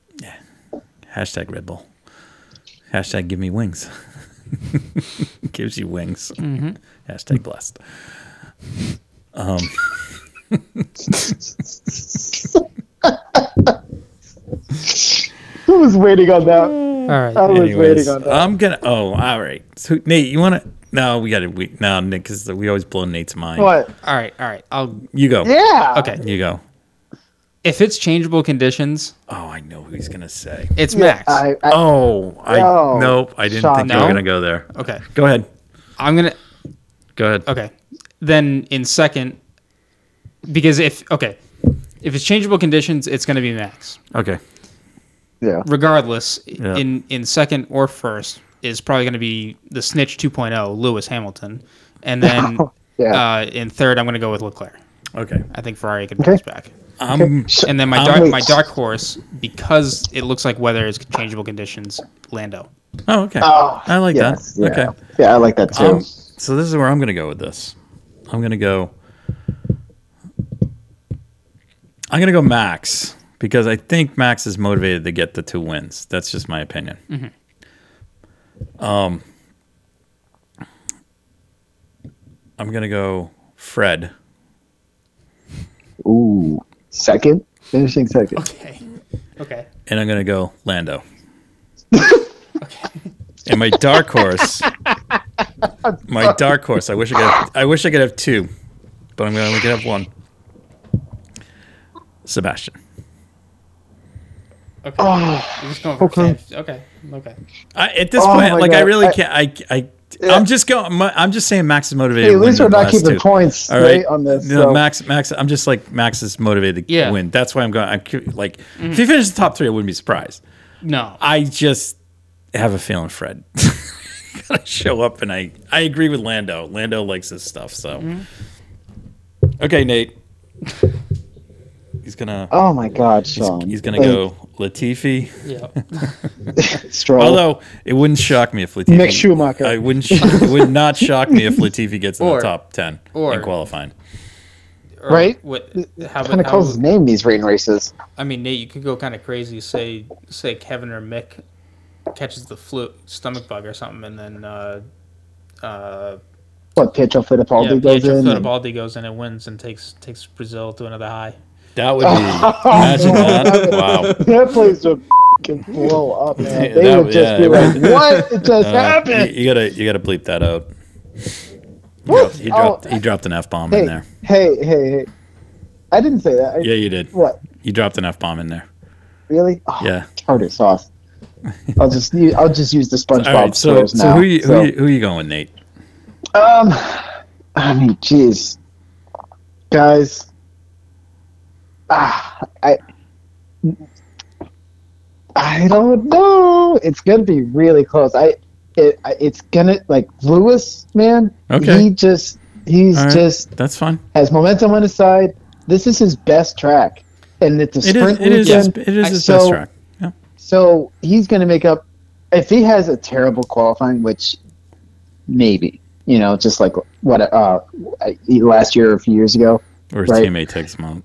[SPEAKER 3] Hashtag Red Bull. Hashtag give me wings. Gives you wings. Hashtag blessed. Um,
[SPEAKER 4] Who was waiting on that?
[SPEAKER 1] All right.
[SPEAKER 4] I was
[SPEAKER 3] anyways,
[SPEAKER 4] waiting on that.
[SPEAKER 3] I'm gonna. Oh, all right. So Nate, you want to? No, we got to. We, no, Nick, because we always blow Nate's mind.
[SPEAKER 4] What?
[SPEAKER 1] All right. All right. I'll.
[SPEAKER 3] You go.
[SPEAKER 4] Yeah.
[SPEAKER 1] Okay.
[SPEAKER 3] You go.
[SPEAKER 1] If it's changeable conditions,
[SPEAKER 3] Oh, I know who he's gonna say.
[SPEAKER 1] it's
[SPEAKER 4] Yeah,
[SPEAKER 1] max.
[SPEAKER 4] I, I,
[SPEAKER 3] Oh, I
[SPEAKER 4] No.
[SPEAKER 3] nope. I didn't
[SPEAKER 4] Shocker.
[SPEAKER 3] think you were
[SPEAKER 1] No?
[SPEAKER 3] gonna go there.
[SPEAKER 1] okay.
[SPEAKER 3] Go ahead.
[SPEAKER 1] I'm gonna.
[SPEAKER 3] Go ahead.
[SPEAKER 1] Okay. Then in second, because if okay, if it's changeable conditions, it's gonna be max.
[SPEAKER 3] Okay.
[SPEAKER 4] yeah.
[SPEAKER 1] Regardless,
[SPEAKER 3] Yeah.
[SPEAKER 1] in in second or first is probably gonna be the snitch 2.0, Lewis Hamilton, and then
[SPEAKER 4] Yeah.
[SPEAKER 1] uh, in third, I'm gonna go with Leclerc.
[SPEAKER 3] Okay.
[SPEAKER 1] I think Ferrari could
[SPEAKER 4] Okay.
[SPEAKER 1] bounce back.
[SPEAKER 3] I'm.
[SPEAKER 4] Sh-
[SPEAKER 1] And then my
[SPEAKER 3] Um,
[SPEAKER 1] dark
[SPEAKER 4] wait.
[SPEAKER 1] my dark horse because it looks like weather is changeable conditions. Lando.
[SPEAKER 3] Oh, okay.
[SPEAKER 4] Oh,
[SPEAKER 3] I like
[SPEAKER 4] yes,
[SPEAKER 3] that.
[SPEAKER 4] Yeah.
[SPEAKER 3] Okay.
[SPEAKER 4] Yeah, I like that too.
[SPEAKER 3] Um, so this is where I'm going to go with this. I'm going to go. I'm going to go Max because I think Max is motivated to get the two wins. That's just my opinion. Um, I'm going to go Fred.
[SPEAKER 4] Ooh. Second? Finishing second.
[SPEAKER 1] Okay. Okay.
[SPEAKER 3] and I'm gonna go Lando. and my dark horse, my dark horse. I wish I could. Have, I wish I could have two, but I'm gonna only have one. Sebastian.
[SPEAKER 1] Okay.
[SPEAKER 4] Oh,
[SPEAKER 1] You're just going for
[SPEAKER 4] Okay.
[SPEAKER 1] fifth. Okay. Okay.
[SPEAKER 3] I, at this
[SPEAKER 4] Oh
[SPEAKER 3] point,
[SPEAKER 4] my
[SPEAKER 3] like I
[SPEAKER 4] God.
[SPEAKER 3] really
[SPEAKER 4] I-
[SPEAKER 3] can't. I. I.
[SPEAKER 4] Yeah.
[SPEAKER 3] I'm just going. my- I'm just saying Max is motivated.
[SPEAKER 4] hey,
[SPEAKER 3] to
[SPEAKER 4] at
[SPEAKER 3] win
[SPEAKER 4] least we're
[SPEAKER 3] the
[SPEAKER 4] not
[SPEAKER 3] last
[SPEAKER 4] keeping
[SPEAKER 3] two.
[SPEAKER 4] points
[SPEAKER 3] All
[SPEAKER 4] right
[SPEAKER 3] right.
[SPEAKER 4] on this.
[SPEAKER 3] No,
[SPEAKER 4] so-
[SPEAKER 3] Max. Max. I'm just like Max is motivated to
[SPEAKER 1] Yeah.
[SPEAKER 3] win. That's why I'm going. I'm cu- like if he finishes the top three, I wouldn't be surprised.
[SPEAKER 1] No.
[SPEAKER 3] I just have a feeling Fred gotta show up, and I I agree with Lando. Lando likes this stuff, so Mm-hmm. okay, Nate. He's gonna
[SPEAKER 4] Oh my God, Sean.
[SPEAKER 3] he's gonna
[SPEAKER 4] Like,
[SPEAKER 3] go Latifi.
[SPEAKER 1] Yeah.
[SPEAKER 4] Stroll.
[SPEAKER 3] Although it wouldn't shock me if Latifi.
[SPEAKER 4] Mick Schumacher.
[SPEAKER 3] I wouldn't. Sh- it would not shock me if Latifi gets in
[SPEAKER 1] Or-
[SPEAKER 3] the top ten
[SPEAKER 1] or-
[SPEAKER 3] in qualifying.
[SPEAKER 1] Or
[SPEAKER 4] Right?
[SPEAKER 1] What? How,
[SPEAKER 4] What kind of
[SPEAKER 1] how-
[SPEAKER 3] um,
[SPEAKER 4] calls his name these rain races?
[SPEAKER 1] I mean, Nate, you could go kind of crazy. Say say Kevin or Mick catches the flu stomach bug or something, and then uh, uh,
[SPEAKER 4] What Pietro
[SPEAKER 1] yeah,
[SPEAKER 4] Fittipaldi goes
[SPEAKER 1] Pietro
[SPEAKER 4] in? and-
[SPEAKER 1] Fittipaldi goes in and wins and takes takes Brazil to another high.
[SPEAKER 3] That would be imagine that. Wow. Uh,
[SPEAKER 4] that place would f***ing blow up, man.
[SPEAKER 3] Yeah,
[SPEAKER 4] they
[SPEAKER 3] that
[SPEAKER 4] would
[SPEAKER 3] would-
[SPEAKER 4] just
[SPEAKER 3] yeah,
[SPEAKER 4] be
[SPEAKER 3] it
[SPEAKER 4] like, "What? It just
[SPEAKER 3] Uh, you,
[SPEAKER 4] happened."
[SPEAKER 3] you gotta you gotta bleep that out. He
[SPEAKER 4] Woo!
[SPEAKER 3] dropped, he dropped, he dropped an f bomb
[SPEAKER 4] hey,
[SPEAKER 3] in there.
[SPEAKER 4] hey, hey, hey! I didn't say that. I,
[SPEAKER 3] Yeah, you did.
[SPEAKER 4] What?
[SPEAKER 3] You dropped an F bomb in there.
[SPEAKER 4] Really? Oh,
[SPEAKER 3] Yeah.
[SPEAKER 4] Tartar sauce. I'll just u- I'll just use the SpongeBob
[SPEAKER 3] All right. So,
[SPEAKER 4] squares
[SPEAKER 3] so
[SPEAKER 4] now.
[SPEAKER 3] who you, who you, who you going with, Nate?
[SPEAKER 4] um, I mean, jeez, guys, ah, I. I don't know. It's gonna be really close. I, it, I- it's gonna like Lewis, man.
[SPEAKER 3] Okay.
[SPEAKER 4] He just, he's
[SPEAKER 3] All right.
[SPEAKER 4] just
[SPEAKER 3] That's fine.
[SPEAKER 4] has momentum on his side. This is his best track, and it's a
[SPEAKER 3] It
[SPEAKER 4] sprint
[SPEAKER 3] is. It is.
[SPEAKER 4] weekend.
[SPEAKER 3] It is his
[SPEAKER 4] So-
[SPEAKER 3] best track. Yeah.
[SPEAKER 4] So he's going to make up if he has a terrible qualifying, which maybe you know, just like what uh, last year or a few years ago.
[SPEAKER 3] Or his
[SPEAKER 4] right.
[SPEAKER 3] teammate takes him out.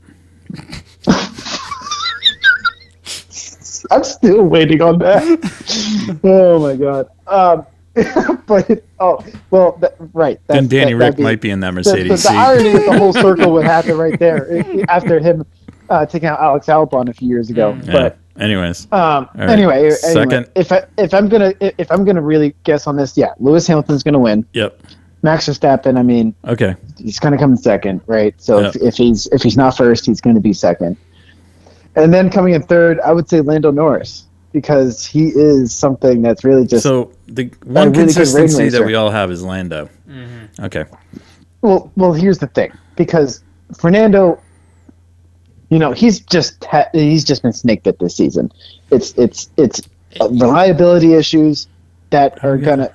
[SPEAKER 4] I'm still waiting on that. oh my god. Um, but oh well, that, right.
[SPEAKER 3] Then
[SPEAKER 4] that's-
[SPEAKER 3] Danny
[SPEAKER 4] that-
[SPEAKER 3] Rick
[SPEAKER 4] that'd be-
[SPEAKER 3] might be in that
[SPEAKER 4] the, the,
[SPEAKER 3] Mercedes
[SPEAKER 4] the
[SPEAKER 3] seat.
[SPEAKER 4] irony of the whole circle would happen right there i- i- after him uh, taking out Alex Albon a few years ago.
[SPEAKER 1] Mm.
[SPEAKER 3] Yeah.
[SPEAKER 4] But
[SPEAKER 3] Anyways.
[SPEAKER 4] Um,
[SPEAKER 3] All right.
[SPEAKER 4] anyway, anyway,
[SPEAKER 3] Second.
[SPEAKER 4] if I, if I'm gonna if I'm gonna really guess on this, yeah, Lewis Hamilton's gonna win.
[SPEAKER 3] Yep.
[SPEAKER 4] Max Verstappen, I mean,
[SPEAKER 3] Okay.
[SPEAKER 4] he's gonna come in second, right? So if,
[SPEAKER 3] Yep.
[SPEAKER 4] if he's if he's not first, he's gonna be second. And then coming in third, I would say Lando Norris because he is something that's really just
[SPEAKER 3] so the one
[SPEAKER 4] really good
[SPEAKER 3] consistency
[SPEAKER 4] ring
[SPEAKER 3] that we
[SPEAKER 4] racer.
[SPEAKER 3] all have is Lando.
[SPEAKER 1] Mm-hmm.
[SPEAKER 3] Okay.
[SPEAKER 4] Well, well, here's the thing, because Fernando, you know, he's just ha- he's just been snake bit this season. It's it's it's uh, reliability issues that are
[SPEAKER 3] yeah.
[SPEAKER 4] gonna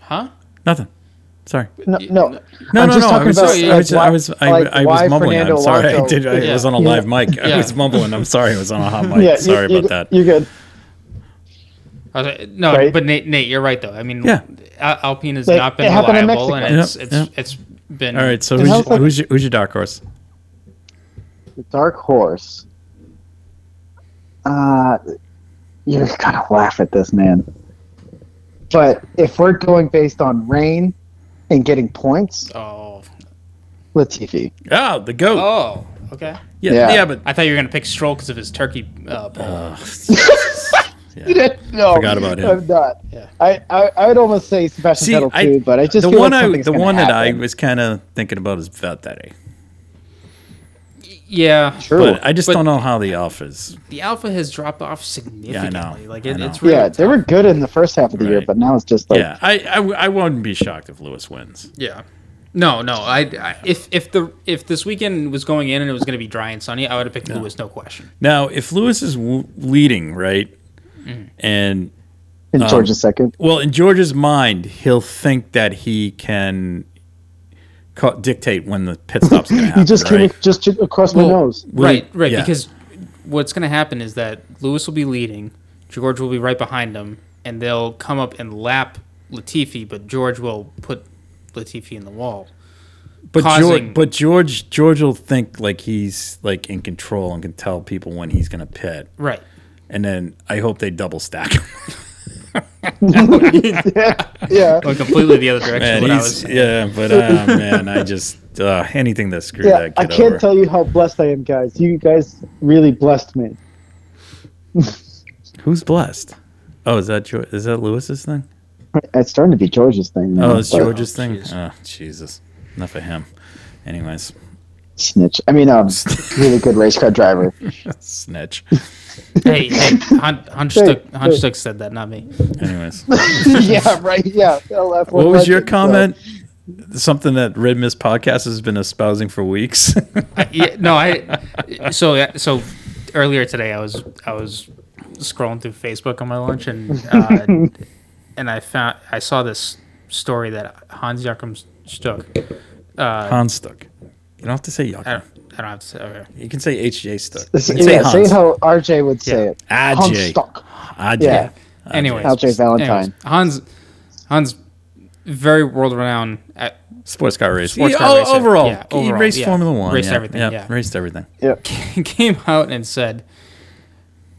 [SPEAKER 1] Huh?
[SPEAKER 3] Nothing. Sorry.
[SPEAKER 4] no no.
[SPEAKER 3] No, no,
[SPEAKER 4] I'm just
[SPEAKER 3] no. I
[SPEAKER 4] talking
[SPEAKER 3] was, I
[SPEAKER 4] about, like,
[SPEAKER 3] was, I
[SPEAKER 4] why-
[SPEAKER 3] was, I,
[SPEAKER 4] like,
[SPEAKER 3] I was
[SPEAKER 4] why
[SPEAKER 3] mumbling. I'm
[SPEAKER 4] Fernando
[SPEAKER 3] sorry. I
[SPEAKER 4] Alonso-
[SPEAKER 3] did. I
[SPEAKER 1] Yeah.
[SPEAKER 3] was on a
[SPEAKER 4] Yeah.
[SPEAKER 3] live mic. I
[SPEAKER 1] Yeah.
[SPEAKER 3] was mumbling. I'm sorry. I was on a hot mic. sorry
[SPEAKER 4] you,
[SPEAKER 3] about that.
[SPEAKER 4] You're good.
[SPEAKER 1] I was like, no,
[SPEAKER 4] Right.
[SPEAKER 1] but Nate, Nate, you're right though. I mean,
[SPEAKER 3] Yeah.
[SPEAKER 1] Al- Alpine has
[SPEAKER 4] It-
[SPEAKER 1] not
[SPEAKER 4] it
[SPEAKER 1] been
[SPEAKER 4] happened in
[SPEAKER 1] reliable, and
[SPEAKER 4] Mexico.
[SPEAKER 1] it's
[SPEAKER 3] Yep,
[SPEAKER 1] it's
[SPEAKER 3] yep.
[SPEAKER 1] it's been
[SPEAKER 3] All right. So
[SPEAKER 4] It's
[SPEAKER 3] who's,
[SPEAKER 4] helpful.
[SPEAKER 3] who's, your, who's your dark horse?
[SPEAKER 4] The dark horse. Uh, you're gonna laugh at this, man. But if we're going based on rain and getting points,
[SPEAKER 1] Oh.
[SPEAKER 4] Latifi.
[SPEAKER 3] Oh, the goat.
[SPEAKER 1] Oh. Okay.
[SPEAKER 3] yeah, yeah,
[SPEAKER 4] yeah.
[SPEAKER 3] but
[SPEAKER 1] I thought you were gonna pick Stroll because of his turkey. Uh, poll.
[SPEAKER 4] no,
[SPEAKER 3] Forgot about him.
[SPEAKER 4] I'm not.
[SPEAKER 1] Yeah.
[SPEAKER 4] I, I, I would almost say Sebastian
[SPEAKER 3] see,
[SPEAKER 4] Vettel
[SPEAKER 3] I-
[SPEAKER 4] too, but I just
[SPEAKER 3] the
[SPEAKER 4] feel
[SPEAKER 3] one
[SPEAKER 4] like
[SPEAKER 3] I
[SPEAKER 4] something's
[SPEAKER 3] the
[SPEAKER 4] gonna
[SPEAKER 3] one that I
[SPEAKER 4] happen.
[SPEAKER 3] was kind of thinking about is Valtteri,
[SPEAKER 1] yeah.
[SPEAKER 4] True.
[SPEAKER 3] but I just
[SPEAKER 1] But-
[SPEAKER 3] don't know how the offers.
[SPEAKER 1] The alpha has dropped off significantly. Like it,
[SPEAKER 3] I know.
[SPEAKER 1] it's really
[SPEAKER 4] yeah, they were good in the first half of the year,
[SPEAKER 3] Right.
[SPEAKER 4] but now it's just like
[SPEAKER 3] yeah, I, I w- I wouldn't be shocked if Lewis wins.
[SPEAKER 1] Yeah. No, no. I, I if if the if this weekend was going in and it was going to be dry and sunny, I would have picked Lewis, no question.
[SPEAKER 3] Now, if Lewis is w- leading, right, and
[SPEAKER 4] in
[SPEAKER 3] um,
[SPEAKER 4] George's second.
[SPEAKER 3] well, in George's mind, he'll think that he can co- dictate when the pit stop's going to happen.
[SPEAKER 4] You just came
[SPEAKER 3] right?
[SPEAKER 4] just across my
[SPEAKER 1] Well-
[SPEAKER 4] nose.
[SPEAKER 3] Will-
[SPEAKER 1] right, right.
[SPEAKER 3] yeah.
[SPEAKER 1] Because what's going to happen is that Lewis will be leading, George will be right behind him, and they'll come up and lap Latifi, but George will put Latifi in the wall.
[SPEAKER 3] But
[SPEAKER 1] causing-
[SPEAKER 3] George, but George, George will think like he's like in control and can tell people when he's going to pit,
[SPEAKER 1] Right.
[SPEAKER 3] and then I hope they double stack him.
[SPEAKER 4] Yeah.
[SPEAKER 1] Going completely the other direction.
[SPEAKER 3] Man,
[SPEAKER 1] what I
[SPEAKER 3] he's-
[SPEAKER 1] was saying.
[SPEAKER 3] yeah, but uh, man, I just uh, anything that screwed
[SPEAKER 4] Yeah,
[SPEAKER 3] that
[SPEAKER 4] I
[SPEAKER 3] kid
[SPEAKER 4] can't
[SPEAKER 3] over.
[SPEAKER 4] tell you how blessed I am, guys. You guys really blessed me.
[SPEAKER 3] Who's blessed? Oh, is that George, is that Lewis's thing?
[SPEAKER 4] It's starting to be George's thing. Now,
[SPEAKER 3] Oh, it's
[SPEAKER 4] but-
[SPEAKER 3] George's
[SPEAKER 1] Oh,
[SPEAKER 3] thing.
[SPEAKER 1] jeez.
[SPEAKER 3] Oh, Jesus, enough of him. Anyways,
[SPEAKER 4] Snitch. I mean, um, really good race car driver.
[SPEAKER 3] snitch.
[SPEAKER 1] Hey, hey, Hun- Hunchstuck, Hunchstuck said that, not me.
[SPEAKER 3] Anyways,
[SPEAKER 4] yeah, right. Yeah. LF1
[SPEAKER 3] what was your
[SPEAKER 4] legend, so-
[SPEAKER 3] comment? Something that Red Miss Podcast has been espousing for weeks.
[SPEAKER 1] yeah, no, I. So yeah, so earlier today, I was I was scrolling through Facebook on my lunch, and uh, and I found I saw this story that Hans Joachim Stuck. Uh,
[SPEAKER 3] Hans Stuck. You don't have to say
[SPEAKER 1] I,
[SPEAKER 3] Jochen.
[SPEAKER 1] don't, I don't have to say. Okay.
[SPEAKER 3] You can say HJ Stuck.
[SPEAKER 4] This-
[SPEAKER 3] You can
[SPEAKER 4] yeah, say
[SPEAKER 3] Hans.
[SPEAKER 4] how RJ would say
[SPEAKER 1] Yeah.
[SPEAKER 4] it.
[SPEAKER 3] RJ.
[SPEAKER 4] Humpstock.
[SPEAKER 3] RJ.
[SPEAKER 4] Yeah.
[SPEAKER 1] Anyways,
[SPEAKER 4] AlJ Valentine.
[SPEAKER 1] anyways, Hans, Hans, very world renowned. At,
[SPEAKER 3] Sports car race.
[SPEAKER 1] Sports car
[SPEAKER 3] oh,
[SPEAKER 1] racer.
[SPEAKER 3] Overall,
[SPEAKER 1] Yeah,
[SPEAKER 3] he
[SPEAKER 1] overall,
[SPEAKER 3] raced
[SPEAKER 1] yeah.
[SPEAKER 3] Formula One.
[SPEAKER 1] Raced
[SPEAKER 3] yeah,
[SPEAKER 1] everything, yeah.
[SPEAKER 3] raced everything.
[SPEAKER 4] Yeah.
[SPEAKER 1] came out and said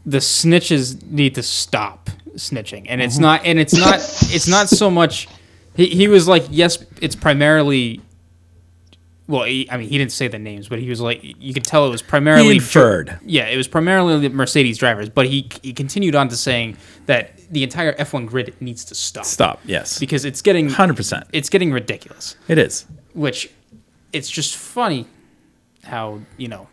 [SPEAKER 1] the snitches need to stop snitching and it's not and it's not it's not so much he, he was like yes it's primarily well he, i mean he didn't say the names but he was like you could tell it was primarily
[SPEAKER 3] He inferred.
[SPEAKER 1] yeah it was primarily the mercedes drivers but he he continued on to saying that the entire f1 grid needs to stop
[SPEAKER 3] Stop. Yes.
[SPEAKER 1] because it's getting
[SPEAKER 3] 100%.
[SPEAKER 1] it's getting ridiculous
[SPEAKER 3] It is.
[SPEAKER 1] which it's just funny how you know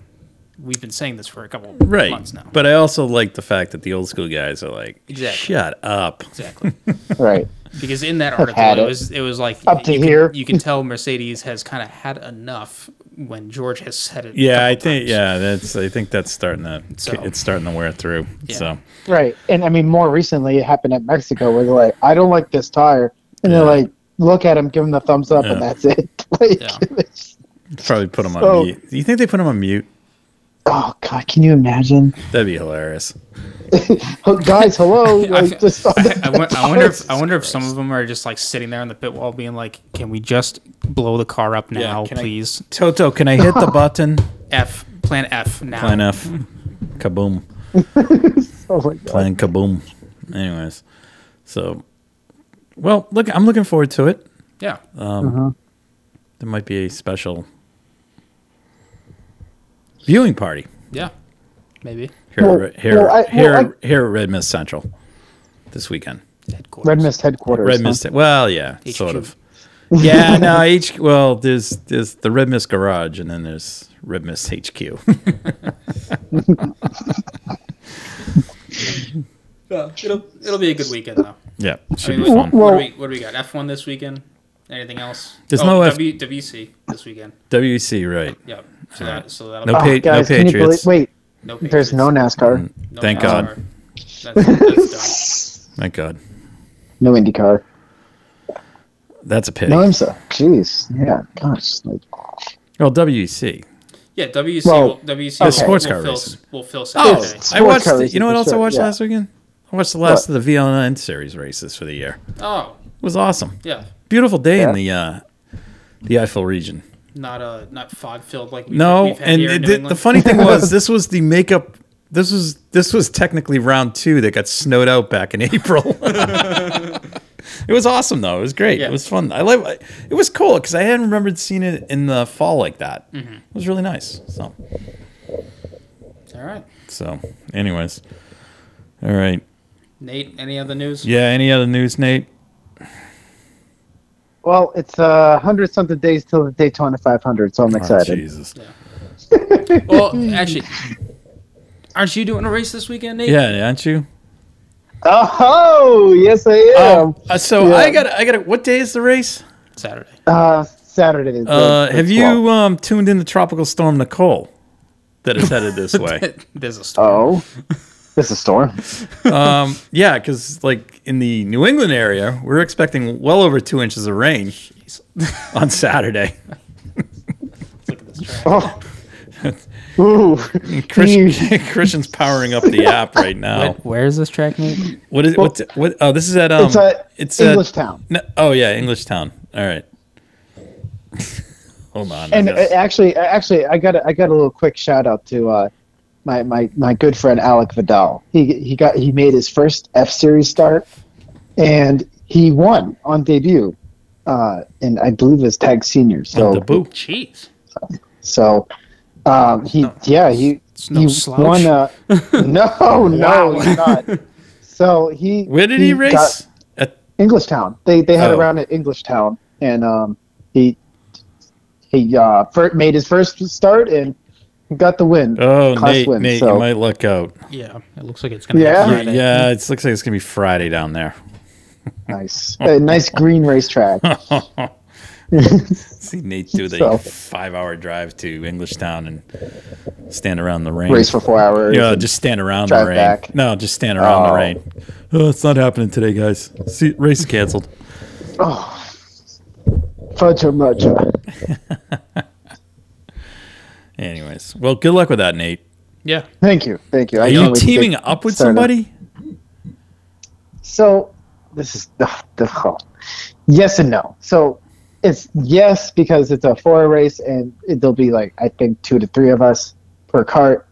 [SPEAKER 1] we've been saying this for a couple of
[SPEAKER 3] Right.
[SPEAKER 1] months now.
[SPEAKER 3] But I also like the fact that the old school guys are like,
[SPEAKER 1] Exactly.
[SPEAKER 3] shut up.
[SPEAKER 1] exactly
[SPEAKER 4] Right.
[SPEAKER 1] because in that article
[SPEAKER 4] had
[SPEAKER 1] it
[SPEAKER 4] it.
[SPEAKER 1] was it was like
[SPEAKER 4] Up to
[SPEAKER 1] you
[SPEAKER 4] here.
[SPEAKER 1] Can, you can tell Mercedes has kind of had enough when George has said it. a
[SPEAKER 3] Yeah, I
[SPEAKER 1] couple
[SPEAKER 3] think
[SPEAKER 1] times.
[SPEAKER 3] yeah, that's I think that's starting to
[SPEAKER 1] So-
[SPEAKER 3] it's starting to wear through.
[SPEAKER 1] Yeah.
[SPEAKER 3] So
[SPEAKER 4] Right. And I mean, more recently, it happened at Mexico where they're like, I don't like this tire. And
[SPEAKER 3] Yeah.
[SPEAKER 4] they're like, look at him, give him the thumbs up,
[SPEAKER 3] Yeah.
[SPEAKER 4] and that's it. like,
[SPEAKER 1] Yeah.
[SPEAKER 4] it's-
[SPEAKER 3] probably put them
[SPEAKER 4] So-
[SPEAKER 3] on mute. Do you think they put them on mute?
[SPEAKER 4] oh, God, can you imagine?
[SPEAKER 3] That'd be hilarious.
[SPEAKER 4] Oh, Guys, hello. like, just on
[SPEAKER 1] I,
[SPEAKER 4] the-
[SPEAKER 1] won- I wonder if I wonder if some of them are just like sitting there on the pit wall, being like, "Can we just blow the car up now,
[SPEAKER 3] can I-
[SPEAKER 1] please?
[SPEAKER 3] Toto, can I hit the button?
[SPEAKER 1] F Plan F now."
[SPEAKER 3] Plan F. Kaboom.
[SPEAKER 4] Oh, my God.
[SPEAKER 3] Plan kaboom. Anyways. So well, look I'm looking forward to it.
[SPEAKER 1] Yeah,
[SPEAKER 3] There might be a special viewing party
[SPEAKER 1] yeah, maybe.
[SPEAKER 3] here
[SPEAKER 4] Well,
[SPEAKER 3] at, Re- here,
[SPEAKER 4] well, I- well,
[SPEAKER 3] here, here at Red Miss Central this weekend.
[SPEAKER 1] Headquarters.
[SPEAKER 4] Red Mist headquarters.
[SPEAKER 3] Red
[SPEAKER 4] huh?
[SPEAKER 3] Mist. Well, yeah,
[SPEAKER 1] HQ.
[SPEAKER 3] sort of. Yeah, no. H. Well, there's there's the Red Mist Garage, and then there's Red Mist HQ.
[SPEAKER 1] Yeah, it'll it'll be a good weekend though.
[SPEAKER 3] yeah,
[SPEAKER 1] I
[SPEAKER 3] should
[SPEAKER 1] mean,
[SPEAKER 3] be
[SPEAKER 1] what,
[SPEAKER 3] fun.
[SPEAKER 1] what,
[SPEAKER 4] Well-
[SPEAKER 1] do we, what do we got? F one this weekend. Anything else? Oh,
[SPEAKER 3] There's no F-
[SPEAKER 1] W, WC this weekend.
[SPEAKER 3] WC, E right?
[SPEAKER 1] Yep. So that so that'll
[SPEAKER 3] No
[SPEAKER 4] Oh,
[SPEAKER 3] pa- no
[SPEAKER 4] guys, can you believe,
[SPEAKER 3] Patriots. Mm.
[SPEAKER 4] wait,
[SPEAKER 1] no
[SPEAKER 4] there's no NASCAR,
[SPEAKER 1] no
[SPEAKER 3] Thank
[SPEAKER 1] NASCAR.
[SPEAKER 3] God.
[SPEAKER 1] That's, that's
[SPEAKER 3] Thank God.
[SPEAKER 4] no IndyCar,
[SPEAKER 3] That's a pity.
[SPEAKER 4] no IMSA. Jeez, yeah, gosh, like,
[SPEAKER 3] well, E WC.
[SPEAKER 1] done. Yeah, WC
[SPEAKER 4] Well,
[SPEAKER 1] will, WC
[SPEAKER 4] okay.
[SPEAKER 1] will,
[SPEAKER 3] sports car
[SPEAKER 1] will fill,
[SPEAKER 3] racing.
[SPEAKER 1] will fill
[SPEAKER 3] Oh,
[SPEAKER 1] Saturday.
[SPEAKER 4] Sports
[SPEAKER 3] I watched.
[SPEAKER 4] car
[SPEAKER 3] the-
[SPEAKER 4] racing
[SPEAKER 3] you know what
[SPEAKER 4] for
[SPEAKER 3] else I
[SPEAKER 4] sure,
[SPEAKER 3] watched
[SPEAKER 4] yeah.
[SPEAKER 3] last weekend? I watched the last
[SPEAKER 4] What?
[SPEAKER 3] of the VLN series races for the year. It
[SPEAKER 1] Oh,
[SPEAKER 3] was awesome.
[SPEAKER 1] yeah.
[SPEAKER 3] Beautiful day
[SPEAKER 4] Yeah.
[SPEAKER 3] in the uh, the Eiffel region.
[SPEAKER 1] Not uh not fog filled like we've,
[SPEAKER 3] No,
[SPEAKER 1] we've had
[SPEAKER 3] and
[SPEAKER 1] here in
[SPEAKER 3] it,
[SPEAKER 1] New
[SPEAKER 3] the,
[SPEAKER 1] England.
[SPEAKER 3] the funny thing was, this was the makeup. This was this was technically round two that got snowed out back in April. It was awesome though. It was great.
[SPEAKER 1] Yeah.
[SPEAKER 3] It was fun. I love. It was cool because I hadn't remembered seeing it in the fall like that.
[SPEAKER 1] Mm-hmm.
[SPEAKER 3] It was really nice. So
[SPEAKER 1] All right,
[SPEAKER 3] so. Anyways, all right.
[SPEAKER 1] Nate. Any other news?
[SPEAKER 3] Yeah. Any other news, Nate?
[SPEAKER 2] Well, it's a uh, hundred something days till the Daytona 500, so I'm
[SPEAKER 3] Oh,
[SPEAKER 2] excited.
[SPEAKER 3] Jesus.
[SPEAKER 1] Well, actually, aren't you doing a race this weekend, Nate?
[SPEAKER 3] Yeah, aren't you?
[SPEAKER 2] Oh, yes, I am.
[SPEAKER 3] Um, uh, so
[SPEAKER 2] yeah.
[SPEAKER 3] I got. I got. What day is the race?
[SPEAKER 1] Saturday.
[SPEAKER 2] uh, Saturday. is the-
[SPEAKER 3] Oh. Uh,
[SPEAKER 2] the
[SPEAKER 3] have
[SPEAKER 2] 12th.
[SPEAKER 3] you um, tuned in to Tropical Storm Nicole? That is headed this way.
[SPEAKER 1] There's a
[SPEAKER 4] Uh,
[SPEAKER 1] storm.
[SPEAKER 2] Oh, this is storm.
[SPEAKER 3] um, yeah, because like in the New England area, we're expecting well over two inches of rain on Saturday.
[SPEAKER 1] Look at this track.
[SPEAKER 2] Oh. Ooh.
[SPEAKER 3] Christian, Christian's powering up the app right now.
[SPEAKER 1] where is this track, Nate?
[SPEAKER 3] What is what's what? Oh, this is at um.
[SPEAKER 2] It's a
[SPEAKER 3] at-
[SPEAKER 2] English town.
[SPEAKER 3] No, oh yeah, English town. All right. Hold on. I
[SPEAKER 2] And uh,
[SPEAKER 3] guess.
[SPEAKER 2] actually, actually, I got a, I got a little quick shout out to uh, my, my my good friend Alec Vidal. He he got he made his first F Series start, and he won on debut, uh, and I believe it was tag senior.
[SPEAKER 3] On
[SPEAKER 2] So
[SPEAKER 3] the boo.
[SPEAKER 1] Jeez.
[SPEAKER 2] so um, he yeah he
[SPEAKER 1] It's no
[SPEAKER 2] he
[SPEAKER 1] slouch.
[SPEAKER 2] won. Uh, no, no, he's not. So he
[SPEAKER 3] Where did he, race?
[SPEAKER 2] got-
[SPEAKER 3] At-
[SPEAKER 2] Englishtown. They they had
[SPEAKER 3] Oh.
[SPEAKER 2] a round at Englishtown, and um, he he uh, fir- made his first start and got the win.
[SPEAKER 3] oh,
[SPEAKER 2] Class
[SPEAKER 3] Nate,
[SPEAKER 2] win,
[SPEAKER 3] Nate,
[SPEAKER 2] so-
[SPEAKER 3] you might luck out.
[SPEAKER 1] Yeah, it looks like it's gonna.
[SPEAKER 2] Yeah?
[SPEAKER 1] Be Friday.
[SPEAKER 3] Yeah, it looks like it's gonna be Friday down there.
[SPEAKER 2] Nice, a nice green racetrack.
[SPEAKER 3] See Nate do the
[SPEAKER 2] So-
[SPEAKER 3] five-hour drive to Englishtown and stand around in the rain.
[SPEAKER 2] Race for four hours.
[SPEAKER 3] Yeah, just stand around the
[SPEAKER 2] Drive
[SPEAKER 3] rain.
[SPEAKER 2] back.
[SPEAKER 3] No, just stand around the
[SPEAKER 2] Oh.
[SPEAKER 3] rain. Oh, it's not happening today, guys. See, race is canceled.
[SPEAKER 2] oh, fudge much.
[SPEAKER 3] Anyways, well, good luck with that, Nate.
[SPEAKER 1] Yeah.
[SPEAKER 2] Thank you, thank you. I
[SPEAKER 3] Are
[SPEAKER 2] can't
[SPEAKER 3] you
[SPEAKER 2] wait to get
[SPEAKER 3] teaming up with
[SPEAKER 2] started.
[SPEAKER 3] somebody?
[SPEAKER 2] So this is the yes and no. So it's yes because it's a four race and it, there'll be like I think two to three of us per cart.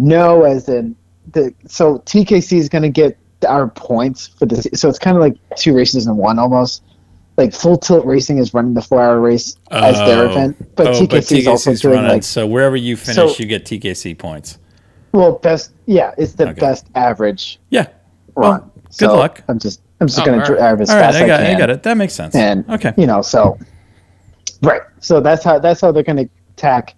[SPEAKER 2] No, as in the so TKC is going to get our points for this. So it's kind of like two races in one almost. Like full tilt racing is running the four hour race as their
[SPEAKER 3] Oh.
[SPEAKER 2] event, but
[SPEAKER 3] Oh,
[SPEAKER 2] TKC is also
[SPEAKER 3] TKC's
[SPEAKER 2] doing
[SPEAKER 3] running,
[SPEAKER 2] like
[SPEAKER 3] so wherever you finish,
[SPEAKER 2] So-
[SPEAKER 3] you get TKC points.
[SPEAKER 2] well best. Yeah, it's the
[SPEAKER 3] Okay.
[SPEAKER 2] best average
[SPEAKER 3] Yeah. Well,
[SPEAKER 2] run.
[SPEAKER 3] good luck.
[SPEAKER 2] I'm just I'm just
[SPEAKER 1] Oh,
[SPEAKER 2] going
[SPEAKER 1] all
[SPEAKER 2] to
[SPEAKER 1] right.
[SPEAKER 2] drive as
[SPEAKER 3] All right,
[SPEAKER 2] fast
[SPEAKER 3] I got,
[SPEAKER 2] I
[SPEAKER 3] I
[SPEAKER 2] can.
[SPEAKER 3] got it. That makes sense.
[SPEAKER 2] and
[SPEAKER 3] okay.
[SPEAKER 2] you know so right so that's how that's how they're going to tack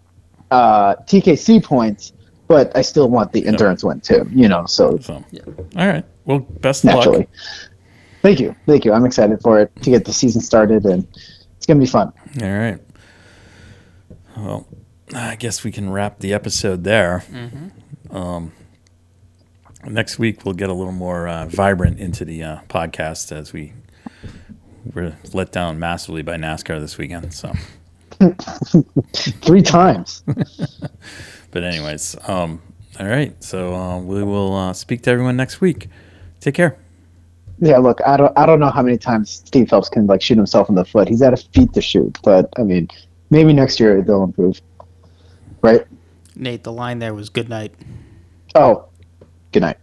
[SPEAKER 2] uh, tkc points but i still want the endurance one too you know so
[SPEAKER 3] So, all right. Well, best of
[SPEAKER 2] naturally
[SPEAKER 3] luck.
[SPEAKER 2] thank you thank you i'm excited for it to get the season started and it's going to be fun
[SPEAKER 3] All right. Well, I guess we can wrap the episode there. Um, next week we'll get a little more uh, vibrant into the uh, podcast as we were let down massively by NASCAR this weekend. So,
[SPEAKER 2] three times
[SPEAKER 3] but anyways, um, all right. So uh, we will uh, speak to everyone next week. Take care.
[SPEAKER 2] yeah look i don't i don't know how many times steve phelps can like shoot himself in the foot he's out of feet to shoot but i mean maybe next year they'll improve right
[SPEAKER 1] Nate, the line there was good night.
[SPEAKER 2] oh good night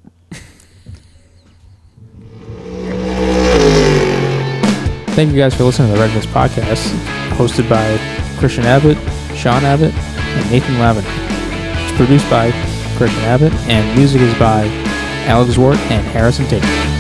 [SPEAKER 1] Thank you guys for listening to the Red Mist Podcast, hosted by Christian Abbott, Sean Abbott, and Nathan Lavin. It's produced by Christian Abbott, and music is by Alex Wart and Harrison Tate.